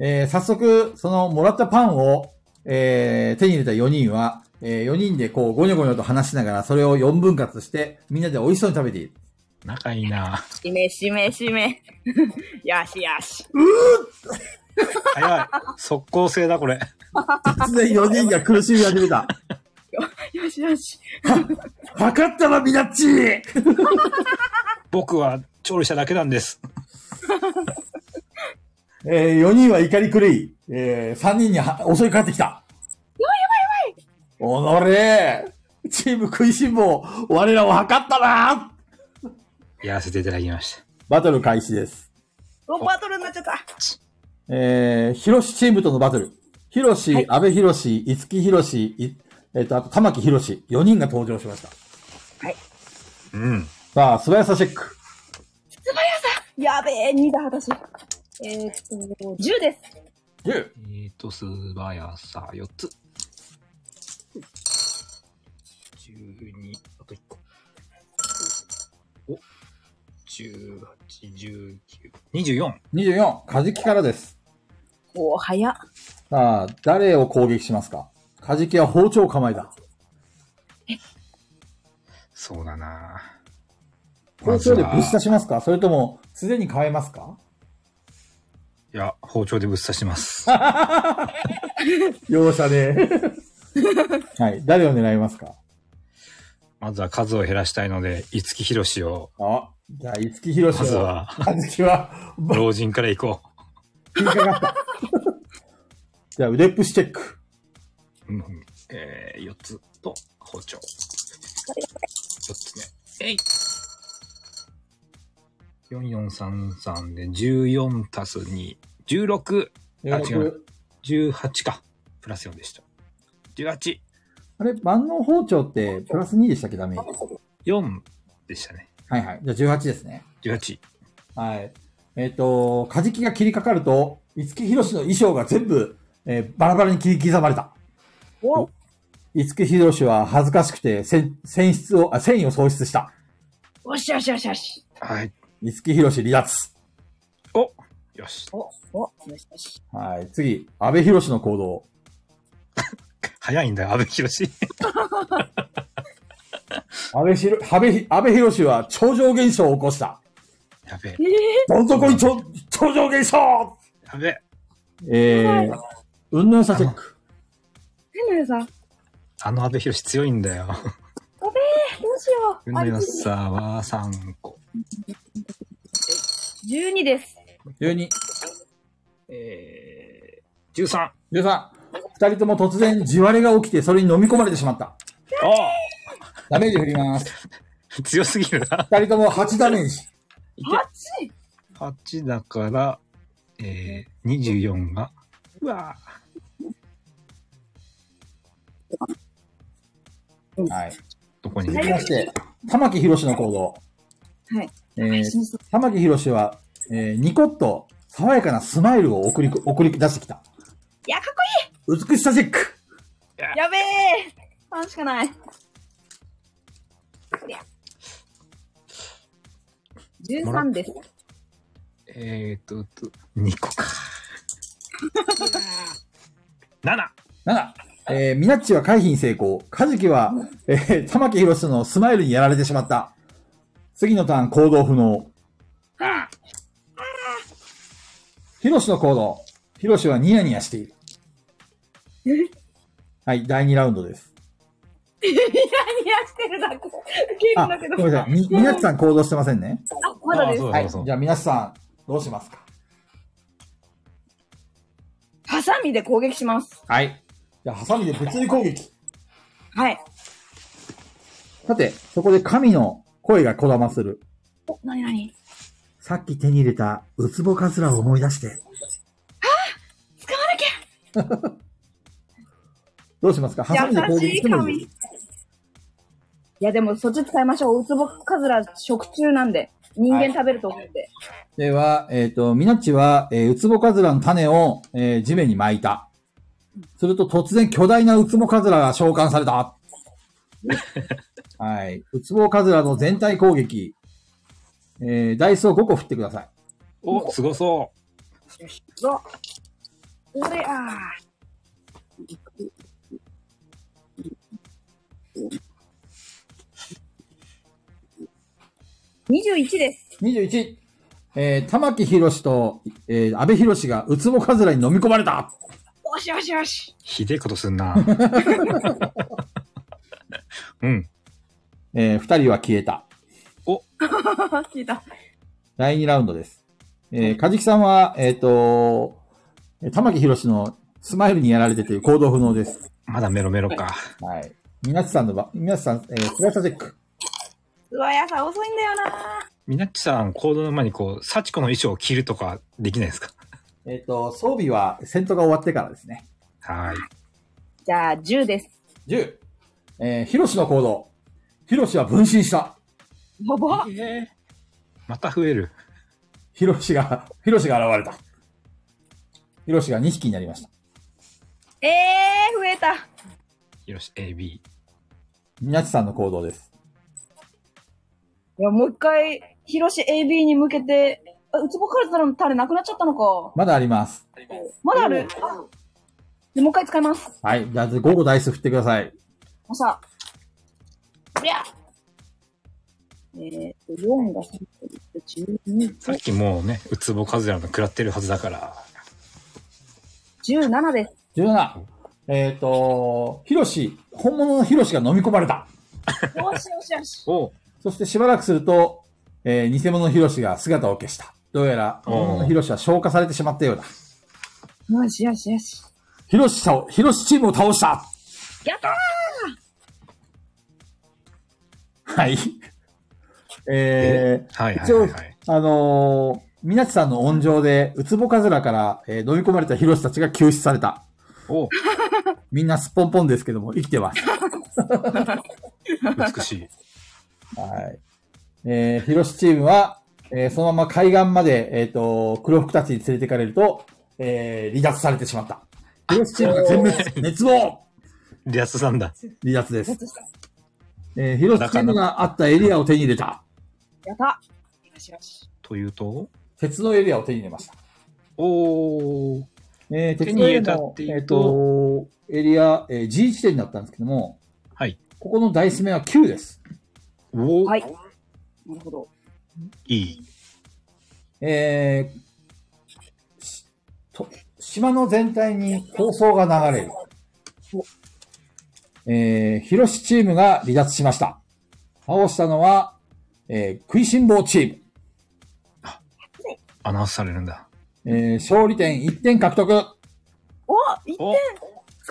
A: えー早速、その、もらったパンを、えー手に入れた4人は、え4人でこう、ゴニョゴニョと話しながら、それを4分割して、みんなで美味しそうに食べている。
C: 仲いいな。
B: しめしめしめ。 よしよし。
C: 早い。速攻性だ、これ。
A: 突然4人が苦しみ始めた。
B: よしよし。
A: わかったな、ミナッチ
C: 僕は調理しただけなんです。
A: え4人は怒り狂い、え3人には襲いかかってきた。やばいやばいやばいおのれチーム食いしん坊、我らを測ったな
C: やらせていただきました。
A: バトル開始です。
B: ロバトルになっちゃった。
A: えー、ヒロシチームとのバトル。ヒロシ、安倍ヒロシ、五木ヒロシ、いえっ、と、あと、玉木ヒロシ、4人が登場しました。
C: うん。
A: さあ、素早さチェック。
B: やべえ、2だ、私。えー、っと、10です。
A: 10。
C: えーと、素早さ4つ。12、あと1個。お !18、19、24。
A: 24、カジキからです。
B: おー、早っ。
A: さあ、誰を攻撃しますかカジキは包丁を構えた。
C: そうだなま
A: 包
C: ず
A: 丁でぶっ刺
C: は、
A: しますかそれとも、すでに変えますか
C: いや、包丁でぶっ刺します。
A: 容赦で。 はい、誰を狙いますか
C: まずは数を減らしたいので、五木ひろしを、
A: あ、じゃあ、五木ヒロシ
C: まず
A: と、
C: は、
A: カジキは、ば
C: 老人から行こ
A: 引っかか った。じゃあ、腕っぷしチェック。
C: う。うん、えー、4つと包丁。4つね。えい !4433 で14足す2、16、あ違う18か。プラス4でした。18、
A: あれ、万能包丁って、プラス2でしたっけダメージ。
C: 4でしたね。
A: はいはい。じゃあ18ですね。
C: 18。
A: はい。えっ、と、カジキが切りかかると、五木ひろしの衣装が全部、えーバラバラに切り刻まれた。
B: お
A: 五木ひろしは恥ずかしくて、せん、戦出を、あ、繊維を喪失した。
B: よしよしよしよし。
C: はい。
A: 五木ひろし離脱。
C: およし。
B: お、お、よしよし。
A: はい。次、安倍ひろしの行動。
C: 早いんだよ、安部寛。
A: 安倍ひろ、安倍ひ、安倍ひろしは超常現象を起こした。
C: やべえ
B: え。
A: どん底に超、超常現象
C: やべえ。
A: えー、運の良さチェック。
B: ー、変なやさ。
C: あの安部寛強いんだよ。
B: どうしよ
C: 運
B: う。あ
C: の
B: れ、
C: 良さは3個。
B: 12です。
A: 12、
C: えー、13。
A: 13。二人とも突然地割れが起きて、それに飲み込まれてしまった。
C: お
A: ダメージ振ります。
C: 強すぎるな。
A: 二人とも8ダメージ。
B: 8!
C: 8だから、えー、24が、うわ
A: はい。
C: ーどこにい
A: 続き
C: る
A: まして、玉木宏の行動。
B: はい。
A: えー、玉木宏は、えー、ニコッと爽やかなスマイルを送り、送り出してきた。
B: いや、かっ
A: 美しさチェック。
B: こいいやべえ !3 しかない。そりゃ13です。
C: えーっと、2個か。7!
A: 7。えー、ミナッチは回避に成功。カジキは、えー、玉木宏のスマイルにやられてしまった。次のターン行動不能。ヒロシの行動。ヒロシはニヤニヤしている。はい、第2ラウンドです。
B: ニヤしてるだけ。ウケる
A: あ、
B: んだけど。
A: ごめんなさい。み、みなちさん行動してませんね。
B: あまだです。
C: そう
A: は
C: そ
A: い。
C: うそう
A: じゃあ、みなちさん、どうしますか
B: ハサミで攻撃します。
A: はい。じゃあ、ハサミで物理攻撃。
B: はい。
A: さて、そこで神の声がこだまする。
B: お、なになに
A: さっき手に入れた、ウツボカズラを思い出して。
B: 捕まなきゃ
A: どうしますかハサミで攻撃してもいいです。
B: いや、でもそっち使いましょう。ウツボカズラ食中なんで。人間食べると思うんで。
A: では、えっ、と、ミナッチは、えーウツボカズラの種を、えー地面に巻いた。すると突然巨大なウツボカズラが召喚され た。はい。ウツボカズラの全体攻撃。えー、ダイスを5個振ってください。
C: お、すごそ
B: ぞ。これ、あ二十一です。
A: 21。えー、玉木宏と、えー、安倍宏がウツボカズラに飲み込まれた。
B: よしよしよし
C: う。。ひでえことすん な。うん。
A: えー、二人は消えた。
B: あ、 聞いた。
A: 第2ラウンドです。えー、かじきさんは、えっ、ー、と、玉木宏のスマイルにやられてという行動不能です。
C: まだメロメロか。
A: はい。皆さんのば、皆さん、えー、プラスチェック。
B: うわ、やさ遅いんだよな。
C: みなっちさん、行動の前にこう、幸子の衣装を着るとかできないですか
A: えっ、と、装備は戦闘が終わってからですね。
C: はーい。
B: じゃあ、十です。
A: 10。えー、ヒロシの行動。ヒロシは分身した。
B: やば。
C: また増える。
A: ヒロシが、ヒロシが現れた。ヒロシが2匹になりました。
B: ええー、増えた。
C: ひろし、A、B。
A: みなちさんの行動です。
B: いや、もう一回、ヒロシ AB に向けて、あウツボカルタの種なくなっちゃったのか。
A: まだあります。
B: まだある。あでもう一回使います。
A: はい。じゃあ、5個ダイス振ってください。
B: まさ。こりゃえっ、と、4が3と12
C: さっきもうね、ウツボカズラの食らってるはずだから。
B: 17です。
A: 17。えっ、と、ヒロシ、本物のヒロシが飲み込まれた。
B: よしよしよし。
C: お
A: そしてしばらくすると、えー偽物のヒロシが姿を消した。どうやら、
C: おー
A: 本物のヒロシは消化されてしまったようだ。
B: よしよしよし。
A: ヒロシさを、ヒロシチームを倒した
B: やったー
A: はい。えー、
C: はいはい
A: 一応
C: はいはい。
A: あのー、みなちさんの温情で、ウツボカズラから、えー飲み込まれたヒロシたちが救出された。
C: お
A: みんなすっぽんぽんですけども、生きてます。
C: 美し い。
A: はい。えー、ヒロシチームは、えーそのまま海岸まで、えっ、と、黒服たちに連れてかれると、えー、離脱されてしまった。ヒロシチームが全滅、滅亡
C: リアスさんだ。
A: 離脱です。えー、ヒロシチーム
C: なか
A: があったエリアを手に入れた。
B: やったよしよし。
C: というと、
A: 鉄のエリアを手に入れました。
C: おー。
A: えー、
C: 手
A: 鉄
C: に
A: の
C: 入
A: エリ
C: れ
A: ア
C: た
A: の
C: っ、
A: え
C: ていう
A: ーと、エリア、えー G 地点だったんですけども、
C: はい。
A: ここのダイス目は9です。
C: おー。、
B: はいい。なるほど。
C: いい。
A: えーしと島の全体に放送が流れる。えー、ヒロシチームが離脱しました。倒したのは、えー食いしん坊チーム。
C: アナウンスされるんだ。
A: えー勝利点1点獲得。
B: お一点
C: お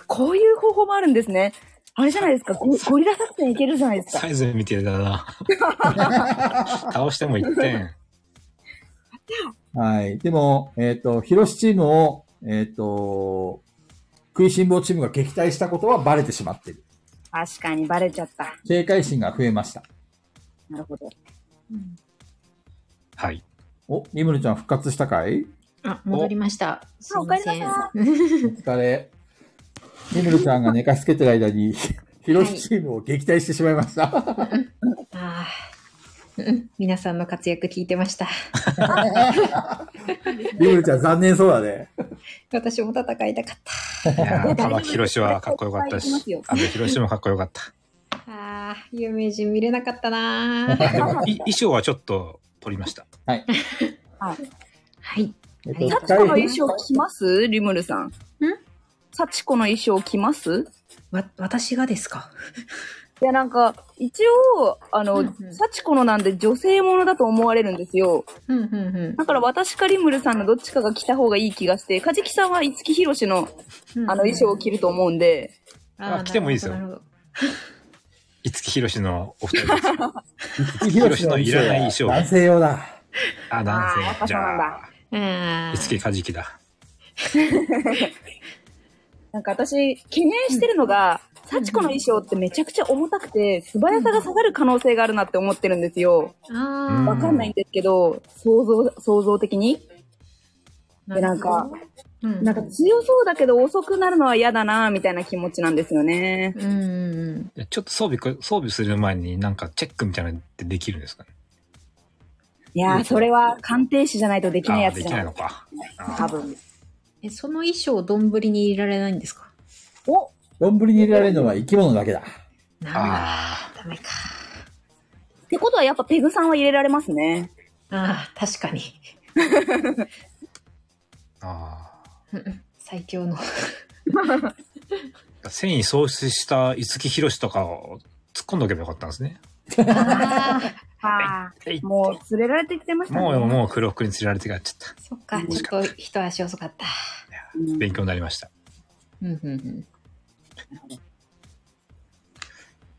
B: こういう方法もあるんですね。あれじゃないですか。ゴゴリラ作戦いけるじゃないですか
C: サ。イズ見てるだな。 倒しても一点。
A: はい。でも、えっ、と、ヒロシチームを、えっ、と、食いしん坊チームが撃退したことはバレてしまっている。
B: 確かにバレちゃった。
A: 警戒心が増えました。
B: なるほど。
C: はい。
A: お、リムルちゃん復活したかい
D: あ、戻りました。すい
B: おか
D: ま
B: えりな
D: せん。
B: さ
D: は
A: お疲れ。リムルちゃんが寝かしつけてる間に、ヒロシチームを撃退してしまいました。
D: あうん皆さんの活躍聞いてました。
A: リムルちゃん残念そうだね。
D: 私も戦いたかっ
C: いやー玉木宏はかっこよかったし、阿部寛もかっこよかった。
D: た。ああ、有名人見れなかったなー
C: でも、い衣装はちょっと取りました。
D: はい。
A: えっ
D: は
A: と
D: い
B: 幸子の衣装着ますリムルさん。ん幸子の衣装着ます
D: わ、私がですか
B: いや、なんか、一応、あの、
D: うんうん
B: 幸子のなんで女性ものだと思われるんですよ。
D: うんうんう
B: だから私かリムルさんのどっちかが着た方がいい気がして、梶木さんは五木ひろしのあ
D: ん。
B: の衣装を着ると思うんで、
D: あー
C: あ来てもいいですよ
D: なるほどなるほど
C: 五木ひろしのお二人です。
A: 五木ひろしの衣装
C: いらない衣装
A: 男性用だ。
C: あ、
B: あーやっ
C: 男
B: ぱ
C: 性。じ
B: そうなん
C: ゃ
B: だ
C: あ、
D: うーん。
C: 五木かじきだ。
B: なんか私、懸念してるのが、幸子の衣装ってめちゃくちゃ重たくて、素早さが下がる可能性があるなって思ってるんですよ。
D: ああ。
B: わかんないんですけど、想像、想像的に。
D: で
B: なんか、
D: う
B: なんか強そうだけど遅くなるのは嫌だな、みたいな気持ちなんですよね。
D: うんうん
C: いやちょっと装備こ、装備する前になんかチェックみたいなのってできるんですかね
B: いやー、それは鑑定士じゃないとできない
C: あ
B: や
C: ー
B: つ
C: で
B: じ
C: き
B: ゃな
C: ない
B: い
C: のか。
B: 多分。
D: え、その衣装を丼に入れられないんですか
B: お
A: 丼に入れられるのは生き物だけだ。
D: なあ
C: あ
D: ダメか。
B: ってことはやっぱペグさんは入れられますね。
D: ああ、確かに。
C: ーあ
D: うんうん最強の。
C: ー。繊維喪失した五木ひろしとかを突っ込んどけばよかったんですね。
D: ああ、
B: あ
C: えい
B: あ、もう連れられてきてましたね。
C: もう、もう黒服に連れられて帰っちゃっ
D: そっか、ちょっと一足遅かった。
B: う
C: た。
B: ん
C: 勉強になりました。
D: うんうんうん。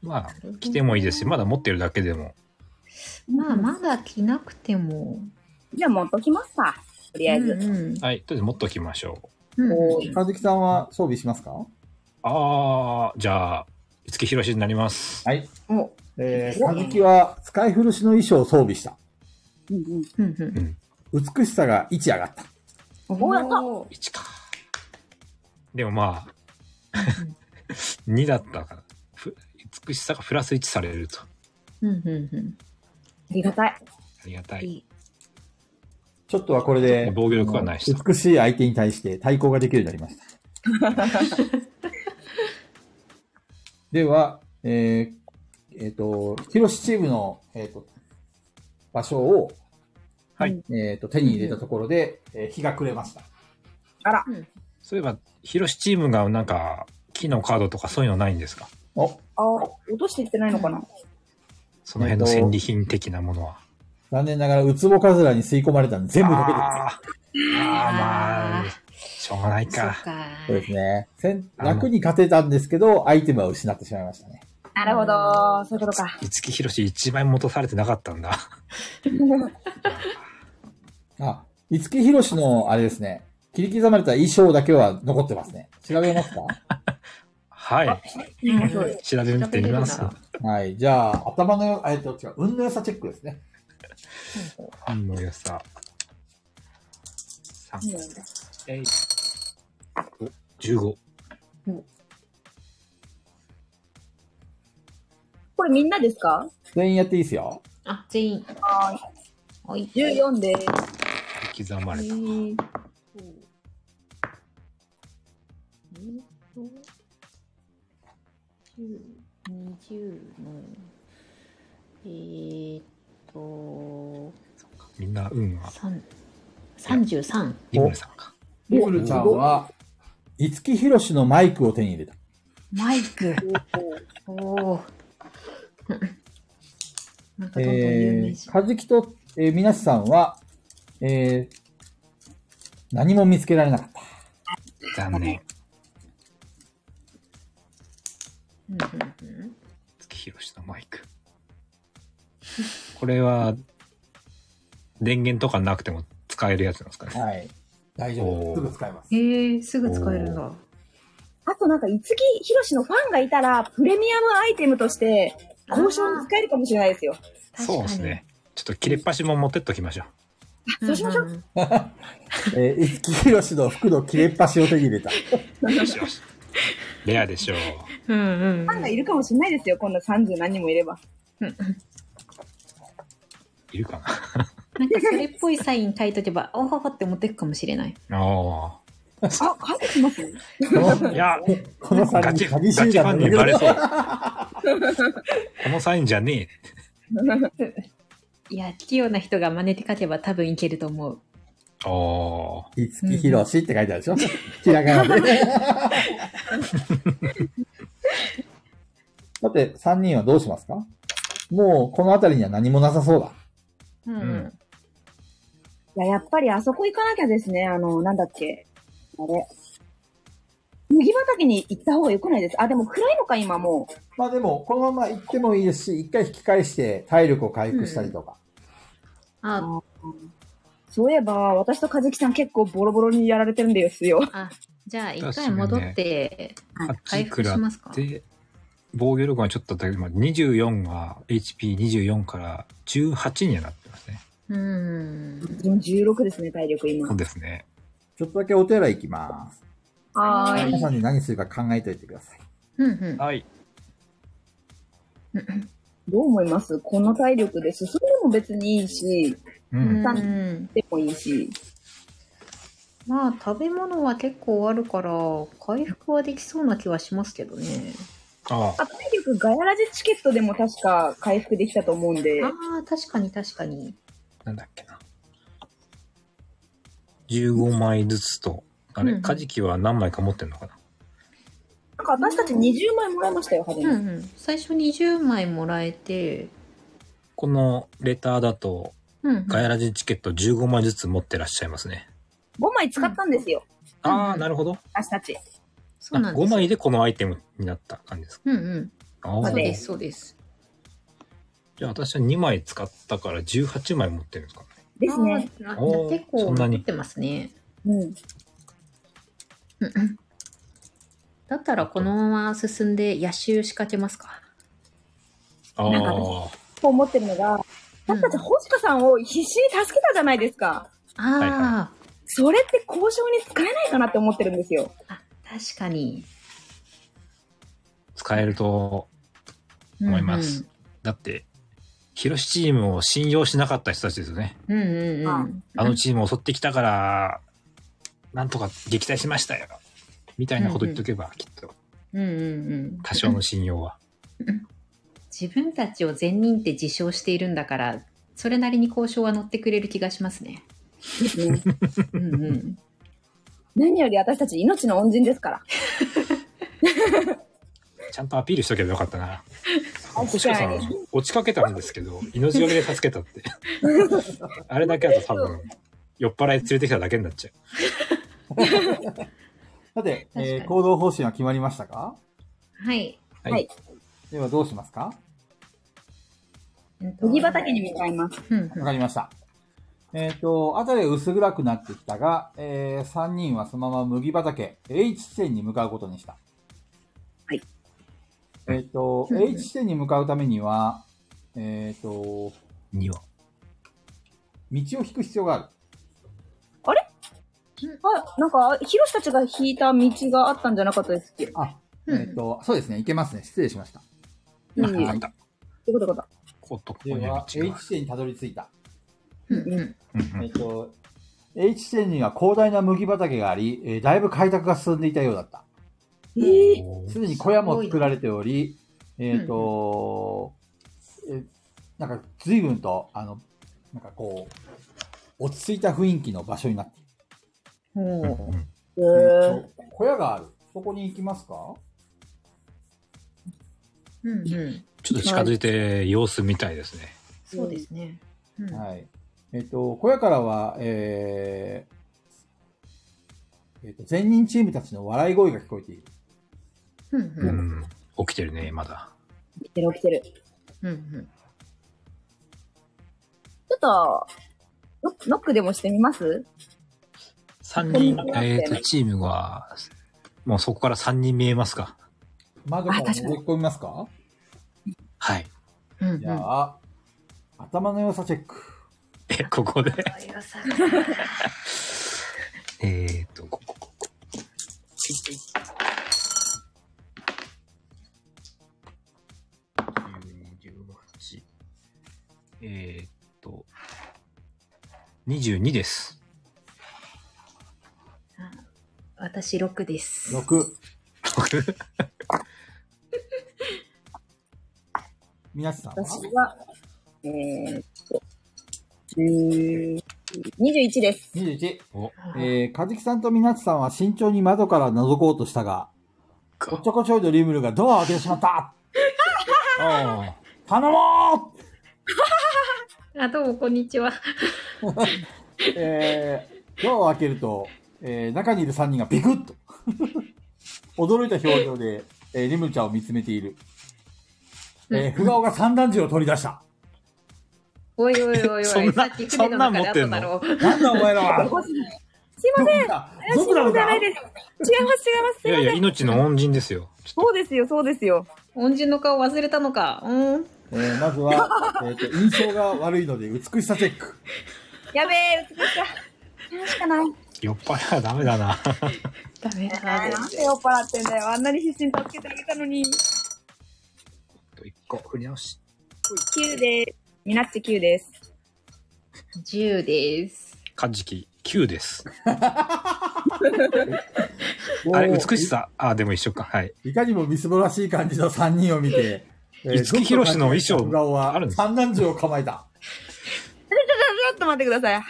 C: まあ、着てもいいですし、まだ持ってるだけでも。
D: まあ、まだ着なくても。
B: じゃあ持っときますか。とりあえず。
D: うん
C: はい、とりあえず持っときましょう。
D: うん
B: お
D: うん
A: かずきさんは装備しますか
C: ああ、じゃあ、五木ひろしになります。
A: はい。
D: お
A: えー、かずきは使い古しの衣装を装備した。
B: うんうん
D: うんうん
A: 美しさが1上がった。
B: おやった
D: おー
C: 1か。でもまあ、2だ ったから、ふ美しさがプラス1されると。
D: うんうんうん
B: ありがたい。
C: ありがたい。
D: いい
A: ちょっとはこれで、
C: 防御力はないし
A: 美しい相手に対して対抗ができるようになりました。 では、えっ、えーと、ヒロシチームの、えー、と場所を、
C: はい
A: えー、と手に入れたところで、えー日が暮れました。
C: そういえば、ひろしチームがなんか、木のカードとかそういうのないんですか
A: お
B: ああ、落としていってないのかな。
C: その辺の戦利品的なものは。
A: 残念ながら、ウツボカズラに吸い込まれたんで、全部溶けてま
C: あーあー、まあ
D: あー、
C: しょうがない
D: そっ
C: か。
D: か
A: す。そうですね。せん
C: あの
A: 楽に勝てたんですけど、アイテムは失ってしまいましたね。
B: なるほど。そういうことか。
C: 五木ひろし一枚戻されてなかったんだ。
A: あ、五木ひろしの、あれですね、切り刻まれた衣装だけは残ってますね。調べますか
C: はい。
D: うん
B: そうです
C: 調べてみます。
A: はい。じゃあ、頭のよ、えっと、違う、運の良さチェックですね。
C: 運の良さ。三えい。お、十五。
B: これみんなですか
A: 全員やっていいですよ。
D: あ、全員。
B: は
D: おい。
B: い。14です。
C: 刻まれた。
D: 20の、えーっと、
C: みんな運は
D: 三33。
C: リムルさんか。
A: リムルちゃんは、五木ひろしのマイクを手に入れた。
D: マイク。おお。なんかどんどん有
A: え
D: 名
A: ー、
D: 人。
A: かじきと、えー、みなしさんは、えー、何も見つけられなかった。
C: 残念。
D: うんうんうん
C: 月広しのマイク。これは、電源とかなくても使えるやつなんですかね。
A: はい。大丈夫
C: お
A: です。す
C: ー
A: ぐ使えます。
D: へえ、すぐ使えるんだ。
B: あとなんか、五木ひろしのファンがいたら、プレミアムアイテムとして、交渉に使えるかもしれないですよ。
D: 確か
C: そ
D: に
C: うですね。。ちょっと切れっ端も持ってっときましょう。
B: そうしましょう。
D: ん
A: えー、五木ひろしの服の切れっ端を手に入れ た。
C: よしよし。レアでしょう。
D: うんうん。
B: ファンがいるかもしれないですよ。こんな30何人もいれば。
C: いるか
D: なんかそれっぽいサイン書いとけ ば、おほほって持ってくかもしれない。
C: な。あ
B: あ、書いてきます
C: あ。いや、
A: この
C: ガ
A: 3
C: チ、
A: 人、
C: ガ
A: 激しい
C: チファンにバ
A: だ
C: レそう。このサインじゃね
D: いや、器用な人が真似て書けば多分いけると思う。
C: え。ああ。
A: いつきひろしって書いてあるでしょひらがな で。だって、3人はどうしますかもう、この辺りには何もなさそうだ。
D: うん
C: うん
B: いや、やっぱりあそこ行かなきゃですね。あの、なんだっけ。あれ。麦畑に行った方が良くないです。あ、でも暗いのか、今もう。
A: まあでも、このまま行ってもいいですし、一回引き返して体力を回復したりとか。
D: あ、
B: そういえば、私と和樹さん結構ボロボロにやられてるんですよ。
D: あ、じゃあ一回戻って、
C: あっ
D: 回
C: ち
D: 復
C: く
D: し
C: ら
D: ますか
C: って、防御力がちょっとだけど、まあ24が HP24 から18にはなってますね。
D: うん。
B: 16ですね、体力今
C: そう。ですね。
A: ちょっとだけお手洗い行きます。
B: は
D: ーい
A: 皆さんに何するか考えておいてください。
D: うんうん。
C: はい。
B: どう思いますこの体力で進んでも別にいいし、
C: う。
D: うんん、
B: でもいいし。
D: まあ食べ物は結構あるから回復はできそうな気はしますけどね
C: ああ。
B: あ、体力ガヤラジチケットでも確か回復できたと思うんで。
D: ああ確かに確かに
C: なんだっけな。15枚ずつと、あ
D: う
C: れ、
D: ん
C: カジキは何枚か持ってんのかな
B: なんか私たち20枚もらいましたよ、初め。
D: うんうん最初20枚もらえて
C: このレターだと、
D: うんうん
C: ガヤラジチケット15枚ずつ持ってらっしゃいますね。
B: 5枚使ったんですよ、
C: ああ、なるほど。
B: 私たち。
D: そうなんで
C: 5
D: す
C: 枚でこのアイテムになった感じですか。
D: うんうん
C: ああ。
D: そうで
C: じ
D: すそうです
C: ゃあ私は2枚使ったから18枚持ってるんですかね。
B: ですね。
D: あーあ
C: おー
D: 結
C: そ
D: 構
C: んなに
D: 残ってますね
B: うん。
D: うんうんだったらこのまま進んで野襲仕掛けますか
C: あ
B: なんか
C: あ。
B: こう思ってるのが、私たち星香さんを必死に助けたじゃないですか。
C: はい
D: あ
C: は
B: それって交渉に使えないかなって思ってるんですよ。
D: ーあ確かに
C: 使えると思います。だって、ヒロシチームを信用しなかった人たちですよね。
D: うんうんうんうんうん
C: あのチームを襲ってきたから、なんとか撃退しましたよ。みたいなこと言っとけば、きっと、
D: うんうんうん
C: 多少の信用 は。
D: 自分たちを善人って自称しているんだからそれなりに交渉は乗ってくれる気がしますね。うんうん、
B: 何より私たち命の恩人ですから。
C: ちゃんとアピールしとけばよかったな。
B: あ
C: 星川さ
B: 確か
C: ん、落ちかけたんですけど、命がけで助けた って。あれだけだと多分、酔っ払い連れてきただけになっちゃ
A: さて、
D: 確かに
A: えー行動方針は決まりましたか
D: はい。
C: う。
B: はい。
A: ではどうしますか
D: うんと
B: 麦畑に向かいます。
D: うんうん
A: わかりました。えっ、と、あたりは薄暗くなってきたが、え3人はそのまま麦畑、H 地点に向かうことにした。
B: はい。
A: えっ、と、
D: うん
A: H 地点に向かうためには、えっ、と、
C: には。
A: 道を引く必要がある。
B: あ、なんか、ヒロシたちが引いた道があったんじゃなかったですっけ
A: あ、
D: うん
A: えっ、と、そうですね、いけますね。失礼しました。
B: いい
C: あ、わかった。
B: ってことか。
C: こうとここ
A: で
C: には
A: は、
C: 道
A: H
C: がある
A: 地点にたどり着いた。
D: うんう
C: う
D: ん
C: んう
A: えっ、
C: ん
A: と、H 地点には広大な麦畑があり、えーだいぶ開拓が進んでいたようだった。
B: えー、
C: おー
A: すでに小屋も作られており、えっ、
D: ね
A: と、えなんか随分と、あの、なんかこう、落ち着いた雰囲気の場所になっている
D: お
C: うん
D: ー
C: うん
B: え
A: え
B: ー
A: っ、と小屋がある。そこに行きますか
D: うんうん
C: ちょっと近づいて様子見たいですね。
D: そうですね。うん
A: はい。えっ、と、小屋からは、えーえっ、と、全人チームたちの笑い声が聞こえている。
D: うん
C: う
D: うん
C: ん。起きてるね、まだ。
B: 起きてる起きてる。
D: うんうん
B: ちょっと、ノノックでもしてみます
C: 3人、えっ、と、チームは、もうそこから3人見えますか
A: 窓から
B: あ確か
A: 覗
B: に
A: き込みますか
C: はい。
D: うんうん
A: じゃあ、頭の良さチェック。
C: え、ここ で。
D: よさ
C: えっと、ここ、ここ。12、18。えっ、と、22です。
D: 私6です。
A: 6。皆さんは
B: 私は、えーっと、えー21です。
A: 21。
C: お、
A: えー、かじきさんとみなつさんは慎重に窓から覗こうとしたが、おっちょこちょいのリムルがドアを開けてしま った
C: あ
A: 頼もう
D: あ、どうも、こんにちは。
A: えー、ドアを開けると、えー、中にいる3人がビクッと。 驚いた表情で、えー、リムルちゃんを見つめている。えー、ふがおが三段銃を取り出した。
D: おいおいおいおい、
C: そんな
D: さっき船の中であっただろう。
A: なんだお前らは
B: すいません。
A: ゾクだの
B: じゃ
A: か
B: ないです。違います、違います。
C: あ。
B: す
C: い
B: いま
C: やいや、
B: せん。
C: 命の恩人ですよ。ちょっ
B: そうですよ、そうですよ。
D: 恩人の顔忘れたのか。うん。
A: えー、まず は、えー、と印象が悪いので美しさチェック。
B: やべえ、美しさ。それしかない。
C: と酔っ払いはダメだな。
D: ダメ
B: あ
D: だ
B: ー。なんで酔っ払ってんだよ。あんなに必死に助けてあげたのに。
C: 一個振り直し。
B: 9で、になって9です。
D: 10です。
C: カジキ9です。あれ、美しさ。あ、でも一緒か。はい。
A: いかにもみすぼらしい感じの3人を見て、
C: 五木ひろしの衣装
A: ふがおは
C: あるんです
A: 三男銃を構えた。
B: ちょっと待ってください。は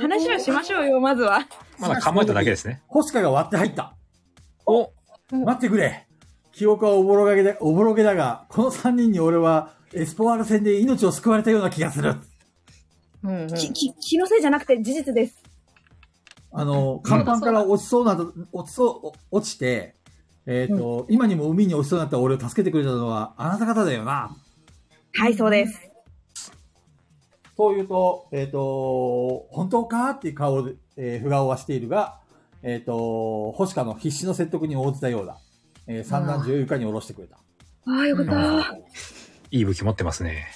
B: 話をしましょうよ、まずは。
C: まだ構えただけですね。
A: コシカが割って入った。
C: お、
A: 待ってくれ。記憶はおぼろげだおぼろげだが、この3人に俺はエスポワール戦で命を救われたような気がする。
D: うんうん。
B: き、き、気のせいじゃなくて事実です。
A: あの、甲板から落ちそうな、落ちそう、落ちて、えっ、と、今にも海に落ちそうになった俺を助けてくれたのはあなた方だよな。
B: はい、そうです。
A: そう言うと、えっ、と、本当かっていう顔で、えー、不顔はしているが、えっ、と、星川の必死の説得に応じたようだ。えー、三男児を床に下ろしてくれた。
B: ああ、よかった。
C: いい武器持ってますね。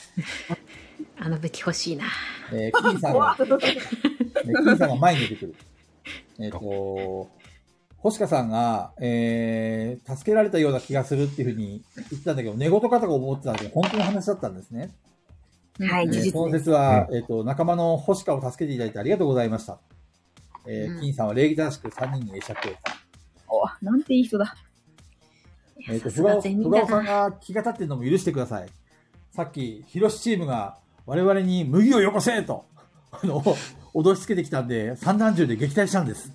D: あの武器欲しいな。
A: えー、キーさんが、えー、キーさんが前に出てくる。えっ、と、星川さんが、えー、助けられたような気がするっていうふうに言ってたんだけど、寝言かとか思ってたんだけど、本当の話だったんですね。
B: はい
A: え
B: 事実
A: ー、
B: です
A: この説は、えっ、と、仲間の星川を助けていただいてありがとうございました。えー、
D: うん
A: 金さんは礼儀正しく3人に会釈をした。
B: おなんていい人だ。
A: えっ、と、ふ
D: さす
A: が
D: が
A: お、
D: 善
A: ふ
D: 人
A: が
D: だ
A: おさん
D: な。
A: が気が立ってるのも許してください。さっき、ヒロシチームが我々に麦をよこせと、 あの、脅しつけてきたんで、散弾銃で撃退したんです。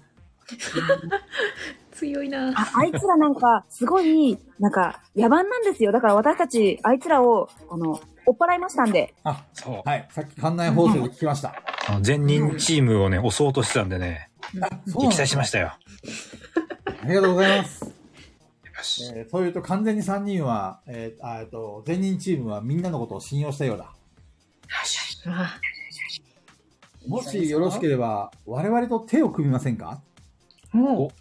D: 強いな。
B: あ、あいつらなんか、すごい、なんか、野蛮なんですよ。だから私たち、あいつらを、あの、追っ払いましたんで。
A: あ、
C: そう。
A: はい。さっき館内放送で聞きました。
C: あの前任チームをね、押そうとしてたんでね、
A: そうな
C: 撃
A: んで
C: 退
A: す
C: しましたよ。
A: ありがとうございます。
C: よし。
A: えーそういうと完全に3人は、えーあえっと、全人チームはみんなのことを信用したようだ。
D: あ
A: もしよろしければ、我々と手を組みませんか
D: も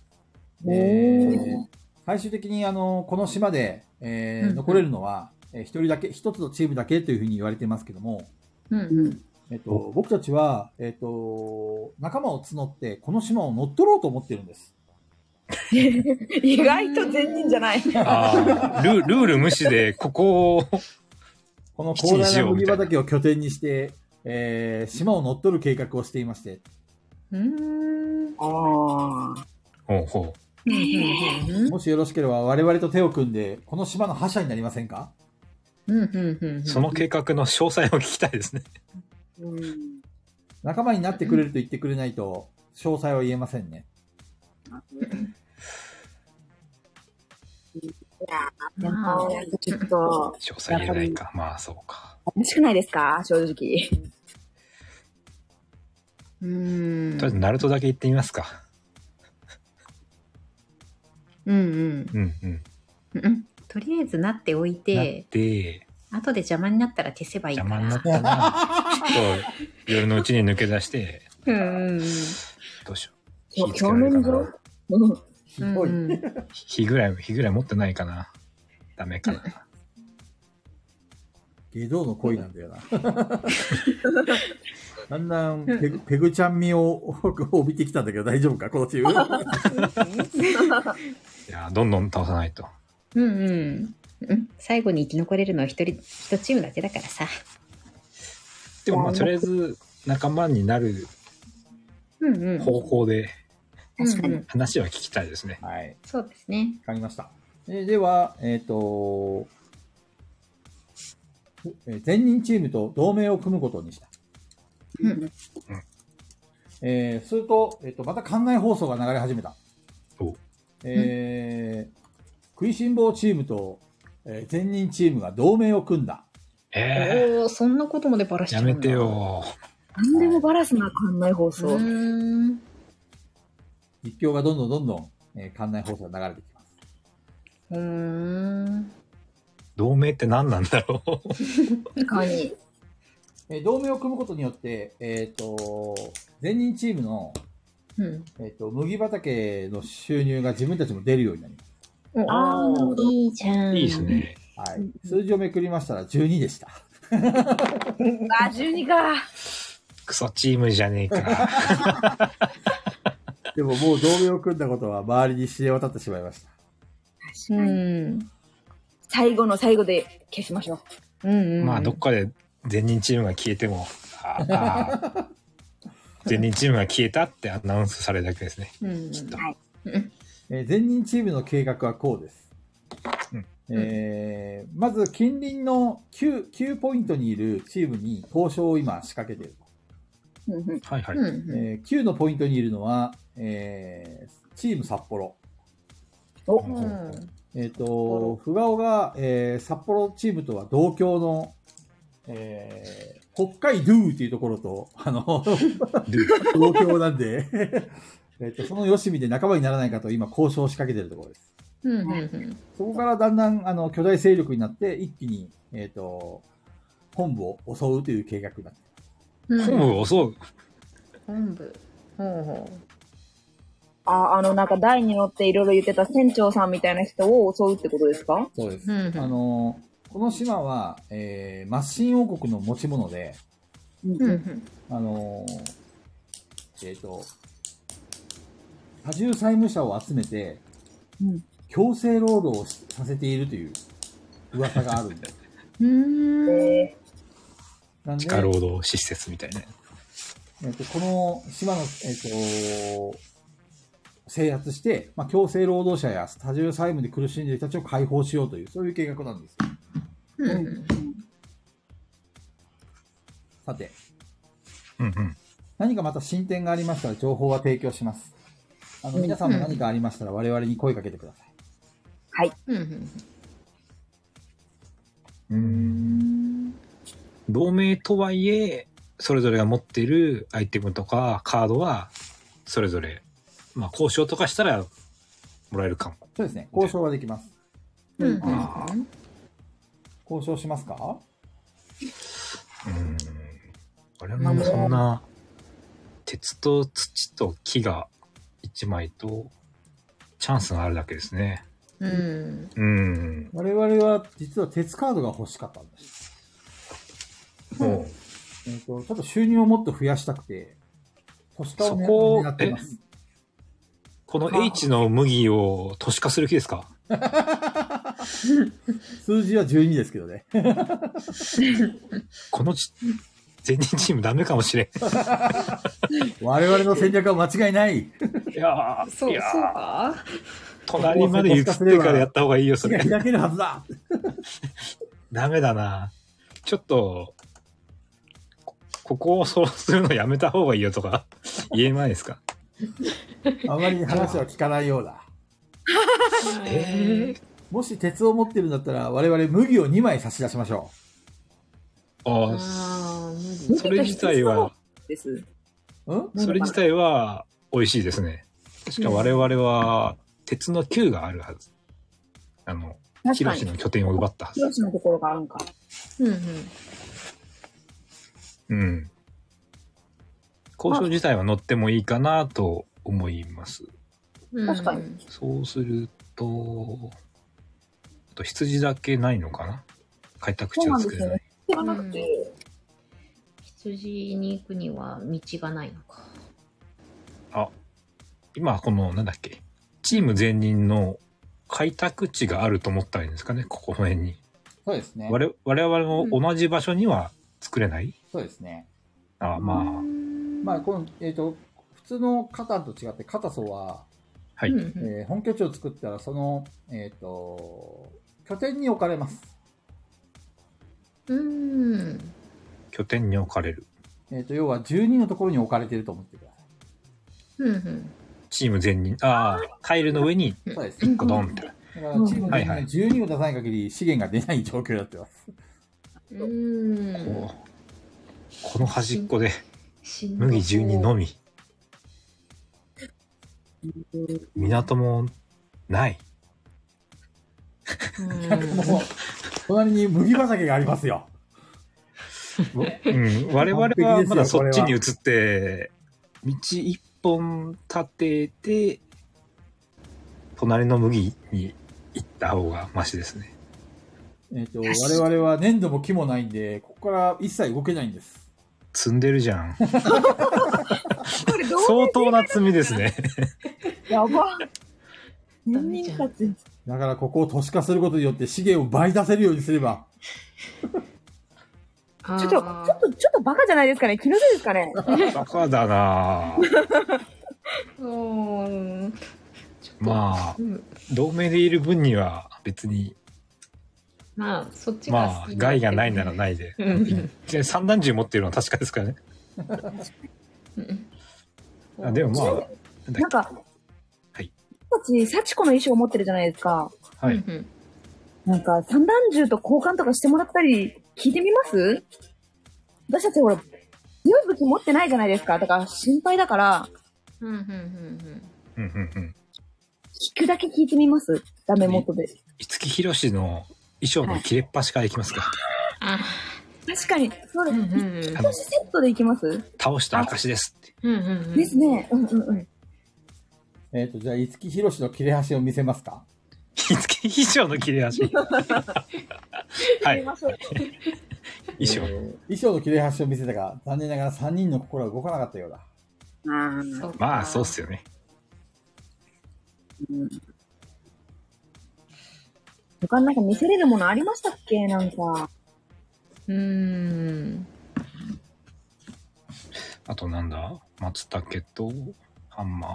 A: えー最終的にあのこの島で、えー
D: うん
A: 残れるのは、えー一人だけ、一つのチームだけというふうに言われてますけども、
D: う。うんうん。
A: えっと、僕たちは、えっと、仲間を募って、この島を乗っ取ろうと思ってるんです。
B: 意外と善人じゃない。
C: ああ、ルルール無視で、ここを、
A: この
C: 基地
A: 広
C: にし
A: 大な
C: ようみ
A: 麦
C: たいな
A: 畑を拠点にして、えー島を乗っ取る計画をしていまして、
D: うーん。
B: ああ。
C: ほうほ
D: うん
A: もしよろしければ我々と手を組んで、この島の覇者になりませんか
D: うんうんうん
C: う。その計画の詳細を聞きたいですね。
B: うん。
A: 仲間になってくれると言ってくれないと、詳細は言えませんね。
B: やっ
D: まあ
B: ぱ、ちょっと、
C: 詳細言えないか。まあ、そうか。
B: 楽しくないですか正直。
D: うーん
C: とりあえず、ナルトだけ行ってみますか。
D: うんうん
C: うんうん。
D: うんうん。とりあえずなっておい、
C: なってて、
D: 後で邪魔になったら消せばいいか
C: 邪魔に
D: ら。
C: なったな。ちょっと、夜のうちに抜け出して、
D: うんうんうん。
C: どうしよ。
B: そう
C: 火つけられるか
B: 表面う
C: な。
B: ん
A: ひどい。
D: うんうん
C: 火ぐらい、火ぐらい持ってないかな。ダメかな。
A: 下道の恋なんだよな。 だんだんペグ、ペグちゃん味を帯びてきたんだけど大丈夫かこのチーム。
C: いや、どんどん倒さないと。
D: うんうん。うん最後に生き残れるのは一人、一チームだけだからさ。
C: でもまあ、とりあえず仲間になる
D: うんうん。
C: 方向で
D: 確かに。
C: 話は聞きたいですね。
A: はい。
D: そうですね。
A: わかりました。えーでは、えっ、と、えー前任チームと同盟を組むことにした。
D: うん
A: えー、すると、えっ、と、また館内放送が流れ始めた
C: お。
A: えー、食いしん坊チームと、えー前任チームが同盟を組んだ。
C: え
D: おお、そんなことまでばらし
C: ー、
D: ちゃ
C: や
D: うんだ
C: めて。よ。
B: 何でもバラすな、館内放
D: う
B: 送。
D: ーん。
A: 実況がどんどんどんどん、えー、館内放送が流れてきます。
D: うーん。
C: 同盟って何なんだろう。
B: 確かに。
A: えー同盟を組むことによって、えっ、と、前任チームの、
D: うん。
A: えっ、と、麦畑の収入が自分たちも出るようになりま
B: あーなるほど
D: いいじゃん。
C: いいです。ね。
A: す。はい。数字をめくりましたら12でした。
B: あ、12か。
C: クソチームじゃねえか。
A: でももう同盟を組んだことは周りに知れ渡ってしまいました。
D: う
B: うん
D: ん。
B: 最後の最後で消しましょう。
D: うんうん。
C: まあ、どっかで前任チームが消えても、あーあー、前任チームが消えたってアナウンスされるだけですね。
D: うんうん。
C: きっと。
A: えー前任チームの計画はこうです。
C: うん
A: えーまず近隣の 9, 9ポイントにいるチームに交渉を今仕掛けている。
B: うんうん
C: はいはい。
D: うんうん。
A: えー9のポイントにいるのは、えーチーム札幌。
B: お
C: うん
D: うん
A: えっ、と、ふがおが、えー札幌チームとは同郷の、えー北海道っていうところと、あ の、同郷なんで、 えっと、そのよしみで仲間にならないかと今交渉を仕掛けてるところです。
D: うんうん
A: そこからだんだんあの巨大勢力になって、一気に、えっと本部を襲うという計画になって
D: うん。
C: 本部を襲う。
D: 本部。ほうほ
B: あ、あの、なんか台に乗っていろいろ言ってた船長さんみたいな人を襲うってことですか
A: そうで
D: う。うん
A: あのこの島は、えー、マッシン王国の持ち物で、
B: うん
D: うん。うん
A: あのえっ、と、多重債務者を集めて、
B: うん
A: 強制労働をしさせているという噂があるん で。
D: うん。うーん。
B: え
A: なんで
C: 地、下労働施設みたいな。
A: えっとこの島の、えっと制圧して、まあ、強制労働者や多重債務で苦しんでいる人たちを解放しようという、そういう計画なんですよ。
D: うん
A: さて、
C: うんうん。
A: 何かまた進展がありましたら情報は提供します。あの、
B: うん
A: 皆さんも何かありましたら我々に声かけてください。
D: うん
C: うーん同盟とはいえ、それぞれが持っているアイテムとかカードは、それぞれ、まあ交渉とかしたらもらえるかも。
A: そうですね、交渉はできます。
D: うんうん
C: あ
A: 交渉しますか
C: うーん。俺もそんな、鉄と土と木が1枚と、チャンスがあるだけですね。
D: うん。
C: うーん。
A: 我々は実は鉄カードが欲しかったんです。
C: も
A: えっ、と、ちょっと収入をもっと増やしたくて、都市化をね
C: そこ
A: 狙ってます。
C: う、この H の麦を都市化する気ですか
A: 数字は12ですけどね。
C: このち、全人チームダメかもし れん。
A: 我々の戦略は間違いない。
C: いやー、
D: そ
C: い
D: う、そう
C: やー
D: か
C: 隣まで移ってからやった方がいいよ、そ
A: が
C: れ。
A: 開けるはずだ。
C: ダメだな。ちょっと、こここをそうするのやめた方がいいよとか言えないですか
A: あまり話は聞かないよう だ。
C: ええ
A: もし鉄を持ってるんだったら、我々麦を2枚差し出しましょ
C: あ
D: ああ、無
C: それ自体は、
B: です。
A: う。うん
C: それ自体は美味しいですね。確か我々は鉄の球があるはず。あの、
B: 確
C: ヒロ
B: か
C: シ
B: に。
C: の拠点を奪ったはず。
B: 広しのところがあるんか。
D: 理。うんうん。
C: うん。交渉自体は乗ってもいいかなと思います。
D: うん
B: 確かに。
C: そうすると、あと羊だけないのかな開拓地は作れない。
B: 知らなくて。
D: 羊に行くには道がないのか。
C: あ、今この、なんだっけ、チーム全人の開拓地があると思ったらいいんですかね、ここの辺に。
A: そうですね。
C: 我々我々も同じ場所には作れない
A: そうですね。
C: あま
A: まあ、この、えっ、と、普通のカタンと違って、カタソは、
C: はい
D: うんうん
A: えー本拠地を作ったら、その、えっ、と、拠点に置かれます。
D: うん。
C: あ、拠点に置かれる。
A: えっ、と、要は12のところに置かれてると思ってくださ
D: うんうん。
C: チーム全人、ああ、タイルの上に、
A: い。そうです。
C: ゴドンみたいな。
A: だから、チーム
C: は
A: 全
C: いはい
A: 員12を出さない限り資源が出ない状況になってます。
D: うん。
C: こうこの端っこで、
D: しんど
C: 麦12のみ。港もない。
D: うん
A: もう、隣に麦畑がありますよ。
C: うん、我々はまだそっちに移って、道一本立てて、隣の麦に行った方がマシですね。
A: えっ、と、我々は粘土も木もないんで、ここから一切動けないんです。
C: 積んでるじゃん。
B: これどう
C: 相当な積みですね。
B: やば。
D: ダメじゃん
B: ち。
A: だからここを都市化することによって資源を倍出せるようにすれば、
D: あー
B: ちょっと、ちょっと、ちょっとバカじゃないですかね。気のせいですかね。
C: バカだなぁ
D: うん。ちょっと
C: まあ
D: うん
C: 同盟でいる分には別に、
D: まあ、そっちが
C: まあ、害がないならないで。
D: うんうん
C: で散弾銃持ってるのは確かですからね。
D: うん
C: あでもまあ、なん
B: なん
C: だっ
B: か、
C: はい。
B: たち、幸子の衣装を持ってるじゃないですか。
C: けはい。
D: うん
B: なんか、散弾銃と交換とかしてもらったり、聞いてみます私たちほら、強い武器持ってないじゃないですか。だから、心配だから、
D: うんうんうんうん
C: うんうんうん。
B: 聞くだけ聞いてみます。ダメ元で。
C: 五木ひろしの衣装の切れっ端からいきますか。
D: あ
B: 確かに、そう
D: う
B: で
D: ん
B: す。
D: うんうん
B: 少しセットでいきます
C: 倒した証です って。
D: うんうんうん
B: ですね。うんうんうん。
A: えっ、と、じゃあ、五木ひろしの切れ端を見せますか
C: 火付け衣装の切れ端。はい。衣
B: ましょう。
C: 装
A: え。ー衣装の切れ端を見せたが、残念ながら3人の心は動かなかったようだ。
D: うか
C: まあ、そうっすよね。
B: 他になんか見せれるものありましたっけなんか。
D: うーん
C: あとなんだ松茸とハンマー。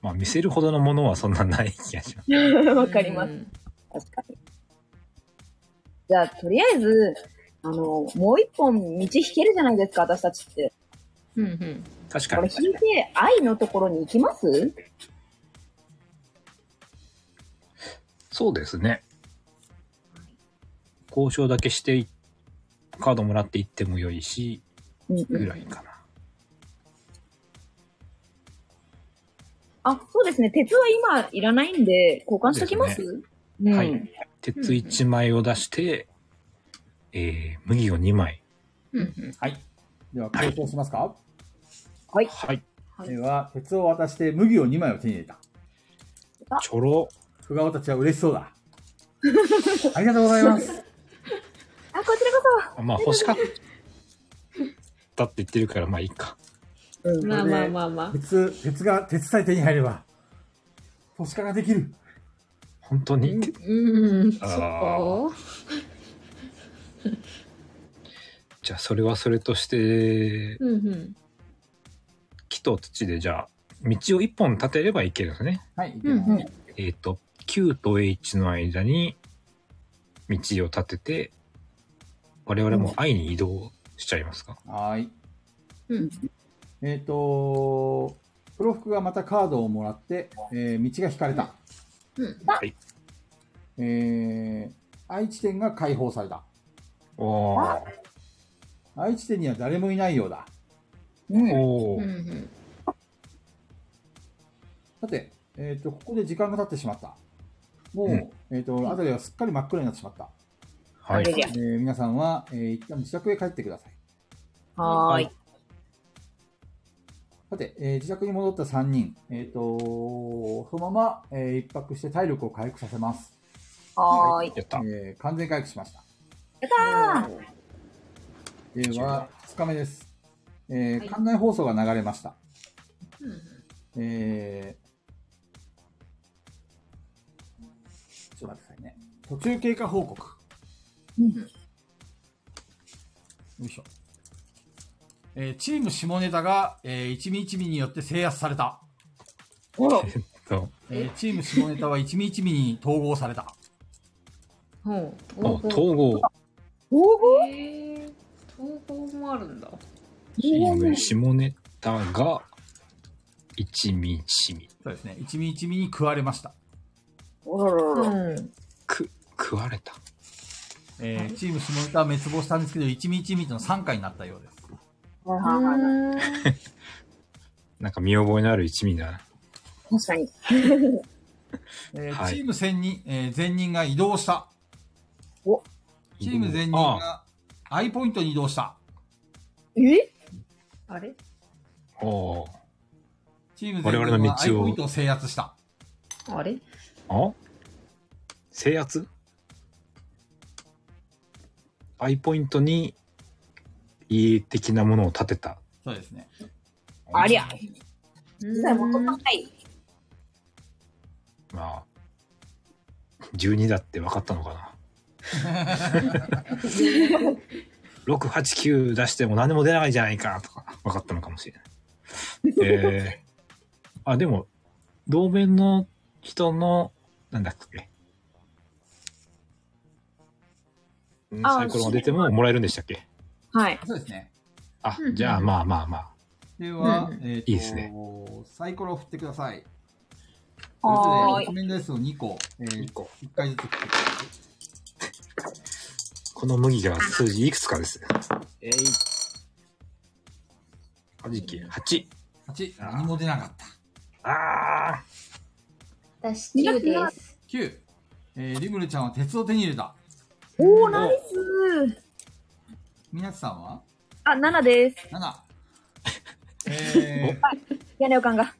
C: まあ、見せるほどのものはそんなない気がします。
B: わかります
D: う。ん
B: 確かに。じゃあ、とりあえず、あの、もう一本道引けるじゃないですか、私たちって。
D: うんうん
C: 確
B: こ
C: か
B: れ
C: に。
B: 引いて、愛のところに行きます
C: そうですね。交渉だけして、カードもらっていっても良いし、
B: うんう
C: ぐ
B: ん。
C: らいかな。
B: あ、そうですね。鉄は今いらないんで、交換しときます
C: です
B: うん。
C: はい。鉄1枚を出して、えー、麦を2枚。
D: うんうん
A: はい。では、交渉しますか、
C: はい。
D: はい
A: では、鉄を渡して麦を2枚を手に入れた。
C: ちょろ。
A: ふがおたちは嬉しそうだ。ありがとうございます。
B: あ、こちらこ
C: まあ、欲しかったって言ってるから、まあいいか。
B: そ。うん。
D: まあ
A: これ
D: まあ
A: で
D: まあまあ
A: 鉄、鉄が、鉄さえ手に入れば、都市化ができる。
C: 本当にって。
D: うんそ
C: あー
D: こ
C: じゃあ、それはそれとして、
D: うんうん
C: 木と土で、じゃあ、道を一本立てればいけるんですね。
A: はい。
D: うんうん
A: で
C: えっ、と、Q と H の間に道を立てて、我々も愛に移動しちゃいますか。
A: ははい。
D: うん
A: えっ、と、黒服がまたカードをもらって、えー道が引かれた。
D: うん
A: えー、愛知店が解放された。
C: おー
A: 愛知店には誰もいないようだ。
B: うん。
C: お
D: うんう
C: ー
D: ん
A: さて、えっ、と、ここで時間が経ってしまった。もう、
C: うん
A: えっ、と、辺りはすっかり真っ暗になってしまった。
C: はい。
B: いやいや
A: えー皆さんは、えー一旦自宅へ帰ってください。
B: はーい。
A: さて、えー自宅に戻った3人、えっ、と、そのまま、えー一泊して体力を回復させます。
B: はーい。
C: や った。
A: えー完全回復しました。
B: やったー
A: では、2日目です。えー館内放送が流れました。えーちょっと待ってくださいね。途中経過報告。
B: うん
A: よいしょ。えーチーム下ネタが、えー一味一味によって制圧された。
C: そう。
A: えーチーム下ネタ は一味一味に統合された。
D: ほう。
C: あ、統合。
D: へー統合もあるんだ。
C: 下ネタが、一味一味。
A: そうですね。一味一味に食われました。
D: うん。
C: く、食われた。
A: えーチーム下ネタは滅亡したんですけど、一味一味との参加になったようです。
C: なんか見覚えのある一味だな。
B: 確かに。
A: えー
C: はい
A: チーム千人、えー全人が移動した。チーム全人
C: あ
A: が I ポイントに移動した。
B: え
D: あれ
C: あおー
A: チーム全
C: 我々
A: 人が I
C: の道を
A: ポイントを制圧した。
D: あれ
C: あ制圧 ?I ポイントに、家的なものを建てた。
A: そうですね。
B: ありゃ。
D: うん
B: い。
C: まあ、12だって分かったのかな。689出しても何も出ないじゃないかとか分かったのかもしれない。えー、あ、でも、同弁の人の、なんだっけ。ん
B: あ
C: サイコロが出てももらえるんでしたっけ
B: はい。
A: そうですね。
C: あ
D: う、ん
C: じゃあまあまあまあ。
A: では、
D: うんうん
A: えーと
C: いいですね
A: サイコロを振ってください。
B: は
A: それぞ
B: ーい
A: れ、面ダイスを2個、え
C: 2個。
A: 1回ずつ振ってください。
C: この麦が数字いくつかです。
H: えい。
C: はじき、8。
A: 8、何も出なかった。
C: あ
D: 私9です。
A: 9、えーリムルちゃんは鉄を手に入れた。
B: おー、ナイス
A: みなちさんは
B: あ、7です。
A: 7。えー、
B: 嫌な予感が。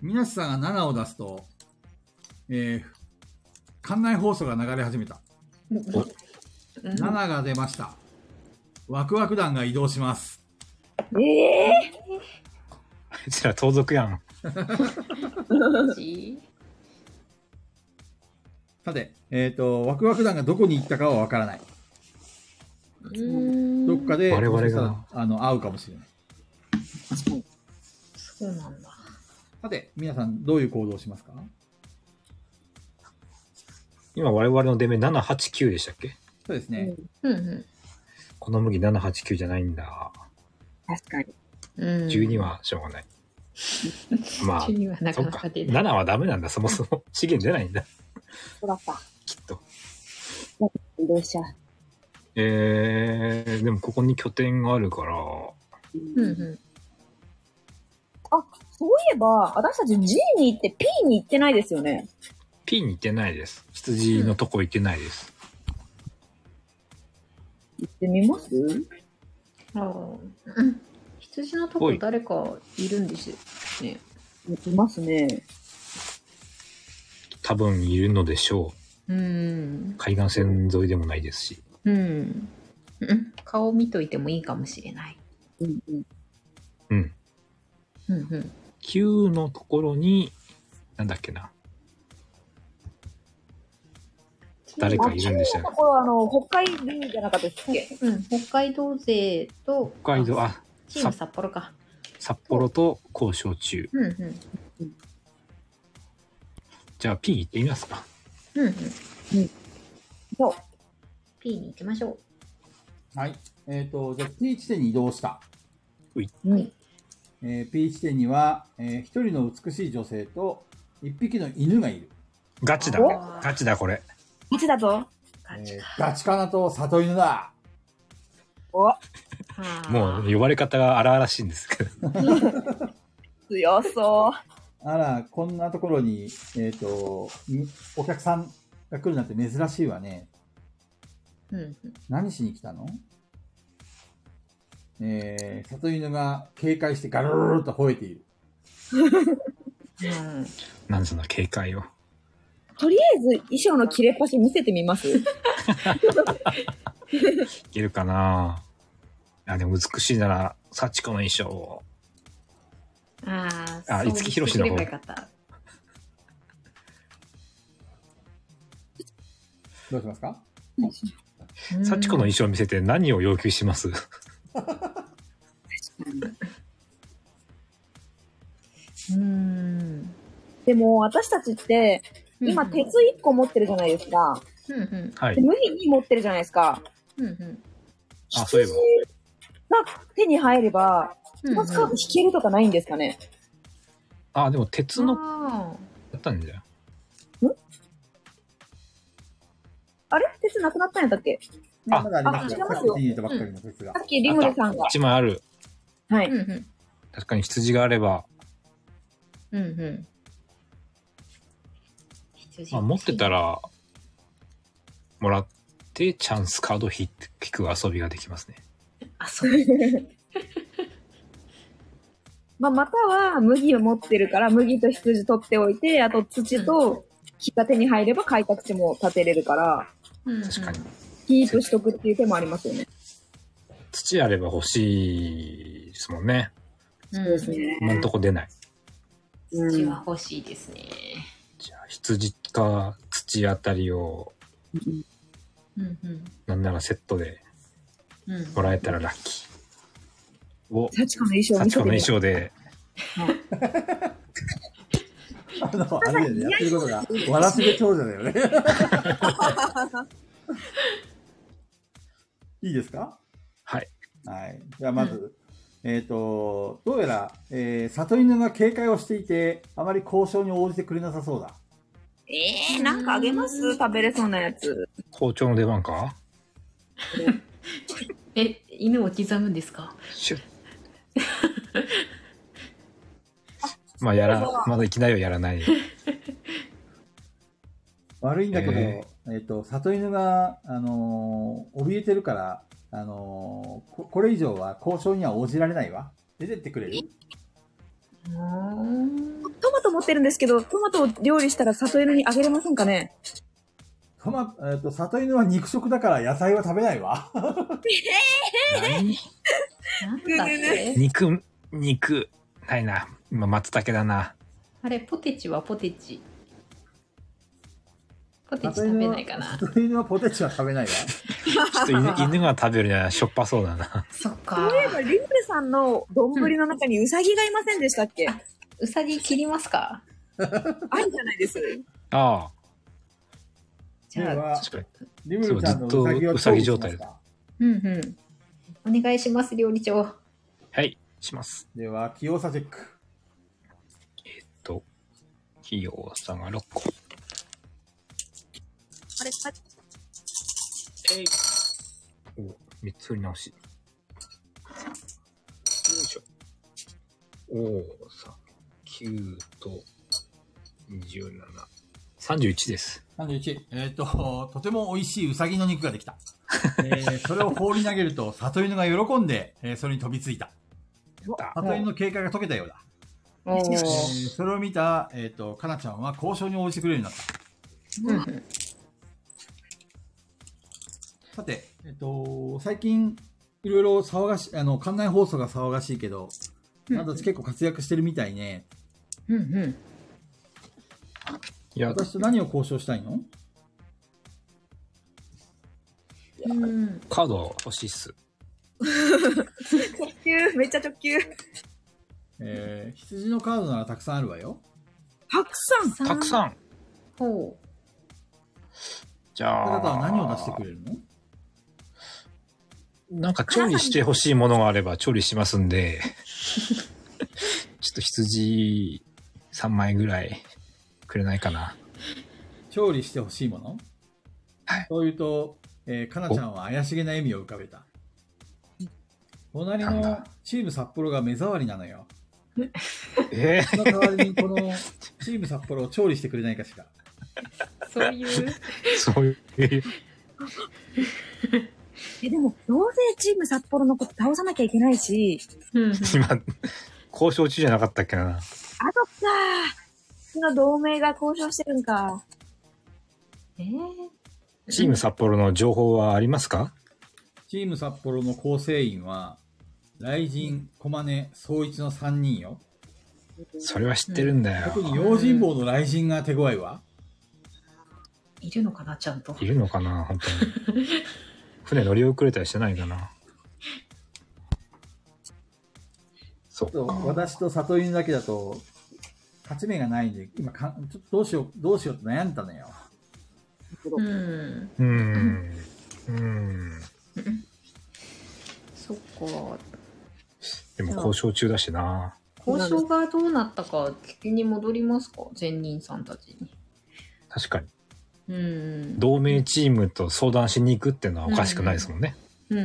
A: みなちさんが7を出すと、えー、館内放送が流れ始めた。
D: うん
A: 7が出ました。ワクワク団が移動します。
B: ええ
C: あ、 うちら盗賊やん。
D: ち
A: さて、えっ、と、ワクワク団がどこに行ったかはわからない。
D: うん
A: どっかで、
C: 我々が
A: もしかしたらあの、会うかもしれない。
D: そうなんだ。
A: さて、皆さん、どういう行動をしますか
C: 今我々の出目789でしたっけ
A: そうですね。
D: うん
C: この麦789じゃないんだ。
B: 確かに。
D: うん。うん
C: 12。はしょう がない。まあ、
D: 12はな
C: そ
D: か
C: っ
D: な
C: か。
D: か出
C: 7
D: ない。
C: はダメなんだ、そもそも。 資源出ないんだ、
B: そうだった。
C: きっと。
B: 移動しちゃう。
C: えー、でもここに拠点があるから、
D: うんう
B: そういえば、私たち G に行って P に行ってないですよね。
C: P に行ってないです。羊のとこ行ってないです。
B: 行ってみます
D: ん。ああ。うん羊のとこ誰かいるんですよね。
B: 行きますね。
C: 多分いるのでしょう。
D: うん。
C: 海岸線沿いでもないですし。
D: うん。うん顔見といてもいいかもしれない。
B: うんうん。
C: うん。
D: うんうん。
C: 9のところに、なんだっけな。誰かいるんでした
B: あ
C: よ
B: ところあの、北海道じゃなかったっけ
D: うん、北海道勢と、
C: 北海道、
D: あ
C: あ、
D: チーム札幌か。
C: 札幌と交渉中。
D: うんうん。
C: じゃあ P 行ってみますか。
D: うんうん。
B: そう。
D: P に行きましょ
A: はい。えっ、と、じゃあ、P 地点に移動した。
D: う。はい。
A: えー、P 地点には、えー、一人の美しい女性と、一匹の犬がいる。
C: ガチだ
D: お。
C: ガチだ、これ。
B: いつだぞ
D: ガチ
A: えー
D: か。
A: ガチカナと里犬だ。
B: お、
D: はあ
C: もう、呼ばれ方が荒々しいんですけど。
B: 強そう。
A: あら、こんなところに、えっ、と、みお客さんが来るなんて珍しいわね。
D: うんうん。
A: 何しに来たのえー、里犬が警戒してガルルルルと吠えている。
D: うん
C: なんその警戒を。
B: とりあえず衣装の切れ端見せてみます
C: いけるかないや、でも美しいなら、幸子の衣装を。
D: あ
C: あ
D: あ、そう
C: 五木ひろしの方
D: 言ってくればよかった
A: どうしますか
D: うん
C: 幸子の衣装を見せて何を要求します
B: でも、私たちって、今、
D: うんうん
B: 鉄1個持ってるじゃないですか。
D: うんうん
C: は
B: で
C: い。
B: 無理に持ってるじゃないですか。
D: うんうん
C: あ、そういえば。
B: が手に入れば、
D: うん
B: マスカート引けるとかないんですかね。
C: あ、でも鉄の
D: あ
C: だったんじゃん。
B: あれ鉄なくなったんやったっけ
C: あ
A: まだあります
B: あ違いますよ
A: 手に入れたばっかりの鉄が
B: さ。っきリムルさんが。
C: 一枚ある。
B: は
D: ー
B: い。
D: うんうん
C: 確かに羊があれば、
D: うんうん羊
C: まあ、持ってたら、もらって、チャンスカードを引く引く遊びができますね。
D: あそう
B: まあ、または、麦を持ってるから、麦と羊取っておいて、あと土と木が手に入れば開拓地も建てれるから、
C: 確かに。
B: キープしとくっていう手もありますよね。
C: 土あれば欲しいですもんね。
D: うん
B: そうですね。
C: 今んとこ出ない。
B: うん
D: 土は欲しいですね
C: じゃあ、羊か土あたりを、
D: うんうん
C: なんならセットで
D: うん
C: もらえたらラッキー。お、
B: 幸子の衣装を見せ
C: 幸子
B: てみ
C: の
A: あ
B: る
C: 衣装で、
A: の、あれだよね、やってることが、わらしべ長者だよね。いいですか
C: はい。
A: はい。じゃあ、まず、えっ、と、どうやら、えー、里犬が警戒をしていて、あまり交渉に応じてくれなさそうだ。
B: えー、なんかあげます食べれそうなやつ。
C: 包丁の出番か
D: え犬を刻むんですか
C: シュッ。 まあ、やら、まだいきなりはやらない。
A: 悪いんだけど、え
C: え
A: っ、と、里犬が、あのー怯えてるから、あのーこ、これ以上は交渉には応じられないわ。出てってくれる
B: トマト持ってるんですけど、トマトを料理したら里犬にあげれませんかね
A: トマ、えっ、と、里犬は肉食だから野菜は食べないわ。
C: 何
D: なんだっ て
C: 肉、肉、ないな。今、松茸だな。
D: あれポテチはポテチポテチ食べないかな
A: 里犬はポテチは食べないわ。
C: ちょっと犬犬が食べるにはしょっぱそうだな。
D: そっ
B: そ
D: か
B: ういえば、リムルさんの丼の中にウサギがいませんでしたっけ、あ
D: うさぎ切りますか
B: るじゃないです。
C: あ
D: じゃあ
A: では
C: あ、確かに。
A: リムルちゃんのウサギを
C: そうず
A: 調
C: っとウサギ
A: 理しま
C: 状態
A: す
C: だ
A: か
D: うんうん。お願いします、料理長。
C: はい、します。
A: では、器用さチェック。
C: と、費用さが6個。
B: あれ、さ
C: えい。お、3つ振り直し。よいしょ。おー、さ、9と27。31です。
G: 31。えっ、と、とても美味しいウサギの肉ができた。えーそれを放り投げると、里犬が喜んで、えーそれに飛びついた。里犬の警戒が解けたようだ。
D: おお。
G: えーそれを見た、えっ、と、かなちゃんは交渉に応じてくれるようになっ
D: うんうん
G: た。さて、えっ、と、最近、いろいろ騒がし、あの、館内放送が騒がしいけど、
D: うん
G: あなた結構活躍してるみたいね。
D: うんうん。
C: いや、
G: 私と何を交渉したいの
D: うん
C: カード欲しいっす。
B: 直球、めっちゃ直球。
G: えー羊のカードならたくさんあるわよ。
B: たくさん
C: たくさん
D: ほ
C: じゃ
G: あ
C: あ。
G: なたは何を出してくれるの
C: なんか調理してほしいものがあれば調理しますんで、ちょっと羊3枚ぐらいくれないかな。
G: 調理してほしいもの
C: はい
G: そういうと、えーかなちゃんは怪しげな笑みを浮かべた。隣
C: なん
G: の
C: だ
G: チーム札幌が目障りなのよ。
C: え
G: その代わりにこ のチーム札幌を調理してくれないかしら。
D: う。そういう。
C: えそういう。
B: え、でも、どうせチーム札幌のこと倒さなきゃいけないし、
D: うんうん
C: 今、交渉中じゃなかったっけな。
B: あとか、うちの同盟が交渉してるんか。
D: えー
C: チーム札幌の情報はありますか
G: チーム札幌の構成員は、雷神、駒根、総一の3人よ。
C: それは知ってるんだよ
G: 特。に用心棒の雷神が手強いわ。
D: いるのかな、ちゃんと。
C: いるのかな本当に。船乗り遅れたりしてないかな。そう
G: ちょっと私と里犬だけだと、
A: 勝ち目がないんで、今かん、ちょっとどうしよう、どうしようって悩んだのよ。
D: うん。
C: うん。うん。
D: そっか。
C: でも交渉中だしな。
D: 交渉がどうなったか聞きに戻りますか前任さんたちに。
C: 確かに。
D: うん。
C: 同盟チームと相談しに行くっていうのはおかしくないですもんね。
D: うんう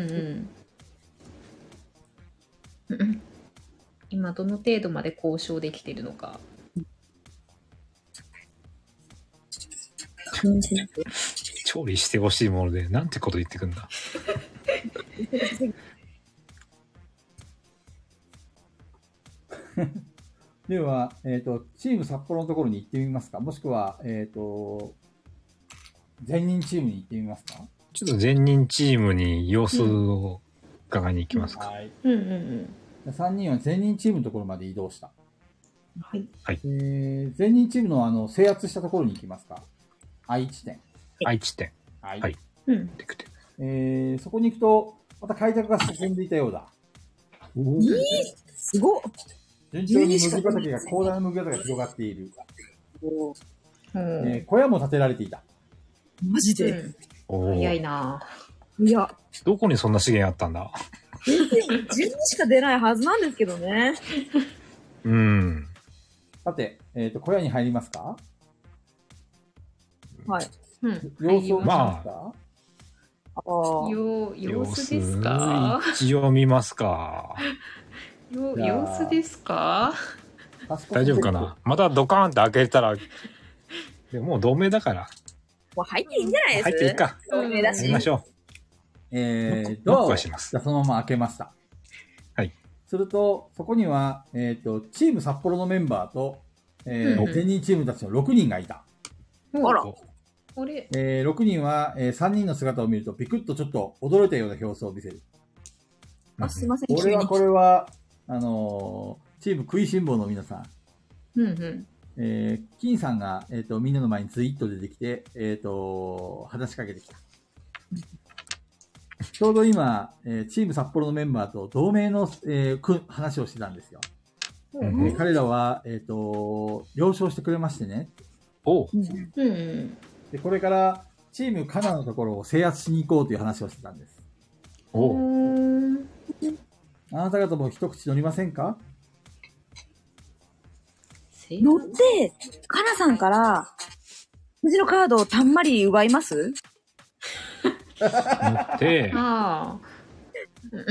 D: んうん。今どの程度まで交渉できてるのか。
C: 調理してほしいもので、なんてこと言ってくんだ。
A: では、えっ、と、チーム札幌のところに行ってみますかもしくは、えっ、と、全人チームに行ってみますか
C: ちょっと前任チームに様子を伺いに行きますか。
A: はい。
D: うんうん
A: 3人は全人チームのところまで移動した。
D: うん。はい。
A: えー、全人チームのあの、制圧したところに行きますか愛知店。
C: 愛知店。
A: はい
C: はい
D: うん。
C: でくて。
A: えー、そこに行くと、また開拓が進んでいたようだ。
B: すごっ
A: 順調に麦畑が、広大な麦畑が広がっている。
D: うん
A: えー、小屋も建てられていた。
B: マジで、
C: お
D: うん
C: ー
D: 早いな。
B: いや、
C: どこにそんな資源あったんだ
B: 自分しか出ないはずなんですけどね。
C: うん。
A: さて、えっ、と、小屋に入りますか
B: はい。
D: うん。
A: 様子を見
D: ま
C: まあ
A: ますか
B: ああ。
D: よ様子ですか
C: 様子一応見ますか。
D: よ
A: じゃあ
D: 様子ですか
C: 大丈夫かなまたドカーンって開けたら、でももう同盟だから、
B: もう入っていいんじゃないです
C: 入っていくか。
B: 透明だし
C: 見ましょ
A: えー、
C: ノック
A: ドアを
C: は
A: じ
C: し
A: ゃ
C: ま
A: あ
C: す
A: そのまま開けました。
C: はい。
A: すると、そこには、えっ、と、チーム札幌のメンバーと、え
D: うんう
A: ー、
D: ん
A: 全人チームたちの6人がいた。
D: あ
B: あら
D: あれ
A: えー、6人は、えー、3人の姿を見ると、ピクッとちょっと驚いたような表情を見せる。
C: う。
B: あ、すいません、
A: これ
B: 急
A: は
B: に。
A: これは、あのーチーム食いしん坊の皆さん、
D: うんうん。
A: えー、金さんが、えっ、と、みんなの前にツイッと出てきて、えっ、と、話しかけてき た。ちょうど今、えーチーム札幌のメンバーと同盟の、えーく話をしてたんですよ。
C: うん
A: えー彼らは、えっ、と、了承してくれましてね。
C: おう
D: うんうん。
A: で、これから、チームカナのところを制圧しに行こうという話をしてたんです。
C: おう
D: うーん
A: あなた方も一口乗りませんか
D: せ
B: 乗って、かなさんから、うちのカードをたんまり奪います
C: 乗って、
D: ああ。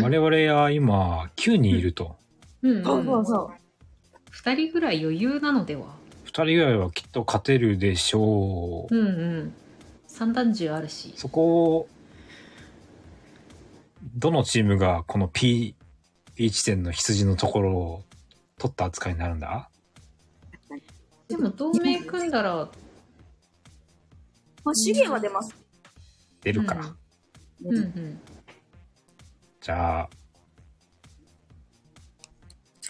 C: 我々は今、9人いると。
D: うん、うん。
B: そうそうそう。
D: 2人ぐらい余裕なのでは
C: 2人ぐらいはきっと勝てるでしょう
D: う。んうん三段銃あるし
C: そこを、どのチームがこの P、P 地点の羊のところを取った扱いになるんだ
D: でも同盟組んだら
B: まあ、資源は出ます。
C: 出るか。
D: うんうん
C: じゃあ、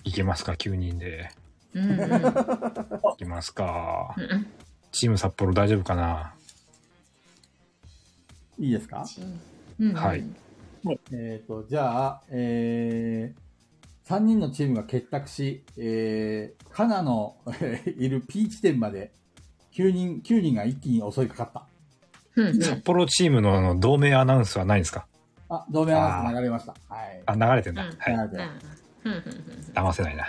C: いけますか、9人で。
D: うんうん
C: いきますか。
D: うんうん
C: チーム札幌大丈夫かない
A: いですか
D: うんうん
C: はい
A: えっ、と、じゃあ、えー、3人のチームが結託し、えー、カナのえーいる P 地点まで9人、9人が一気に襲いかかった。
D: うんうん
C: 札幌チームのあの同盟アナウンスはないんですか
A: あ、同盟アナウンス流れました。はい。
C: あ、流れてんだ。
D: うん
C: はい。
A: 流れ
D: うんうん
C: 騙せないな。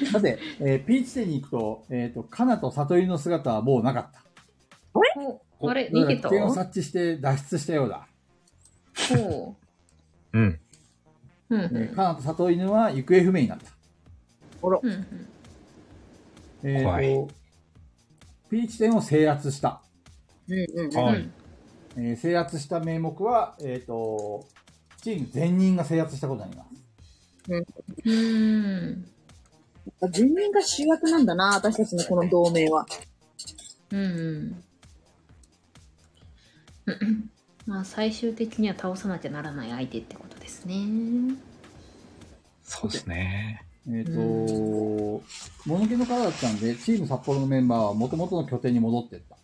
A: てさて、えー、P 地点に行くと、えっ、と、カナと悟りの姿はもうなかった。
D: うんおあれ
A: どう
D: 逃
A: やら
D: げ
A: 危
D: た
A: 険を察知して脱出したようだ。
D: ほ
C: うん。
D: ううんう
A: えー、
D: ん
A: カナと悟りのは行方不明になった。
D: うんうん
A: え
C: 怖
A: ー、
C: い
A: と、P 地点を制圧した。
B: うんうん。
C: は
D: う
C: い
D: ん。
A: えー制圧した名目は、えっ、と、チーム全員が制圧したことになります。
D: うーん
B: 全員が主役なんだな、私たちのこの同盟は。
D: うんうんうんまあ最終的には倒さなきゃならない相手ってことですね
C: そうですね。
A: えっ、と、もぬけの殻だったんで、チーム札幌のメンバーは元々の拠点に戻っていった。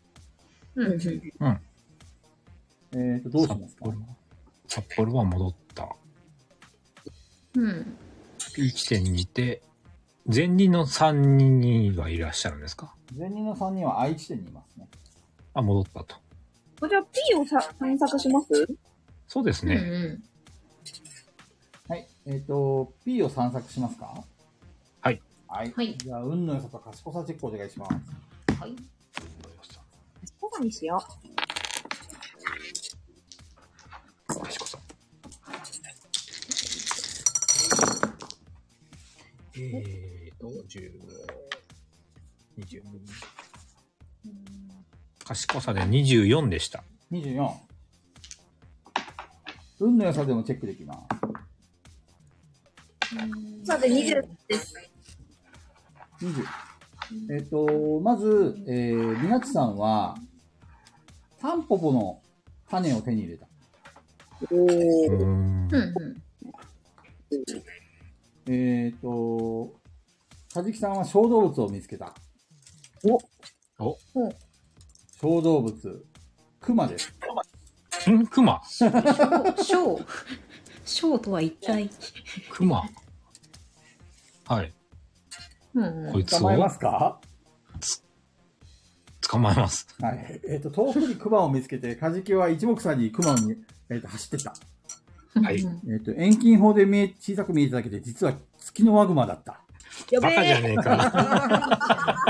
D: うんうん
A: えっ、と、どうしますか
C: 札幌札幌は戻った。
D: うん
C: P 地点にいて、前任の3人はいらっしゃるんですか
A: 前任の3人は愛知県にいますね。
C: あ、戻ったと。
B: じゃあ P をさ探索します
C: そうです
D: うん
C: ね。
D: う
A: はい。えっ、と、P を散策しますか
C: はい。
A: はい。
D: はい
A: じゃあ、運の良さと賢さチェックお願いします。
D: ん。はい。
B: そうなんにしよ
C: かしこさん。えーと、10、20。賢さで24でした。
A: 24。運の良さでもチェックできます。
B: う。さて、20です。
A: 20。えっ、と、まず、えー、みなちさんは、タンポポの種を手に入れた。
B: お
C: うーん
D: うんう
A: えっ、と、かじきさんは小動物を見つけた。
C: お、
A: 小動物、クマです。
C: んクマ
D: ん。ショー。ショーとは一体。
C: クマはい。
D: うんう
C: こ
D: ん。
C: いつ
A: 捕まえま
C: を
A: すか
C: 捕まえます。
A: はい。えっ、と、遠くにクマを見つけて、カジキは一目散にクマに、えー、と走ってった。
C: はい
D: うん
A: えっ、と、遠近法で見え、小さく見えただけで、実は月のワグマだった。
B: やべ
C: バカじゃ
B: え。
C: ねえか。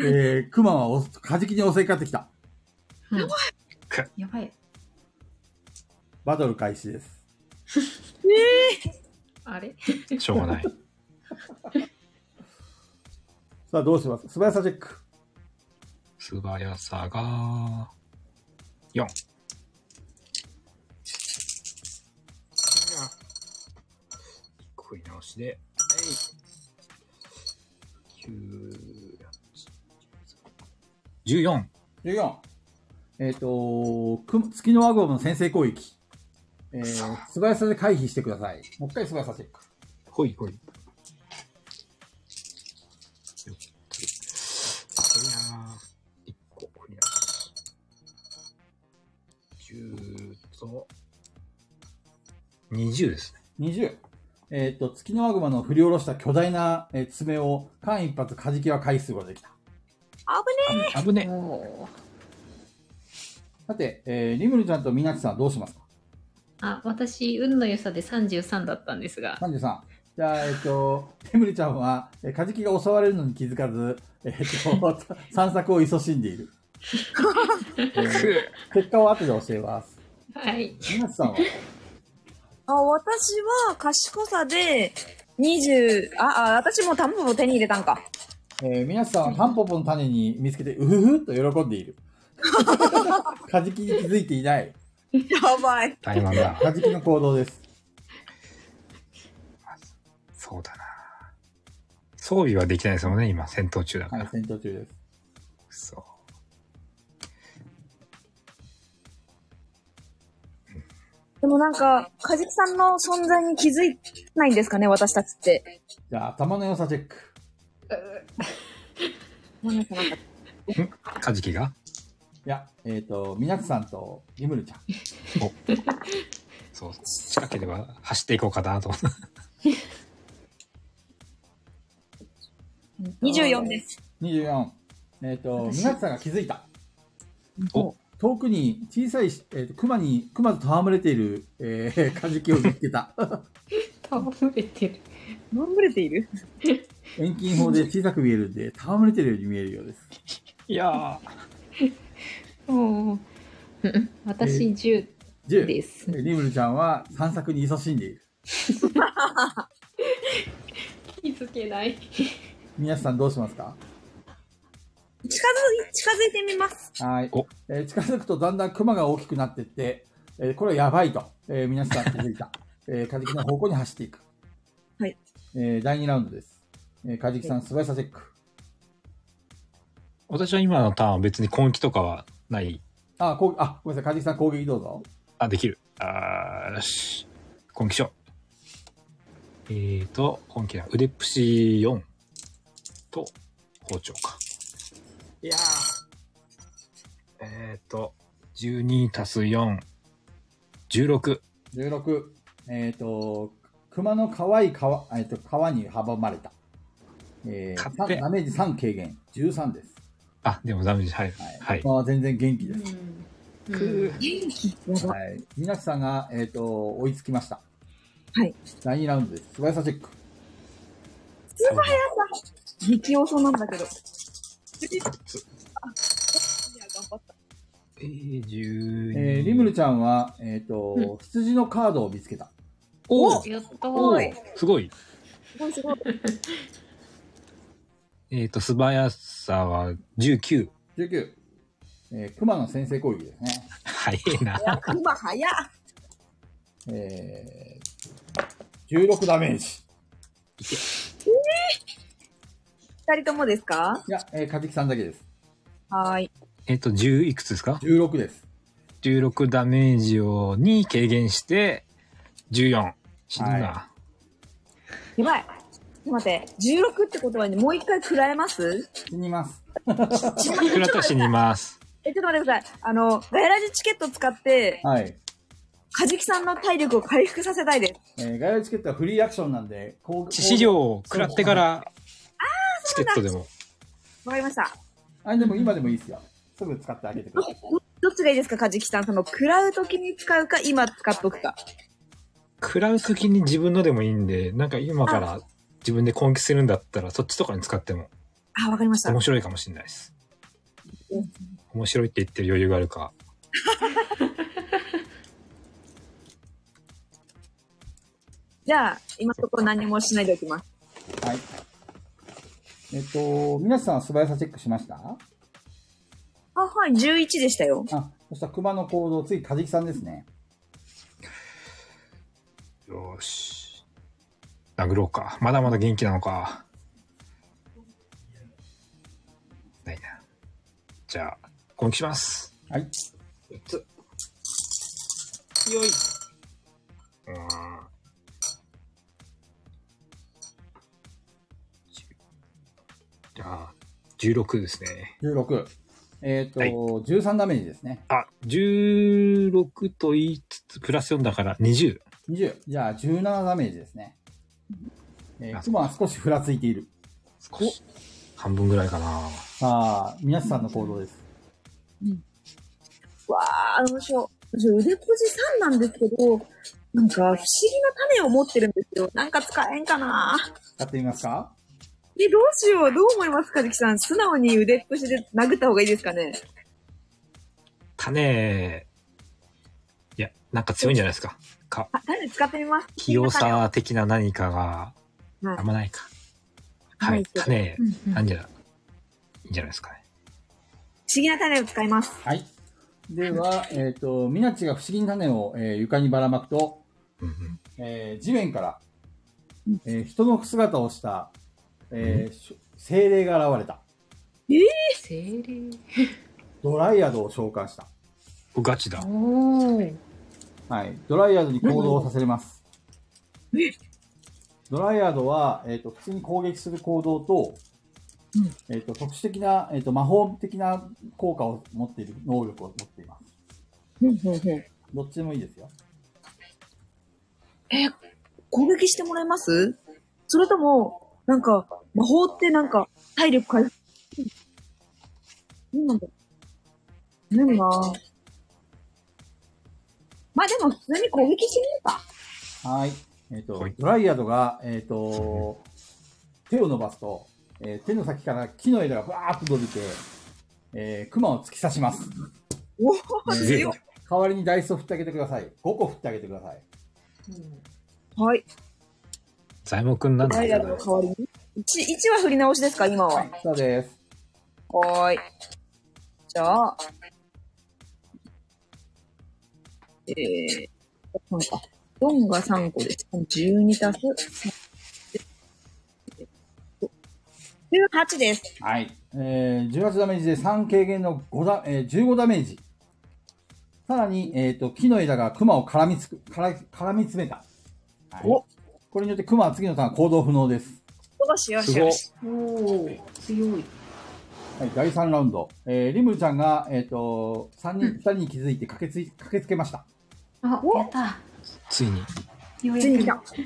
A: えー、クマはおカジキに襲いかかってきた。
D: やばい。
A: バトル開始です。
D: あれ
C: しょうがない。
A: さあ、どうします素早さチェック。
C: 素早さが、4。食い直しで、はい。9 14。
A: 14。えっ、とクマ、月のワグマの先制攻撃。えー、素早さで回避してください。もう一回素早さチェック。
C: ほいほい。よっこりゃー、1個クリア。10と、20ですね。
A: 20。えっ、と、月のワグマの振り下ろした巨大な、えー爪を間一髪カジキは回避することができた。
C: あぶね。
D: おー
A: さて、えー、リムルちゃんとミナキさんはどうしますか
D: あ、私、運の良さで33だったんですが。
A: ?33。じゃあ、えっ、と、リムルちゃんは、えーカジキが襲われるのに気づかず、えっ、と、 散策を勤しんでいる。えー結果を後で教えます。
D: はい。
A: ミナキさんは
B: あ、私は賢さで20、あ、あ、私もタンポポ手に入れたんか。
A: えー、皆さんはタンポポの種に見つけて、うふふと喜んでいる。 カジキに気づいていない。
B: やばい。
C: 大変だ。
A: カジキの行動です。
C: そうだな。装備はできないですもんね、今、戦闘中だか
A: はい
C: ら、。
A: 戦闘中です。
C: そう。
B: でもなんか、カジキさんの存在に気づいないんですかね、私たちって。
A: じゃあ、頭の良さチェック。
B: なんかなんか
C: カジキが
A: いや、えっ、と、みなつさんとリムルちゃん。
C: そう。近ければ走っていこうかなと思って。
B: 24です。
A: 24。えっ、と、み
D: 私
A: なつさんが気づいた。
C: お
A: 遠くに小さいし、えっ、と、熊に、熊と戯れている、えー、 カジキを見つけた。
D: 倒れてる。
B: ぶれている
A: 遠近法で小さく見えるんで、戯れてるように見えるようです。
C: いや
D: おーうん私、10
A: 10。
D: です。
A: リムルちゃんは散策に勤しんでいる。
D: 気づけない。
A: 皆さんどうしますか
B: 近づ、近づいてみます。
A: はい
C: お、
A: えー近づくとだんだんクマが大きくなっていって、えーこれはやばいと、えー皆さん気づいた。 えーカジキの方向に走っていく。
B: はい。
A: えー第2ラウンドです。えーカジキさん、素早さチェック。
C: 私は今のターンは別に根気とかはない
A: あ、こう、あ、ごめんなさい、カジキさん攻撃どうぞ。
C: あ、できる。あーよし。根気書。えーと、根気な腕っぷし4と包丁か。いやー。えーと、12足す4、16。
A: 16。えっ、と、熊の可愛い川、えっと、川に阻まれた。えー、
C: 勝
A: さん
C: 手
A: ダメージ3軽減、13です。
C: あ、でもダメージ入る。は
A: はい。
C: い。
A: まあ全然元気
D: う
A: です。
D: ん
C: く
A: はい。みなしさんが、えっ、と、追いつきました。
B: はい。
A: 第2ラウンドです。素早さチェック。
B: すごい激遅なんだけど。
C: えー、12。
A: えー、リムルちゃんは、えっ、と、羊のカードを見つけた。
C: お
D: やった
C: お
D: ー
C: ーすごい。
B: すごいすごい。
C: えっ、と、素早さは19。
A: 19。えー、熊の先制攻撃ですね。
C: 早いな。
B: 今早っ
A: えー、16ダメージ。
B: 二人ともですか
A: いや、えー、かじきさんだけです。
B: はーい。
C: えっ、と、10いくつですか
A: 16です。
C: ?16 ダメージを2軽減して、14。死ぬな。
A: は
B: やばい。ちょっと待って、16ってことはね、もう一回食らえます
A: 死にます。
C: いくらと死にます。
B: え、ちょっと待ってください。あの、ガヤラジチケット使って、
A: はい。
B: カジキさんの体力を回復させたいです。
A: えー、外来チケットはフリーアクションなんで、こう
C: 致死量を食らってから、チケットでも。
B: わかりました。
A: あ、でも今でもいいですよ。すぐ使ってあげてください。
B: どっちがいいですか、カジキさん。その、食らうときに使うか、今使っとくか。
C: 食らうときに自分のでもいいんで、なんか今から自分で攻撃するんだったら、そっちとかに使っても
B: あ、わかりました。
C: 面白いかもしれないです。面白いって言ってる余裕があるか。
B: じゃあ、今のところ何もしないでおきます。
A: はい。えっと、皆さんは素早さチェックしました
B: あ、はい、11でしたよ。
A: あ、そしたら熊の行動、次、カジキさんですね。
C: よーし。殴ろうか。まだまだ元気なのか。ないな。じゃあ、攻撃します。
A: はい。
C: 4つ。よい。うーん。じゃあ、16ですね。
A: 16。えっと、
C: はい
A: 13ダメージですね。
C: あ、16と言いつつ、プラス4だから20。
A: 20。じゃあ、17ダメージですね。えー、
C: あ
A: 熊は少しふらついている。
C: 少し。半分ぐらいかな。
A: さあ、皆さんの行動です。
B: わー、どうしよう。私腕っぽじ3なんですけど、なんか不思議な種を持ってるんですよ。なんか使えんかな
A: やってみますか
B: え、どうしよう。どう思いますか、じきさん。素直に腕っぷしで殴った方がいいですかね。
C: 種、いや、なんか強いんじゃないですか。か、
B: あ、種使ってみます。
C: 器用さ的な何かが、
B: はい
C: あんまないか。
B: な
C: はいい、
B: けど
C: 種
D: う、んうん
C: なんじゃ、いいんじゃないですかね。
B: 不思議な種を使います。
A: はい。では、えっ、と、ミナチが不思議な種を、えー床にばらまくと、
C: うんうん、
A: えー地面から、えー人の姿をした、えーし精霊が現れた。
D: 精霊
A: ドライアドを召喚した。
C: おガチだ。
D: おー
A: はい。ドライアドに行動をさせれます。ドライアドは、えっ、と、普通に攻撃する行動と、えっ、と、特殊的な、えっ、と、魔法的な効果を持っている、能力を持っています。どっちでもいいですよ。
B: え、攻撃してもらえますそれとも、なんか、魔法ってなんか、体力回復。うんなんだなんだまあでも、普通に攻撃してみるか。
A: はい。えっ、と
C: はい、
A: ドライアドが、えっ、と、手を伸ばすと、えー手の先から木の枝がバーッと伸びて、えー、熊を突き刺します。
B: おお
C: すげえ
B: 強い。
A: 代わりにダイスを振ってあげてください。5個振ってあげてください。
B: はい。
C: 材木になんだ
B: ダイ
C: け
B: ヤの代
C: ど、
B: わりに。1、一は振り直しですか、今は。
A: そうです。
B: はーい。じゃあ、えー、なんか、4が3個です。12たす3。18です。
A: はい。えー、18ダメージで3軽減の5ダ、えー、15ダメージ。さらに、えっ、と、木の枝が熊を絡みつく、絡絡みつめた。はい、
B: お
A: これによって熊は次のターン行動不能です。
B: よしよし
C: すご
B: よ
C: っ
B: し。
D: おー強い
A: はい、第3ラウンド。えー、リムルちゃんが、えっ、と、3人、2人に気づいて駆けつい、駆けつけました。
D: あ
B: お
D: やった
C: ついに。
D: よう
B: ついに来
D: や
B: た
D: く。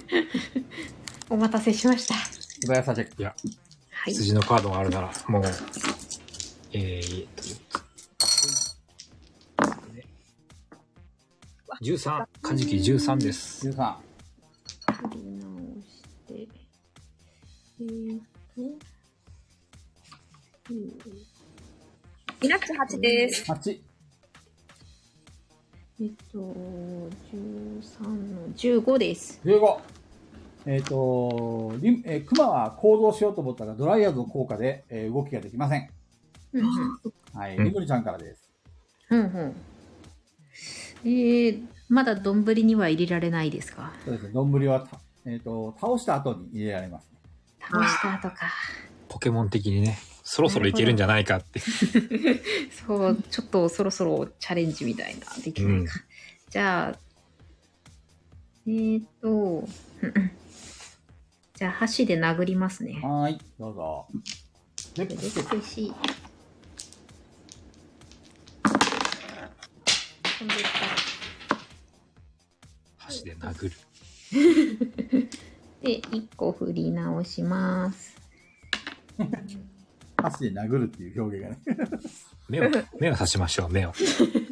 D: お待たせしました。
A: 素早さチェック。
D: はい。
C: 筋のカードがあるなら、もう、えー、13、カジキ13です。
A: 13。
D: 取り直して。えーとうん
B: リラックス8です。
A: 8。
D: えっと、13の15です。
A: 15。えっ、と、リンえー、クマは行動しようと思ったが、ドライヤーズの効果で、えー動きができません。
D: うん
A: はい。
C: うん
A: リムリちゃんからです。
D: うん。うんえー、まだ丼には入れられないですか
A: そうですね。丼はた、えっ、と、倒した後に入れられます。
D: 倒した後か。
C: ポケモン的にね、そろそろいけるんじゃないかって。
D: そう、ちょっとそろそろチャレンジみたいな、できないか。じゃあ、えー、っと、 うんうんじゃあ箸で殴りますね。
A: はーい。どうぞ。で、
D: で
A: で
D: ですし。飛んでいった
C: 箸で殴る。
D: で、一個振り直します。
A: 箸で殴るっていう表現がね。
C: 目 を、目を刺しましょう、目を。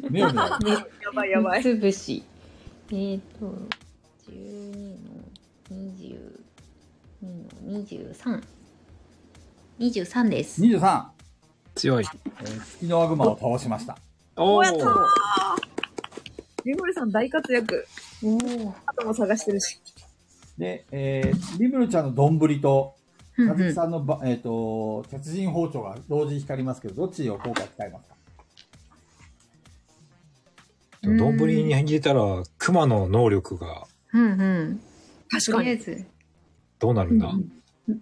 A: 目をね、
B: やばいやばい。
D: つぶし。えっ、と、12の22の23。23です。
A: 23。
C: 強い。
A: えー、月のワグマを倒しました。
C: お
B: こうやった
C: ー
B: リムルさん大活躍。
D: おお。
B: あとも探してるし。
A: で、えー、リムルちゃんの丼と、
D: うん
A: かず
D: う
A: きさんのば、えっ、と、鉄人包丁が同時に光りますけど、どっちを効果使いますか
D: うん
C: 丼に入れたら、熊の能力が
D: ん。うんうん。
B: 確
D: と
B: か
D: りあえ
B: に。
D: ず、
C: どうなるんだ、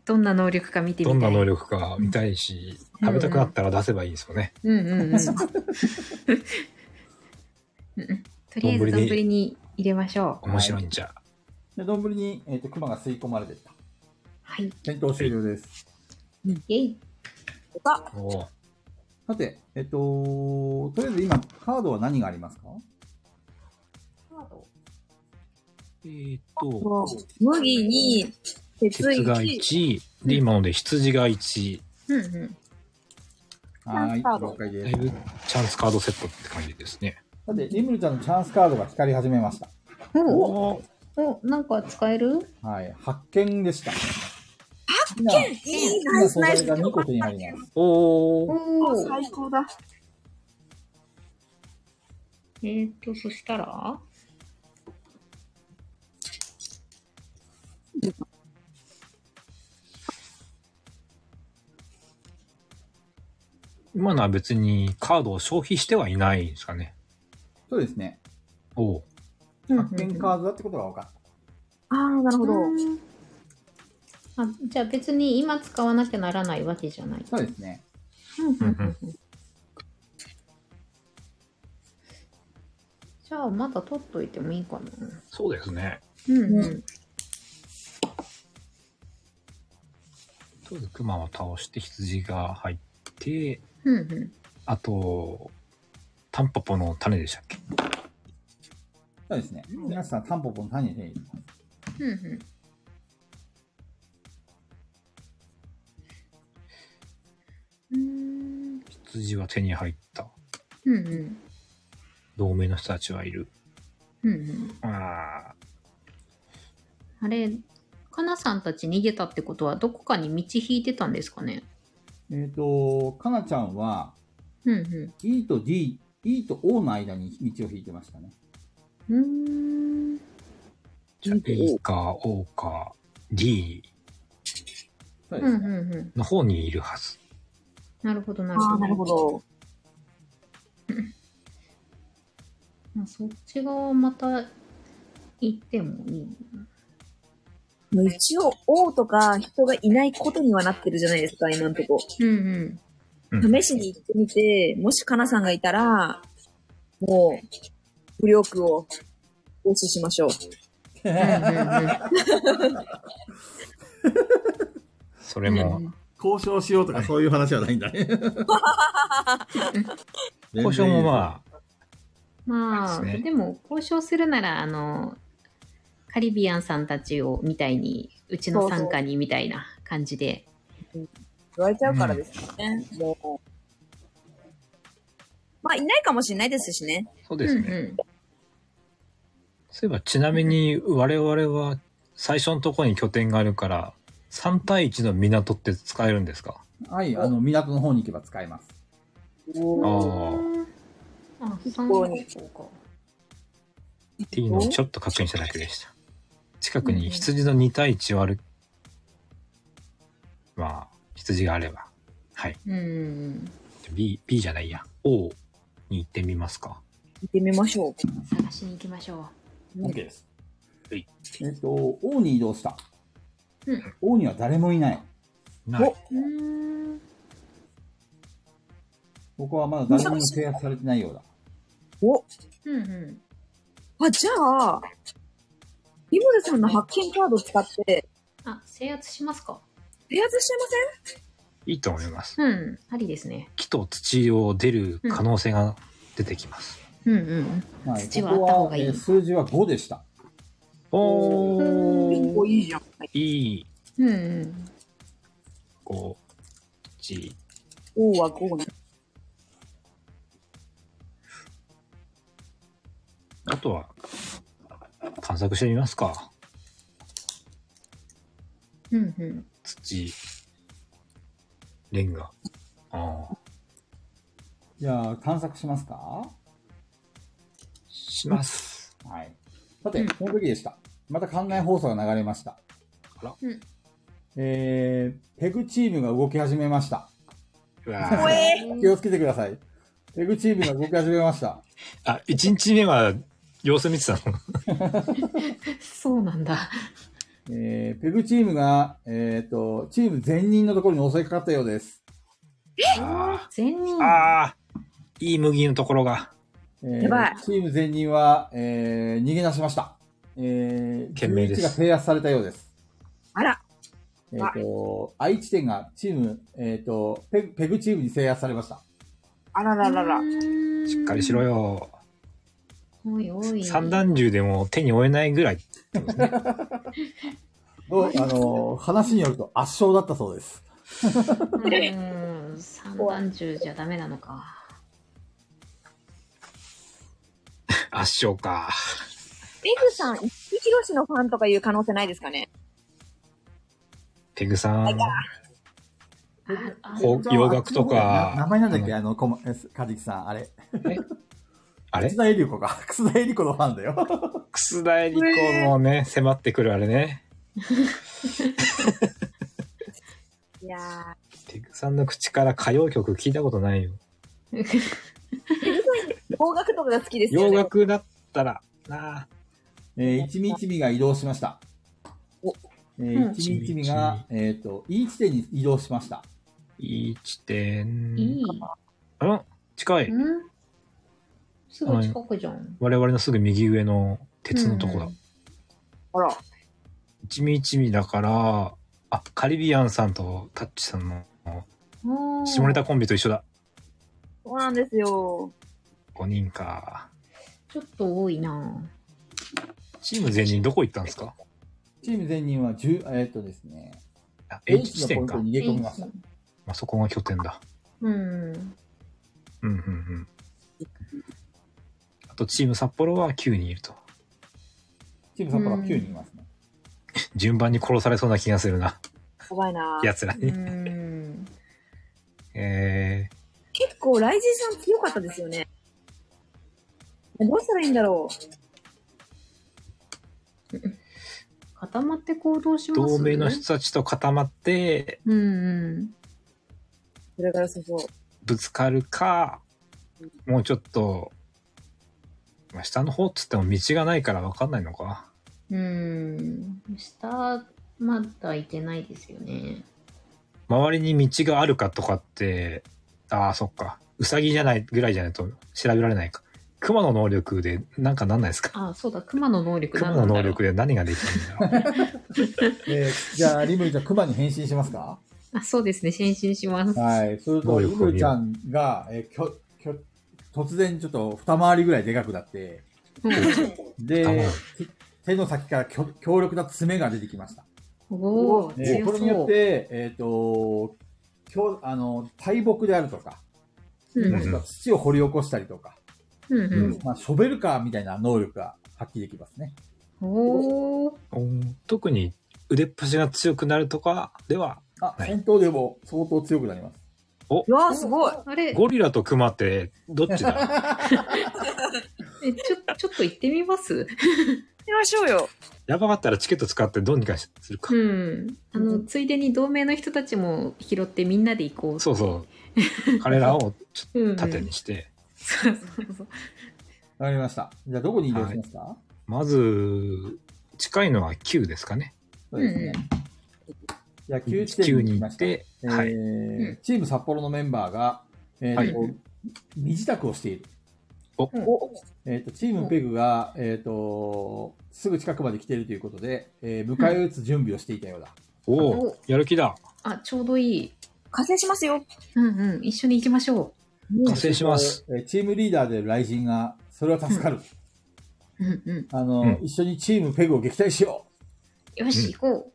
D: どんな能力か見てみた
C: ど
D: い。
C: んな能力か見たいし、
D: うん
C: 食べたくなったら出せばいいですよね。
D: うん うんうん。うんうんとりあえず
C: 丼に
D: 丼に入れましょう。
C: 面白いんじゃ。
A: で、丼に、えっ、と、熊が吸い込まれていった。
D: はい。
A: 戦闘終了です。
D: イェイ。
C: おー
A: さて、えっ、と、とりあえず今、カードは何がありますか
C: えーっと、
B: もう麦に、鉄
C: 鉄が
B: 1、
C: 1、で、今ので羊が1、
D: うんうん。
A: はーい、
B: カード
A: 了解
C: だ
A: で
C: い
A: す。
C: ぶチャンスカードセットって感じですね。
A: さて、リムルちゃんのチャンスカードが光り始めました。
D: お
C: おー
D: お、なんか使える
A: はい、発見でした。発
B: 見いいナイスナイス
A: が2個手になります。
C: おー
D: おお。
B: 最高だ。
D: えー、っと、そしたら
C: 今のは別にカードを消費してはいないんですかね。
A: そうですね。
C: おー
A: 発見カードだってことが分かった。
B: ああ、なるほど。
D: うんあじゃあ別に今使わなきゃならないわけじゃない。
A: そうですね。
C: うんうん
D: じゃあまだ取っといてもいいかな。
C: そうですね。
D: うん
B: う
D: うん。
C: とりあえず熊を倒して羊が入って、
D: うんうん。
C: あと、タンポポの種でしたっけ
A: そうですね。皆さん、タンポポの種に手に入れます。
D: うんうん。うーん
C: 羊は手に入った。
D: うんうん
C: 同盟の人たちはいる。
D: うんうん
C: ああ、
D: あれかなさんたち逃げたってことはどこかに道引いてたんですかね
A: えっ、と、かなちゃんは、
D: うんう
A: E と D、E と O の間に道を引いてましたね。
D: んうーん
C: じゃあ A か O か D
A: そうで
D: うん
A: す
D: う
A: ね。
D: んうん。
C: の方にいるはず。
D: なるほど、なる
B: あ
D: ほ
B: あ、
D: ど。
B: なるほど。
D: まあ、そっち側また行ってもいいな。
B: もう一応、王とか人がいないことにはなってるじゃないですか、今んとこ。
D: うんうん。
C: うん
B: 試しに行ってみて、もしかなさんがいたら、もう、武力を、行使しましょう。
C: それも、
G: 交渉しようとかそういう話はないんだね。
C: 交渉もまあ、
G: あ。
D: まあ、
C: そうですね
D: でも、交渉するなら、あの、カリビアンさんたちをみたいに、うちの傘下にみたいな感じで、
B: 言われちゃうからですよね。もう。まあ、いないかもしれないですしね。
C: そうですね。
D: うんうん
C: そういえば、ちなみに我々は最初のところに拠点があるから、3対1の港って使えるんですか
A: はい、あの、港の方に行けば使えます。
C: ああ
D: あ、そう
B: こに
D: か。
C: っていうのをちょっと確認しただけでした。近くに羊の2対1割る、まあ、羊があれば。はい。
D: うん。
C: B、B じゃないや。O に行ってみますか。
B: 行ってみましょう。
D: 探しに行きましょ
A: OK です。
C: はい。
A: えっと、王に移動した。
D: うん
A: 王には誰もいない。
C: ない。
D: う。うん。
A: ここはまだ誰にも制圧されてないようだ。
B: お
D: うんうん。
B: あ、じゃあ、リムルさんの発見カード使って、
D: あ、制圧しますか。
B: 手圧しちゃいません
C: いいと思います。
D: うん。ありですね。
C: 木と土を出る可能性が出てきます。
D: うんうん。
A: はい、
D: 土は
A: ここ
D: あった方がいい
A: えー数字は5でした。
C: おー、
B: いいじゃん。
C: いい、
D: うんうん。
C: こう、土、
B: 王は5ね。
C: あとは、探索してみますか。
D: うんうん。
C: 土、レンガ。ああ。
A: じゃあ、探索しますか
C: します。
A: はい。さて、
D: うん
A: この時でした。また館内放送が流れました。
C: あら
D: うん
A: えー、ペグチームが動き始めました。
C: うわー
A: 気をつけてください。ペグチームが動き始めました。
C: あ、一日目は様子見てたの
D: そうなんだ。
A: えー、ペグチームが、えっ、と、チーム全員のところに襲いかかったようです。
C: あ
D: 全人
C: ー。あー、いい麦のところが。
A: えー
B: やばい
A: チーム全員は、えー、逃げ出しました。えー、
C: 懸命です
A: 11が制圧されたようです。
B: あら、
A: えっ、と、愛知県がチーム、えっ、とペグ、ペグチームに制圧されました。
B: あらららら。
C: しっかりしろ。よ。
D: おいおい。
C: 三段銃でも手に負えないぐらい。
A: どうあのー、話によると圧勝だったそうです。
D: うん。三段銃じゃダメなのか。
C: 圧勝か。
B: ペグさん、一木ひろしのファンとかいう可能性ないですかね
C: ペグさん、
D: あ
C: こう洋楽とか
A: な。名前なんだっけあの、こも、えカジキさん、あれ。
C: あれ
A: 楠田エリ子か。 楠田エリ子のファンだ よ。
C: 楠田絵理子のね、迫ってくるあれね。
B: いやー。
C: ペグさんの口から歌謡曲聞いたことないよ。
B: 邦楽とかが好きですよ
C: 洋
B: ね。
C: 楽だったら、なあ
A: えー、一味一味が移動しました。
B: お
A: えー
D: うん
A: 一味一味が、えっ、と、いい地点に移動しました。
C: いい地点。
D: いい。
C: あ近い。
D: うんすぐ近くじゃん。
C: 我々のすぐ右上の鉄のとこだ。
D: うん
B: あら。
C: 一味一味だから、あ、カリビアンさんとタッチさんの
D: あー
C: 下ネタコンビと一緒だ。
B: そうなんですよ。
C: 5人か。
D: ちょっと多いな
C: チーム全員どこ行ったんですか
A: チーム全員は10、えっ、とですね、
C: あ、
A: エ
C: H
A: イチ
C: 地
A: のポイ
C: 点
A: ント
C: か。
A: に逃げ込みました。
C: あそこが拠点だ。
D: うん。
C: うんうんうん。あとチーム札幌は9人いると。
A: チーム札幌は9人いますね。
C: 順番に殺されそうな気がするな。
B: やばいな。
C: 奴ら
D: う
C: に。
D: ん。
C: え
B: 結構、ライジンさん強かったですよね。どうしたらいいんだろう。
D: 固まって行動し
C: ー、
D: ます
C: 同盟の人たちと固まって
D: うんうん。
B: それからそうそう。
C: ぶつかるか、もうちょっと、まあ、下の方っつっても道がないから分かんないのか。
D: うん。下、まだいてないですよね。
C: 周りに道があるかとかって、ああ、そっか。うさぎじゃないぐらいじゃないと調べられないか。熊の能力でなんかなんないですか
D: あ、そうだ、熊の能力
C: 熊
D: 何
C: の
D: なんだろ
C: 能
D: う
C: 力で何ができるんだろう。
A: えーじゃあ、リムルちゃん、熊に変身しますか
D: あ、そうですね、変身します。
A: はい。すると、
C: 能
A: リ
C: 力
A: ム
C: を見よう
A: ルちゃんが、えーきょ、きょ、突然ちょっと二回りぐらいでかくなって、
D: うん
A: で
C: 二回り、
A: き手の先から強強力な爪が出てきました。
D: おお、
A: えー
D: 強
A: これによ
D: そ
A: っ
D: う。
A: て、えっ、と、強あの、大木であるとか、
D: うん
A: もしくは土を掘り起こしたりとか、
D: うんうん
A: まあ、ショベルカーみたいな能力が発揮できますね。
D: おお、
C: おー特に腕っ端が強くなるとかでは、
A: あ、
C: はい
A: 戦闘でも相当強くなります。
B: うわあ、すごい。
D: あれ、
C: ゴリラとクマってどっ ちだ
D: えちょ、ちょっと行ってみます
B: 行きましょうよ。
C: やばかったらチケット使ってどうにかするか。
D: うん。あの、ついでに同盟の人たちも拾ってみんなで行こう。
C: そ うそう。彼らをちょっ
D: う。うん、うん。
C: と縦にして、
D: そうそうそう。
A: わかりました。じゃあ、どこに移動しますか、
C: まず、近いのは9ですかね。
A: そうですね。じゃあ、9地
C: 9
A: 点に
C: に
A: 行き
C: 行
A: ま
C: っ
A: した。
C: て、
A: えー
C: はい。
A: チーム札幌のメンバーが、え
C: は
A: ー
C: い
A: と身支度をしている。
C: お
A: えー、とチームペグが、えー、とすぐ近くまで来ているということで、えー迎え撃つ準備をしていたようだ。
C: おおやる気だ。
D: あ、ちょうどいい。
B: 加勢しますよ。
D: うんうん。一緒に行きましょ
C: 完成します。
A: えーチームリーダーで雷神が、それは助かる。
D: う。うんうん。
A: あの、
C: うん
A: 一緒にチームペグを撃退しよう。
D: よし、行こ
B: よ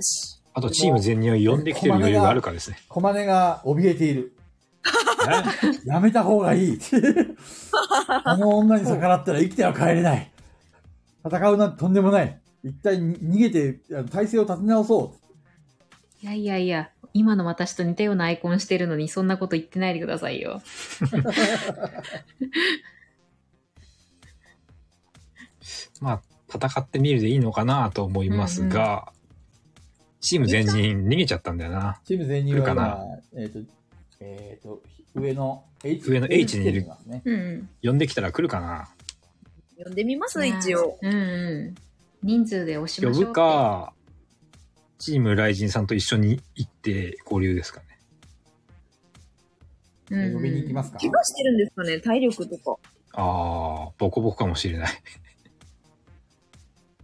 B: し。
C: あとチーム全員を呼んできてる余裕があるか ですね。
A: 小マネが怯えている。
C: ね
A: やめた方がいい。 あの女に逆らったら生きては帰れない。戦うなんてとんでもない。一体に逃げて、あの体勢を立て直そう。
D: う。いやいやいや、今の私と似たようなアイコンしてるのに、そんなこと言ってないでくださいよ。
C: まあ、戦ってみるでいいのかなと思いますが、チーム全員逃げちゃったんだよな。
A: チーム全員は
C: 来るかな
A: 今、えっ、と、えっ、と、上の H,
C: 上の H にいる
A: 地点ますね。
D: うんうん。
C: 呼んできたら来るかな。
B: 呼んでみます、一応。
D: うんうん。人数で押し
C: 呼
D: ましょう。
C: ぶ。か、チーム雷神さんと一緒に行って交流ですかね。
D: うんうん、
A: 呼びに行きますか、
B: 怪我してるんですかね、体力とか。
C: ああ、ボコボコかもしれない。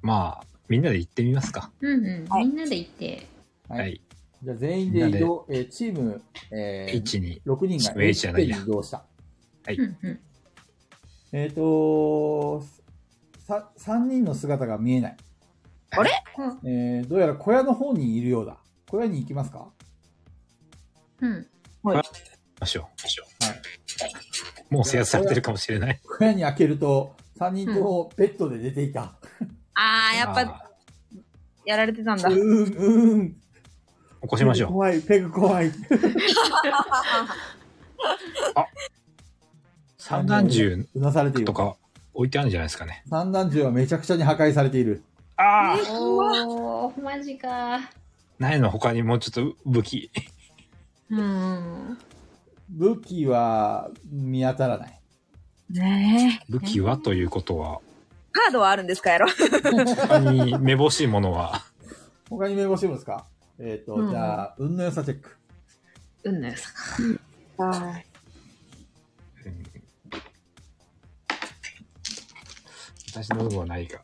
C: まあ、みんなで行ってみますか。
D: うんうん。
B: はい
D: みんなで行って。
A: は。
C: はいい。
A: じゃあ全員で移動、えーチーム、えー、
C: H に。
A: 6人
C: チー
A: が
C: ム
A: H
C: じゃない
A: に移
C: や
A: 動した。
C: う
D: うんうん。
A: えっ、とさ、3人の姿が見えない。
D: こ
A: えー、どうやら小屋の方にいるようだ。小屋に行きますか
D: ううん。
C: ましょう。もう制圧されてるかもしれない。
A: 小屋に開けると、3人ともベッドで出ていた。
B: あー、やっぱ、
C: あ
B: やられてたん
A: う
B: だ。
A: ん、うん。
C: ー起こしましょう。
A: 怖い、ペグ怖い。
C: 三段銃
A: うなされている
C: と。か置いてあるんじゃないですかね。
A: 三段銃はめちゃくちゃに破壊されている。
C: ああ、
D: おー、マジか。
C: ないの他にもうちょっと武器。
D: うん。
A: 武器は見当たらない。
B: ねえ。
C: 武器はということは、
B: カードはあるんですか、やろ。
C: 他にめぼしいものは。
A: 他に目星もですかえっ、と、
D: うん
A: じゃあ、運の良さチェック。
D: 運の良さか。
C: うん私の運はないが。
B: や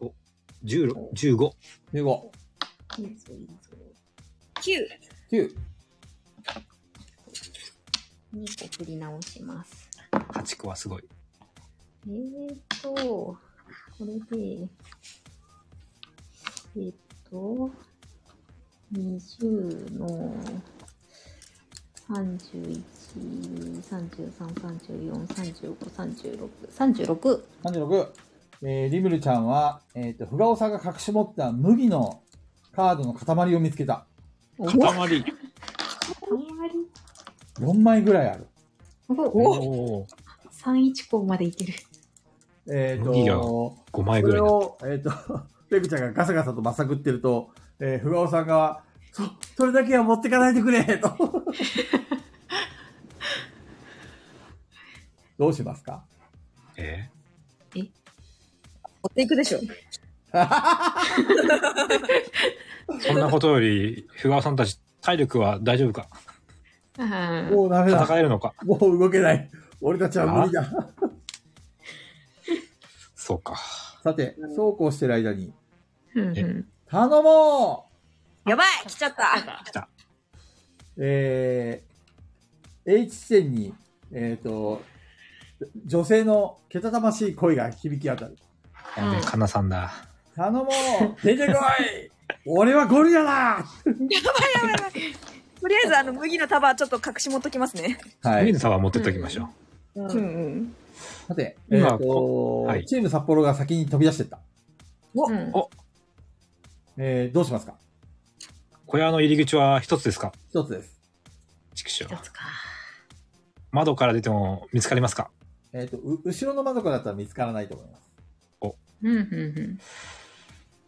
C: お、16、
A: 15、
C: 15。
D: いいぞいいぞ
B: 9。
A: 9、
D: に送り直します。
C: 8個はすごい。
D: えーっと、これで、えーっと、20の31、33、34、35、36、36。
A: 36。えー、リムルちゃんは、えっ、と、フガオさんが隠し持った麦のカードの塊を見つけた。
D: おおあんま
C: 塊。
D: り。
A: 4枚ぐらいある。
D: おお
C: おお。
D: !31 個までいける。
A: えっ、
C: 麦が
A: と、
C: 5枚
A: そ
C: ぐら
A: れを、えっ、
C: いだ。
A: と、 ペグちゃんがガサガサとまさぐってると、えー、フガオさんが、そ、それだけは持ってかないでくれ と。どうします か
C: え
B: 持っていくでしょ。
C: ーそんなことより、フガオさんたち、体力は大丈夫か
D: あ
A: もうダメだ。
C: 戦えるのか
A: もう動けない。俺たちは無理だ。
C: そうか。
A: さて、そうこうしてる間に、
D: うんうん。
A: 頼もう
B: やばい来ちゃった
C: 来た。
A: えー、H 地点に、えっ、と、女性のけたたましい声が響き当たる。
D: うん
C: かなさんだ。
A: 頼 もう出てこい俺はゴリラだ
B: とりあえず、あの、麦の束、ちょっと隠し持っときますね。
I: は
C: ミ
I: い
C: ル。さんは持ってっておきましょう。
B: うんうん。
A: さて、え
C: 今
A: ーと
C: はい
A: チーム札幌が先に飛び出してった。
D: うん
A: えーどうしますか
C: 小屋の入り口は一つですか
A: 一つです。
C: 畜生
D: 一。つか。
C: 窓から出ても見つかりますか
A: えっ、と、う後ろの窓からだったら見つからないと思います。
D: うんうんうん。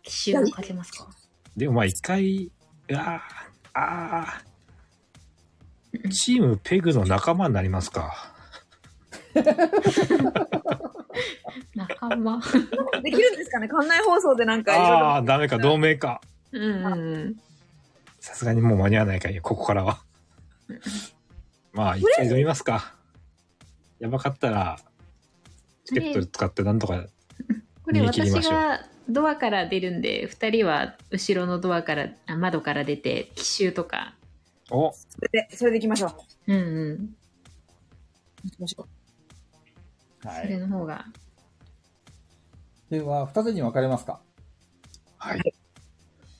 D: 奇襲をかけますか。
C: でもまあ一回、ああ、ああ、チームペグの仲間になりますか。
D: 仲 間。
B: できるんですかね館内放送でなんかいろいろ
C: ああ、ダメか、同盟か。
D: うんうんうん。
C: さすがにもう間に合わないかい、ここからは。まあ一回飲みますか。やばかったら、チケット使ってなんとか、
D: これ
C: 逃げ切り
D: 私
C: ましょう
D: がドアから出るんで、二人は後ろのドアから、あ窓から出て、奇襲とか。
C: お、
B: で、それで行きましょう。
D: うんうん。
B: 行きましょう。
A: は
D: それ
A: い。
D: の方が。
A: では、二つに分かれますか
C: はい。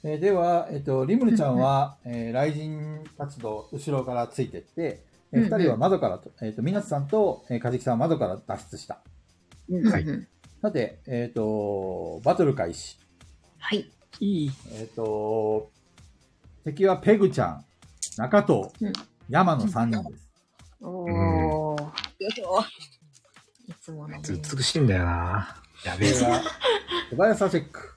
A: えーでは、えっ、と、リムルちゃんは、えー雷神たちと後ろからついてって、えー
D: うんうん
A: 二人は窓からと、えっ、と、ミナツさんと、えー、カジキさんは窓から脱出した。
C: は
D: うん
C: い。
D: うん
A: さて、えっ、と、バトル開始。
D: はい。
C: いい。
A: えっ、と、敵はペグちゃん、中藤、
D: うん
A: 山の三人です。
D: おー。
B: よいしょ
D: いつもの、ね。
C: 美しいんだよな。やべえ
A: で。は、小林さんチェック。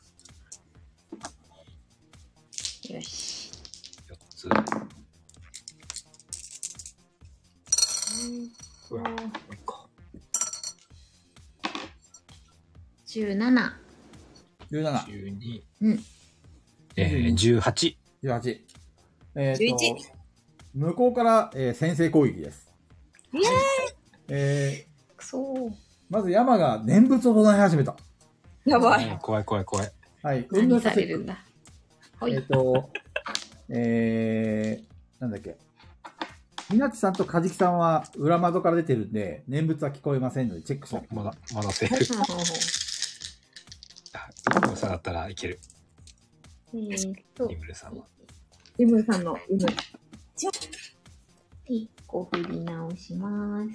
D: よし。
C: 四つ。うん
D: おー17。
A: 17、
C: 十二。
D: うん
C: えー、十八。
A: 18。えっ、
B: 11
A: と、向こうから、えー先制攻撃です。
B: イエーイ
A: えー
D: くそー。
A: まず山が念仏を唱え始めた。
B: やば
C: うん
B: い。
C: 怖い怖い怖い。
A: はい。
D: 何されるんだ。は
A: えっ、
D: い。
A: と、えー、なんだっけ。みなちさんとかじきさんは裏窓から出てるんで、念仏は聞こえませんので、チェックしなきゃいけ
C: ま
A: ない
C: だ、まだセーフ。良さだったらいける。
D: えーっと
C: リ、ムルさんは。
B: リムルさんの、リムル。
D: はいこう振り直します。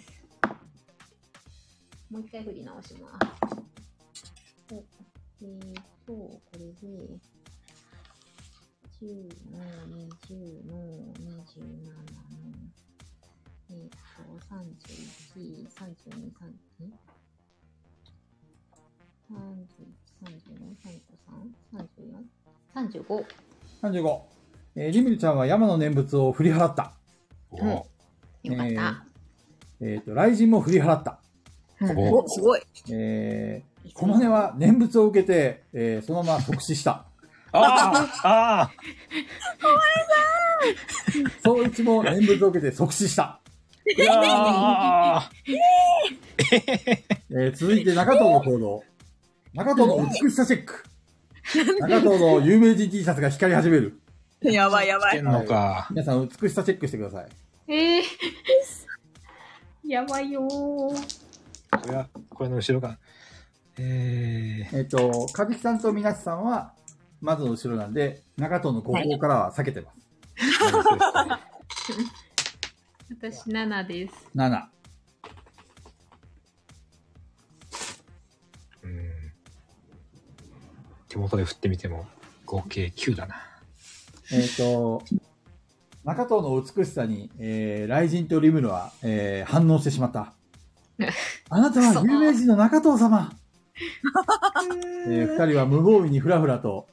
D: もう一回振り直します。おえーっと、これで、10の20の27の、えーっと、31、32、3、ん ?31、34、35、35。
A: 35。えーリミルちゃんは山の念仏を振り払った。
C: お
D: うん
C: ー
D: よかった。
A: えっ、と、雷神も振り払った。
D: うん
C: お
B: お、すごい。
A: えー、小金は念仏を受けて、えーそのまま即死した。
C: ああああ
A: 総一も念仏を受けて即死した。
C: う わ
A: えー続いて中藤の行動。中藤の美しさチェック。中藤の有名人 T シャツが光り始める。
B: やばいや
C: ー
B: ば
C: 来て
B: い。
C: んのか。
A: 皆さん、美しさチェックしてください。
D: ええ やばいよー。
C: これは、これの後ろが。え
A: えっ、と、かじきさんとみなしさんは、まずの後ろなんで、中藤の高校からは避けてます。
C: ー。
D: 私7です。
A: 7。
C: うん手元で振ってみても、合計九だな。
A: えっ、と、中藤の美しさに、えー、雷神とリムルは、えー反応してしま った。あなたは有名人の中藤様。えー二人は無防備にふらふらと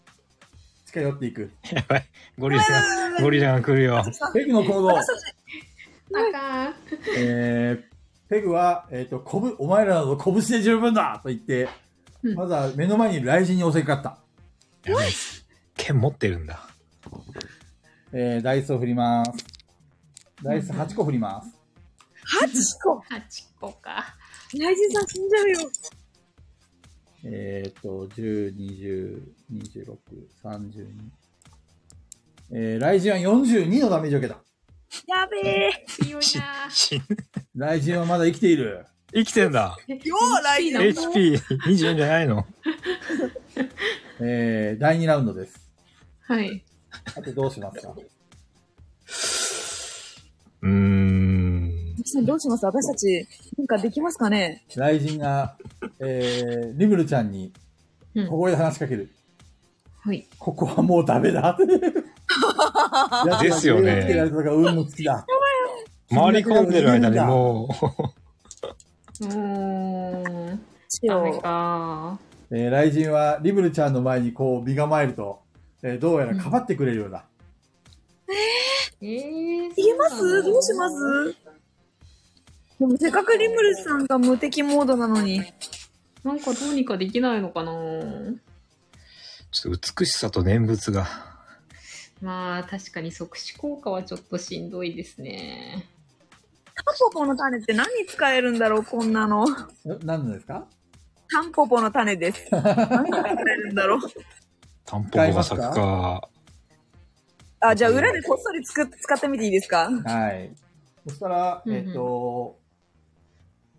A: 近寄っていく。
C: やばい。ゴリラが、ゴリラが来るよ。
A: ペグの行 動。
D: あかん。
A: えーペグは、えっ、と、こぶ、お前らの拳で十分だと言って、
D: うん
A: まずは目の前にいる雷神に襲いかかっ
C: やべえ剣持ってるんだ。
A: た。えーダイスを振ります。ダイス8個振ります。
B: 8個。
D: 8個か。
B: 雷神さん死んじゃうよ。
A: えーっと、10、20、26、32。えー、雷神は42のダメージを受けた。
B: やべえ。
D: 強いなー。
C: 死ん
A: 雷神はまだ生きている。
C: 生きてんだ。
J: よう来年
C: HP24 じゃないの。
A: えー、第2ラウンドです。
D: はい。
A: あとどうしますか
C: うーん。
B: 皆さんどうします私たち、なんかできますかね
A: 雷神が、えー、リムルちゃんに
D: うん、
A: ここで話しかける。
D: はい。
A: ここはもうダメだ。
C: ですよね
A: やつが手をつけられたとか運も尽きだ。
C: 回り込んでる間にも
D: うーん。
B: し
D: ダ
B: よ
D: メ
B: う。
D: か。
A: えー、雷神はリムルちゃんの前にこう、身構えると、えー、どうやらかばってくれるような。
D: えー、
B: いけます
D: そうなの
B: どうしますでもせっかくリムルさんが無敵モードなのに。
D: なんかどうにかできないのかな
C: う、ちょっと美しさと念仏が。
D: まあ、確かに即死効果はちょっとしんどいですね。
B: タンポポの種って何に使えるんだろうこんなの。
A: え何ですか
B: タンポポの種です。何に使えるんだろう
C: タンポポが咲くか。
B: あ、じゃあ裏でこっそりつく使ってみていいですか
A: はい。そしたら、
D: うんうん
A: えっ、と、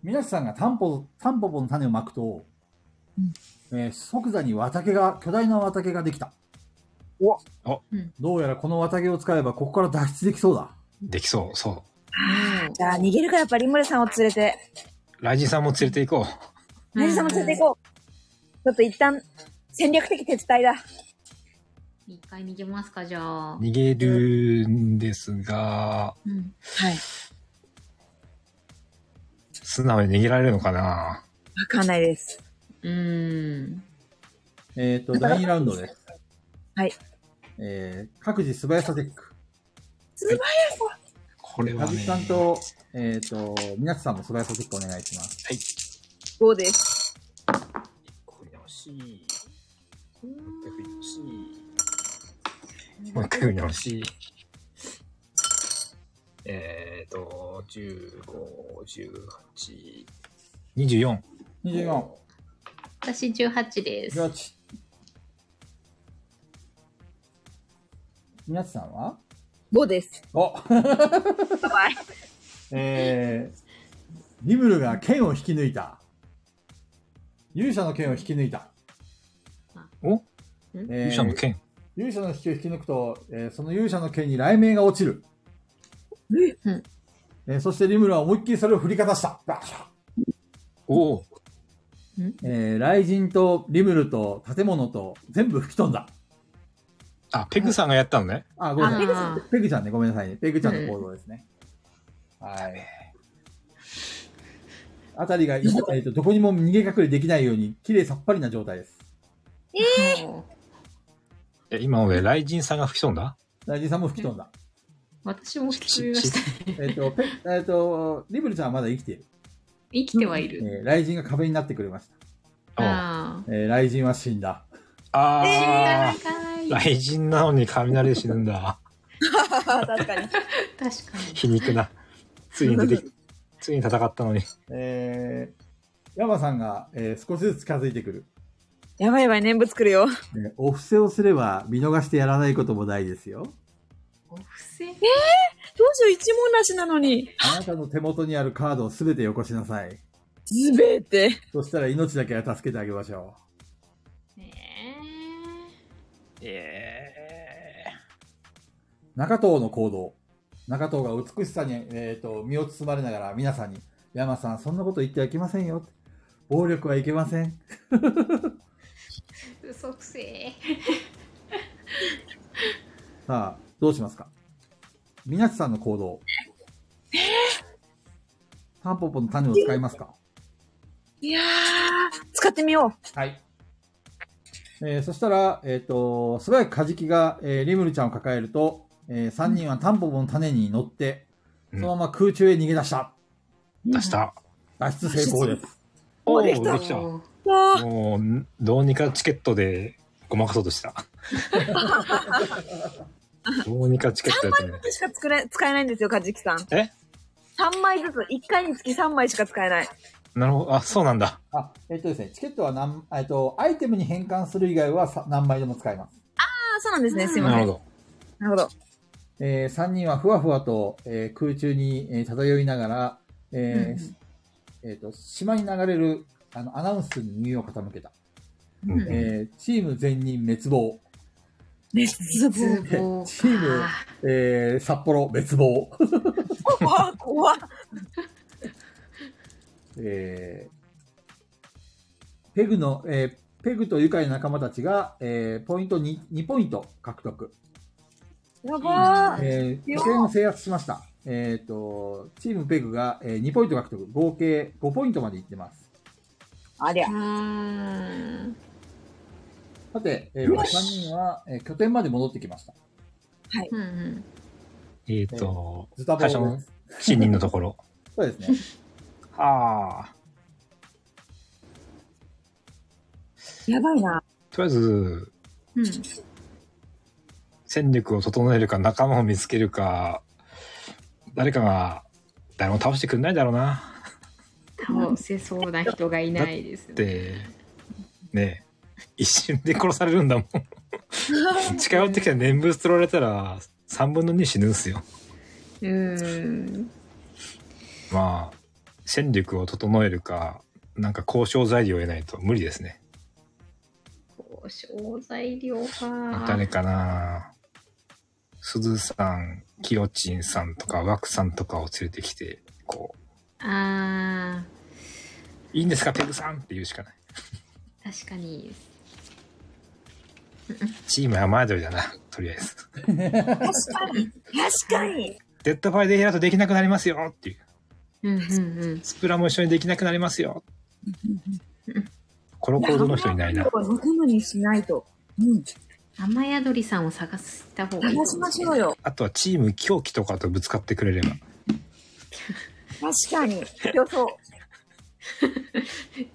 A: 皆さんがタンポ、タンポポの種をまくと、えー即座に綿毛が、巨大な綿毛ができた。
C: あ
D: うん
A: どうやらこの綿毛を使えば、ここから脱出できそうだ。
C: できそう、そ
B: じゃあ逃げるかやっぱリムルさんを連れて。
C: う。ライジンさんも連れて行こう。
D: うん
B: 何様連れて行こう。ちょっと一旦、戦略的鉄隊だ。
D: 一回逃げますか、じゃあ。
C: 逃げるんですが、
D: うん。
B: はい。
C: 素直に逃げられるのかな
B: わかんないです。
D: うん。
A: えっ、 と、第2ラウンドです。
B: はい。
A: えー各自素早さチェック。
C: これ
A: か
C: は
A: ず
C: ね
A: き。さんと、えっ、と、皆さんも素早さチェックお願いします。
B: 5です。
C: もう一回見直し。えっ、ー、と、15、18、24。
A: 24、
D: 私18です。
A: 18。皆さんは
B: 5です。
A: お
B: やばい。
A: えー、リムルが剣を引き抜いた。勇者の剣を引き抜いた。
C: お
A: えー
C: 勇者の剣。
A: 勇者の引きを引き抜くと、えーその勇者の剣に雷鳴が落ちる。
D: うん
A: えーそしてリムルは思いっきりそれを振りかざした。バシャ
C: おお
A: えー、雷神とリムルと建物と全部吹き飛んだ。
C: あ、ペグさんがやったのね。
A: あ、ごめんなさい。
D: あー
A: ペグちゃんね、ごめんなさいね。ペグちゃんの行動ですね。はい。あたりが、えーと、どこにも逃げ隠れできないように、綺麗さっぱりな状態です。
D: もう
C: え、今俺、雷神さんが吹き飛んだ
A: 雷神さんも吹き飛んだ。
D: 私も吹き飛びました。
A: えっと、ペえっと、リムルちゃんはまだ生きている。
D: 生きてはい
A: え
D: る。
A: ー、雷神が壁になってくれました。
C: おう
D: あ
A: えー、雷神は死んだ。
C: あー、
D: あ。行かない行かない
C: 雷神なのに雷で死ぬんだ。
B: 確かに。
D: 確かに。
C: 皮肉な。ついに出てき、ついに戦ったのに。
A: えー、ヤマさんが、えー少しずつ近づいてくる。
B: やばいやばい、念仏来るよ。
A: えーお布施をすれば見逃してやらないこともないですよ。
D: お布施
B: どうしよう、一文なしなのに。
A: あなたの手元にあるカードをすべてよこしなさい。
B: すべて。
A: そしたら命だけは助けてあげましょ
D: ね
C: え
A: う。中藤の行動。中藤が美しさに、えー、と身を包まれながら皆さんに、ヤマさん、そんなこと言ってはいけませんよ。暴力はいけません。
D: え。嘘くせえ。
A: さあ、どうしますかみなちさんの行動。タンポポの種を使いますか
B: いやー、使ってみよう。
A: はい。えーそしたら、えっ、と、素早くカジキが、えーリムルちゃんを抱えると、え3人はタンポポの種に乗って、
C: うん
A: そのまま空中へ逃げ出した。
C: ー、出した。
A: 脱出成功です。
C: おお、
B: で
C: で
B: き
C: き
B: た
C: た。も
D: おー
B: わー
C: う、どうにかチケットでごまかそうと した。どうにかチケットやってね。
B: しか作れ使えないんですよ、カジキさん。
C: え
B: ?3 枚ずつ、1回につき3枚しか使えない。
C: なるほど。あ、そうなんだ。
A: あ、えっ、とですね、チケットは何、えっ、と、アイテムに変換する以外はさ何枚でも使えます。
B: あー、そうなんですね。すいま
C: な
B: せん。
C: るほど。
B: なるほど。
A: え3人はふわふわと、えー空中に、えー漂いながら、えーえっ、と、島に流れる、あの、アナウンスに耳を傾けた。
C: うん
D: うん
A: えーチーム全員滅亡。
B: 熱望。
D: 絶望 か
A: チームえー札幌滅亡。
B: 怖っ怖っ
A: えーペグの、えーペグと愉快な仲間たちが、えーポイント 2, 2ポイント獲得。
B: やばー
A: えー、拠点を制圧しました。えっ、と、チームペグが、えー2ポイント獲得。合計5ポイントまでいってます。
B: ありゃ
D: う。ーん
A: さて、えー、3人は、えー拠点まで戻ってきました。
D: うんうん
C: えっ、と、
A: ズタボ
C: 会社
A: ーで
C: の
A: す。
C: 新人のところ。
A: そうですね。
C: ああ。
B: やばいな。
C: とりあえず、
D: うん
C: 戦力を整えるか仲間を見つけるか、誰かが、誰も倒してくんないだろうな
D: 倒せそうな人がいないです
C: っ
D: ね。
C: て、ねえ一瞬で殺されるんだもん。近寄ってきた念仏取られたら、3分の2死ぬんすよ。
D: うーん。
C: まあ、戦力を整えるか、なんか交渉材料を得ないと無理ですね。
D: 交渉材料か。
C: 誰かなすずさん、きよちんさんとか、わくさんとかを連れてきて、こう、
D: あ
C: いいんですか、ペグさんって言うしかない。
D: ー確かに。
C: チームはマードルだな、とりあえず。
B: 確かに。確かに。
C: デッドファイデイラートできなくなりますよっていう。
D: うんうんうん。
C: スプラも一緒にできなくなりますよ。コロコロどの人いないな。
B: 仲間にしないと。うん。
D: 雨宿りさんを探した方がいい
B: 話
D: かもれ
B: し
D: ない。
B: ましょうよ。
C: あとはチーム狂気とかとぶつかってくれれば。
B: 確かに。予想。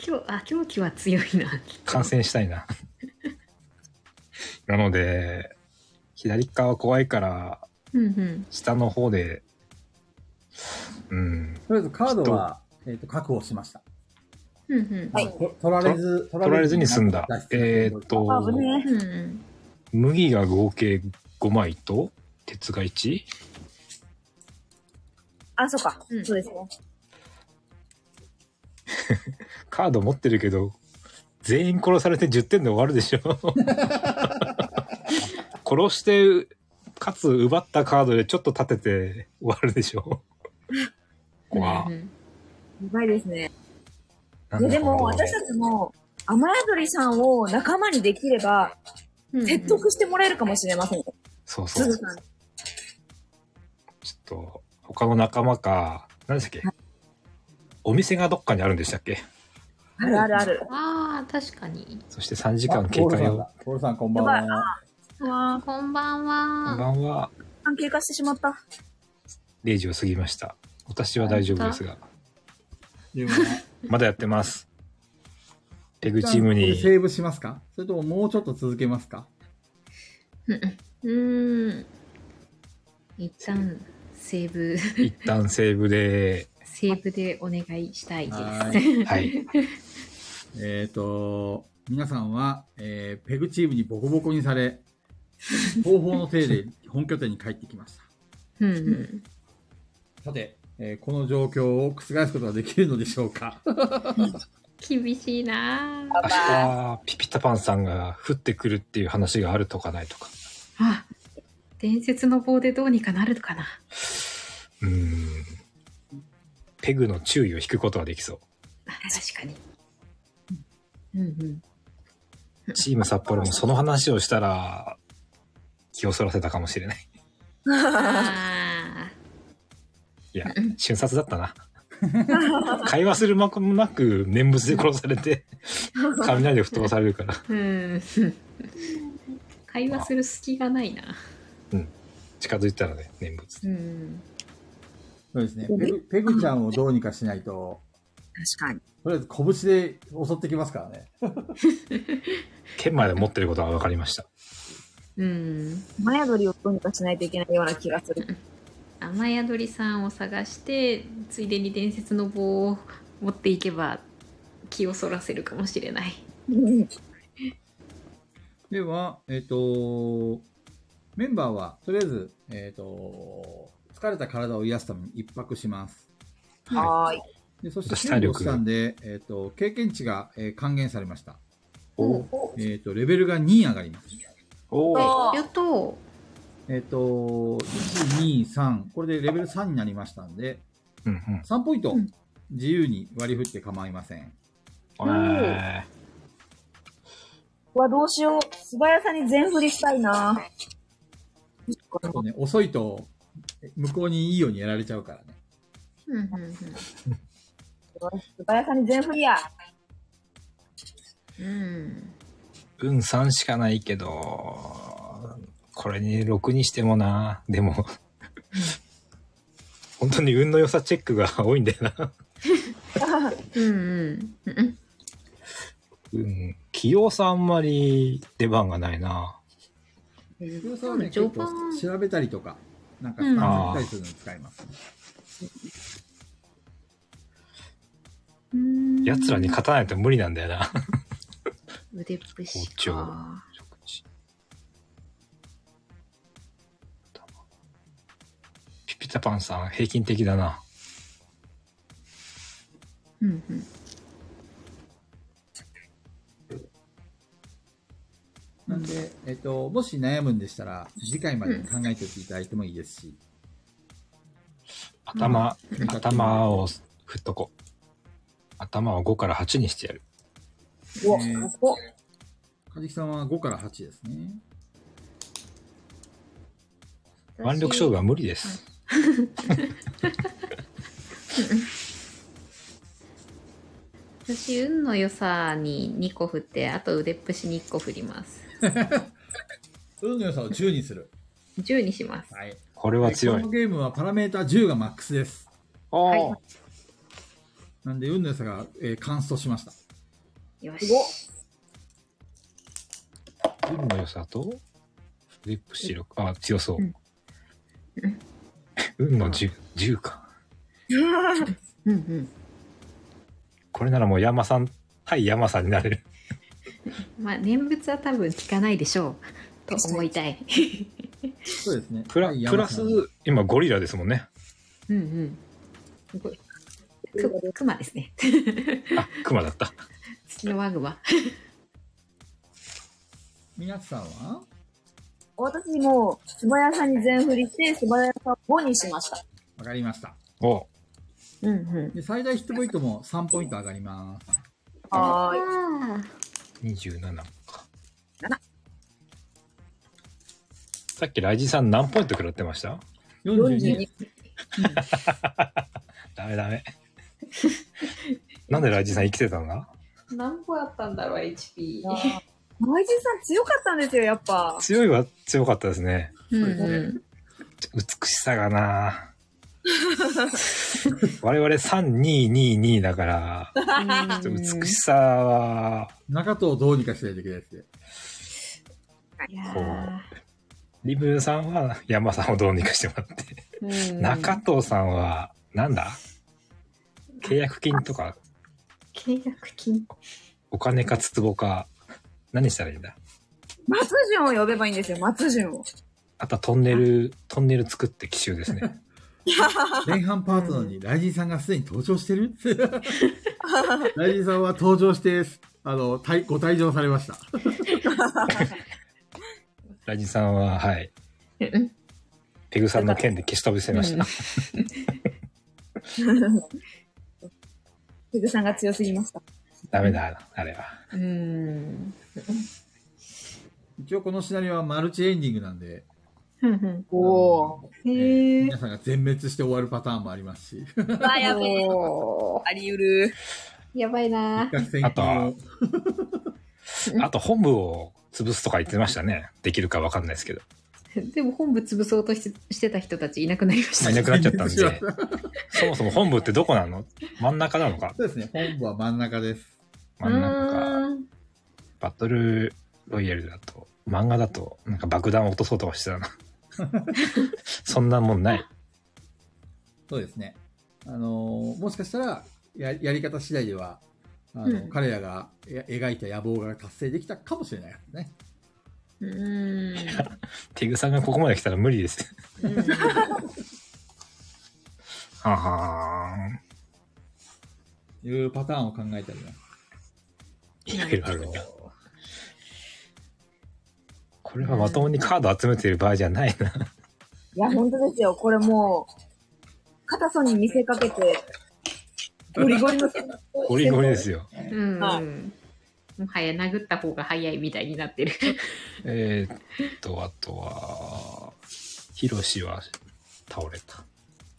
D: 今日、あ、狂気は強いな。
C: 感染したいな。 なので、左側怖いから、
D: うんうん。
C: 下の方で、うん、
A: とりあえずカードは、えっ、と、確保しました。
D: うんうん。
B: はい
A: と取られず、取
C: 取られずに済んだ
A: 脱。出
C: えーっと、
B: あ危ね
D: うんうん。
C: 麦が合計5枚と、鉄が 1?
B: あ、そうか。
D: うん
B: そうですね。
C: カード持ってるけど、全員殺されて10点で終わるでしょ。殺して、かつ奪ったカードでちょっと立てて終わるでしょ。怖
D: うんうん
B: やばいですね。
C: ないる
B: やで
C: ほど
B: も、私たちも、雨宿りさんを仲間にできれば、
D: うんうん
B: 説得してもらえるかもしれませんよ。
C: そうそ
B: すず
C: う。
B: さん。
C: ちょっと、他の仲間か、何でしたっけお店がどっかにあるんでしたっけ
B: あるあるある。
D: ああ、確かに。
C: そして3時
A: あ
C: 間
A: ポ
C: 経過
A: ールさん
C: よ。
A: だポールさん、こんばんは
B: や。わあ、
D: こんばん
C: こんば
D: は。
C: んは。
B: 関係化してしまった。
C: 0時を過ぎました。私は大丈夫ですが。
A: でもね
C: まだやってます。ペグチー
A: 一旦こ
C: ム
A: こで
C: に。
A: セーブしますかそれとももうちょっと続けますか
D: うんうん。うーん。一旦、セーブ、
C: 一旦セーブで、
D: セーブでお願いしたい
A: は
D: です。
A: ーい。
C: はい。
A: えっ、と、皆さんは、えーペグチームにボコボコにされ、方法の手で本拠点に帰ってきました。
D: うんうん。
A: さて、えーこの状況を覆すことができるのでしょうか
D: 厳しいな
C: 明日、ピピタパンさんが降ってくるっていう話があるとかないとか。
D: あ、伝説の棒でどうにかなるかな。
C: うーん。ペグの注意を引くことはできそ
D: あ確かに。うん
C: う。チーム札幌もその話をしたら、気をそらせたかもしれない。
D: うん。あ
C: いや、瞬殺だったな。会話する間もなく、念仏で殺され て、雷で吹っ飛ばされるから。
D: あ、うん。 会話する隙がないな。
C: 近づいたらね、念仏。
D: うん。
A: そうですね。ペグペグちゃんをどうにかしないと、
B: 確かに。
A: とりあえず拳で襲ってきますからね。
C: 剣まで持ってることが分かりました。
D: うん。
B: 雨宿りをどうにかしないといけないような気がする。
D: 雨宿りさんを探して、ついでに伝説の棒を持っていけば、気をそらせるかもしれない。
B: うん
A: では、えっ、と、メンバーは、とりあえず、えっ、と、疲れた体を癒すために一泊します。
B: はーい。
A: でそして
C: 私体
A: 戦力
C: 力
A: したんで、えっ、と、経験値が、えー還元されました。
C: お
A: えっ、と、レベルが2上がります。
C: おー
B: おー
D: やっと、
A: えっ、と、1、2、3、これでレベル3になりましたんで、
C: うんうん
A: 3ポイント
D: うん、
A: 自由に割り振って構いません。
C: おー
B: うわ、どうしよう。素早さに全振りしたいな。
A: ちょっとね、遅いと、向こうにいいようにやられちゃうからね。
D: うんうんうん
B: 素早さに全振りや。
D: うん
C: 運3しかないけど、これに6にしてもな、でも、本当に運の良さチェックが多いんだよな。
D: うんうんうん
C: うん。器用さあんまり出番がないな。
A: 要するにね、
D: 序
A: 結
D: 盤
A: 構調べたりとか、なんか
D: うん
A: 考えたりするのに使います。
D: うん
C: 奴らに勝たないと無理なんだよな。
D: 腕っぷし
C: 包丁
D: か
C: ピピタパンさん、平均的だな。
D: うんうん
A: なんで、えっ、と、もし悩むんでしたら、次回までに考えておいていただいてもいいですし、
C: 頭、
A: うん
C: 頭を振っとこう。頭を5から8にしてやる。
B: うわ、
A: ね
B: かっこ
A: かじきさんは5から8ですね。
C: 腕力勝負は無理です。
D: 私運の良さに2個振ってあと腕っぷしに1個振ります
A: 運の良さを10にする。
D: 10にします
A: はい。
C: これは強
A: で
C: い
A: この。ゲームはパラメーター10がマックスです。
D: はい
C: おー
A: なんで、運の良さが、えー、カンストしました。
D: よ
B: いい。
D: し
B: すごっ
C: 運の良さと、リップシロあ、強そう
D: うん。
C: 運の10、10か。
D: うんうん
C: これならもう山さん、対山さんになれる。
D: まあ念仏は多分効かないでしょうと思いたい
A: そうですね。
C: プラ
A: はい
C: プラス、今ゴリラですもんね。
D: うんうんすごいく熊ですね
C: あ、クマだった。
D: 土のワグマ
A: 皆さんは
B: 私もう素早さに全振りして、素早さを5にしました。
A: わかりました。
C: お
D: うんうん
A: で、最大ヒットポイントも3ポイント上がります。
B: はーい。
D: あ
C: 27か
B: 7。
C: さっきライジさん何ポイント食らってました
A: 42。
C: ダメダ メ。なんでライジさん生きてたんだ
D: ー何個やったんだろう HP
B: マイジンさん強かったんですよ、やっぱ。
C: 強いは強かったですね。
D: うんうん
C: 美しさがな我々3222だから、ちょっと 美しさは
A: 中藤をどうにかしないといけないですね。
D: いやー
C: こリブさんは山さんをどうにかしてもらって、
D: うん
C: 中藤さんはなんだ契約金とか
D: 契約金
C: お金か壺か何したらいいんだ
B: 松潤を呼べばいいんですよ、松潤を。
C: あとはトンネルトンネル作って奇襲ですね
A: 前半パートナーにライジンさんがすでに登場してるライジンさんは登場して、あの、退ご退場されました。
C: ラジさんははい
D: うん
C: ペグさんの剣で消し飛ばせました、
B: ペグさんが強すぎました。
C: ダメだあれは
D: うん
A: 一応このシナリオはマルチエンディングなんで、
D: うん
B: お
D: うんへえ
A: 皆さんが全滅して終わるパターンもありますし、
B: ー。わあ、やべえ。あり得る。
D: やばいな
A: 学生金を
C: あと本部を潰すとか言ってましたねできるかわかんないですけど
D: でも本部潰そうとしてしてた人たちいなくなりまし
C: まあ
D: た
C: いなくなっちゃったん
A: 全滅
C: で
A: しました
C: そもそも本部ってどこなの真ん中なのか
A: そうですね、本部は真ん中です。
C: 真ん中か
D: うん
C: バトルロイヤルだと、漫画だと、なんか爆弾を落とそうとかしてた な。そんなもんない。
A: そうですね。あのーもしかしたらや、やり方次第では、あの
D: うん
A: 彼らがや描いた野望が達成できたかもしれないですね。
D: うん
C: テグさんがここまで来たら無理です。ははーん。
A: いろいろパターンを考えてあります。
C: いろいろあるな。これはまともにカード集めてる場合じゃないな。
B: いや、本当ですよ。これもう、硬さに見せかけて、ゴリゴリの戦闘を
C: ゴリゴリですよ。
D: うん、
B: は
D: もはや殴った方が早いみたいになってる。
C: えー、っと、あとは、ヒロシは倒れた。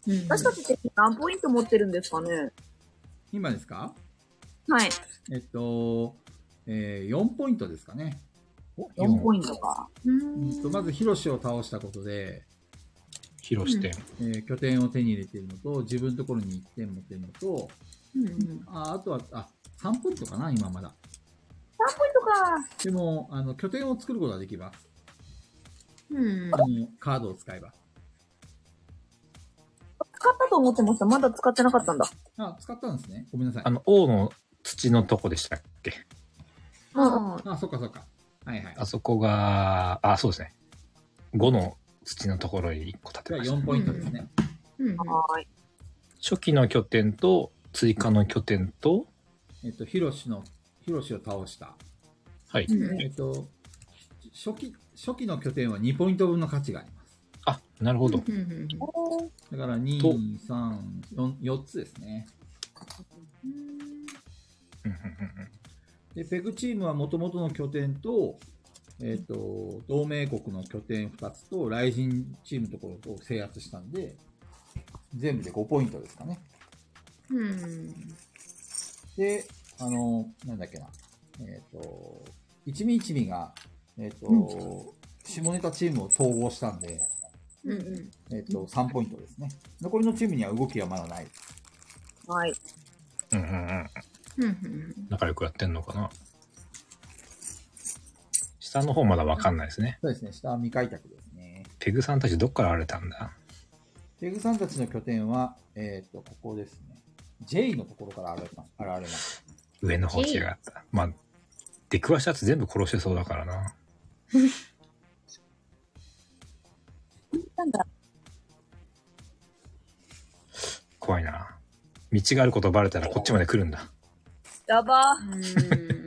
D: うん
B: 私たちって何ポイント持ってるんですかね
A: 今ですか
B: はい。
A: えっと、えー、4ポイントですかね。
B: 4ポイントか。
A: うんとまず、ヒロシを倒したことで、
C: ヒロシ点。
A: えー拠点を手に入れているのと、自分のところに1点持っているのと、
D: うん
A: ああとは、あ、3ポイントかな、今まだ。
B: 3ポイントか。
A: でも、あの、拠点を作ることができます。
D: うん
A: あのカードを使えば。
B: 使ったと思ってました。まだ使ってなかったんだ。
A: あ、使ったんですね。ごめんなさい
C: あ。の、王の土のとこでしたっけ
D: あ
A: あ、そっかそっか。はいはい。
C: あそこが、あ、そうですね。5の土のところに1個立て
A: では
C: ました。
A: 4ポイントですね。
D: うん
B: はーい。
C: 初期の拠点と追加の拠点と、
A: えっと、ヒロシの、ヒロシを倒した。
C: はい。
D: うん
A: えっと、初期、初期の拠点は2ポイント分の価値があります。
C: あ、なるほど。
D: うん
B: おー
A: だから、
C: と
A: 2、3、4、4つですね。
C: うんうんうん
A: で、ペグチームは元々の拠点と、えっ、と、同盟国の拠点2つと、雷神チームのところを制圧したんで、全部で5ポイントですかね。
D: うん
A: で、あの、なんだっけな。えっ、と、一味一味が、えっ、と、下ネタチームを統合したんで、
D: うんうん
A: えっ、と、3ポイントですね。残りのチームには動きはまだない。
B: はい。
C: うんうんうん
D: うんうん
C: 仲良くやってんのかな下の方まだわかんないですね。
A: そうですね、下は未開拓ですね。
C: ペグさんたちどっから荒れたんだ
A: ペグさんたちの拠点は、えっ、と、ここですね。J のところから現れた現れます。
C: 上の方来やがった。まあ、出くわしたやつ全部殺してそうだからな。
B: なんだ。
C: 怖いな。道があることバレたらこっちまで来るんだ。
B: やばー。
D: うん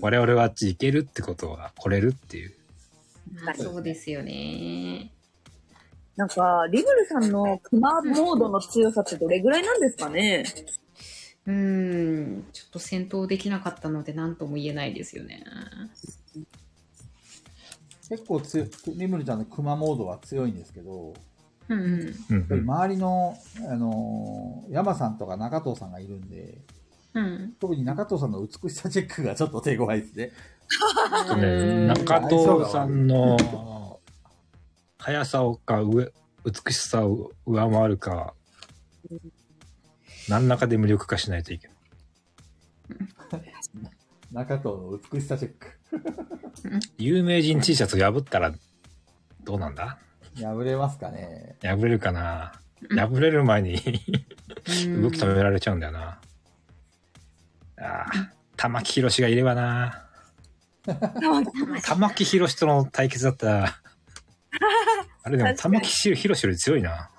C: 我々はあっち行けるってことは来れるっていう。
D: まあそうですよね。
B: なんか、リグルさんのクマモードの強さってどれぐらいなんですかね
D: うん、ちょっと戦闘できなかったので何とも言えないですよね。
A: 結構強い、リムルちゃんのクマモードは強いんですけど、
D: うんうん
C: うん
A: やっ
C: う
A: ぱり
C: ん。
A: 周りの、あのー、山さんとか中藤さんがいるんで、
D: うん
A: 特に中藤さんの美しさチェックがちょっと手強いですね。
C: ちょっとね中藤さんの速さをか上、美しさを上回るか、何らかで無力化しないといけない。
A: 中藤の美しさチェック。
C: 有名人 T シャツ破ったらどうなんだ
A: 破れますかね。
C: 破れるかな破れる前に
D: うん
C: 動き止められちゃうんだよな。ああ、玉木宏がいればな。玉木宏との対決だったら。あれでも
B: 確かに
C: 玉木宏より強いな。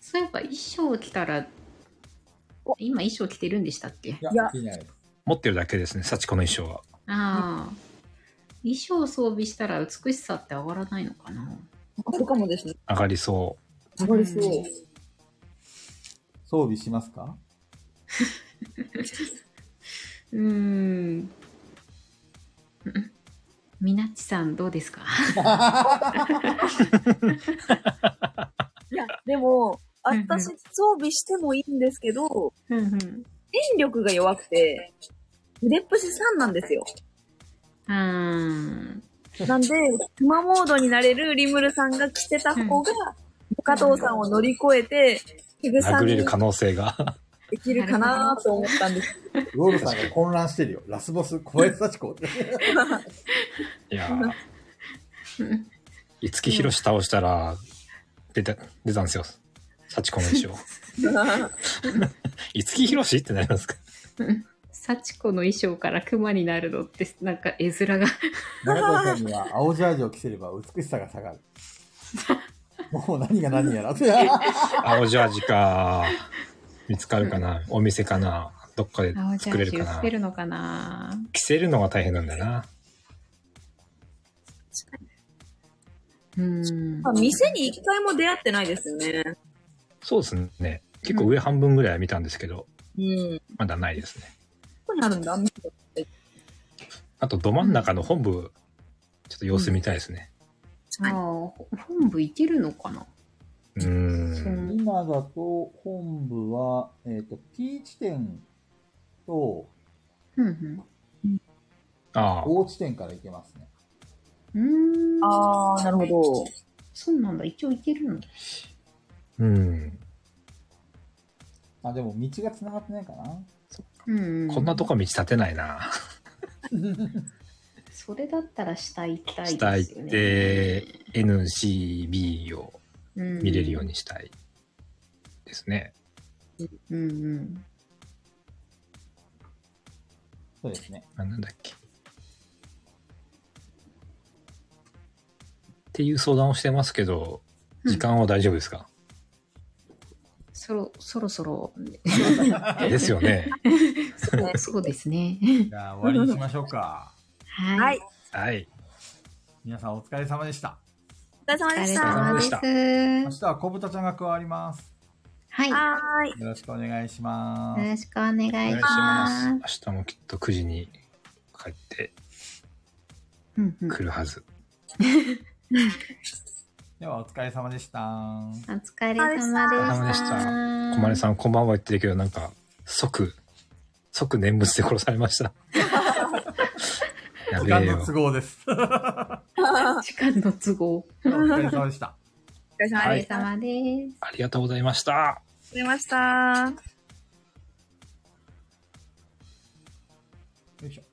D: そういえば衣装着たら、今衣装着てるんでしたっけ
A: いや、
B: いや
A: 気になる。
C: 持ってるだけですね、幸子の衣装は。
D: ああ。衣装装備したら美しさって上がらないのかな
B: 上がるかもですね。
C: 上がりそ
B: 上がりそう。
A: 装備しますか
D: うーん。みなっちさんどうですか
B: いや、でも、
D: うんうん
B: 私装備してもいいんですけど、
D: うんうん。
B: 戦力が弱くて、腕っぷし3なんですよ。
D: うん。
B: なんで、クマモードになれるリムルさんが着てた方が、加藤さんを乗り越えて、ペグ
C: う。
B: さ
C: 殴
B: ん
C: れ
B: に
C: る可能性が。
B: できるかなと思ったんです。
A: ウォールさんが混乱してるよ。ラスボス、小林幸子。
C: いやー五木宏倒したら、出た、出たんですよ。幸子の衣装。五木宏ってなりますか
D: 幸子の衣装から熊になるのって、なんか絵面が。
A: 中藤さんには青ジャージを着せれば美しさが下が る。 もう何が何やら。
C: 青ジャージか。見つかるかな、お店かな、どっかで
D: 青じゃ
C: 作
D: ん
C: れ
D: 売
C: るかな
D: って。るのかな
C: 着せるのが大変なんだよな。
D: うん。
B: あ店に一回も出会ってないですよね。
C: そうですね。結構上半分ぐらいは見たんですけど、
B: うん。
C: まだないですね。
B: ここにあるんだ。店
C: あと、ど真ん中の本部、ちょっと様子見たいですね。
D: ああ、本部行けるのかな
C: うーん。
A: 今だと、本部は、えっ、と、P 地点と
D: うん
C: ああ、
A: O 地点から行けますね。
D: うん。うーん。
B: ああ、なるほど。
D: そうなんだ。一応行けるの。
C: うん。
A: あ、でも道が繋がってないかな。
D: うん。
C: こんなとこ道立てないな。
D: それだったら下行きたい
C: 下
D: で
C: 行
D: すよ
C: っ
D: ね。
C: て、NCB を
D: うん、
C: 見れるようにしたいですね。
D: うんうん。
A: そうです ね。
C: あなんだっけ。っていう相談をしてますけど、時間は大丈夫ですか、
D: そろそろそろ、
C: です よね。
D: そうそうですね。
A: じゃあ、終わりにしましょうか。
D: はい。
B: はい。
C: はい。
A: 皆さんお疲れ様でした。
B: お疲れ様で
D: お疲れ
B: し
D: 様
B: た。
D: です。
A: 明日は小豚ちゃんが加わります。
D: はい。よ
B: はーい。
A: よろしくお願いします。
D: ろしくお願いし
C: お願いします。
D: ます。
C: 明日もきっと9時に帰って
D: うんうん、お
C: くるはず。
A: では、お疲れ様でした。
D: 疲れ様でした。
B: お疲
C: れ様でした小丸さん、こんばんは言ってるけど、なんか、即、即念仏で殺され ました。や
A: 時
C: べ
A: 間
C: え
A: の
C: よ
A: 都。合です。お
D: 時間の都合。
A: 疲れ様でした。
B: お疲れ
D: お
B: 様
D: 疲
B: で
D: れ
B: した。あ
D: 様です。
C: ありがとうございました。
B: りがとうございました。
A: よいしょ。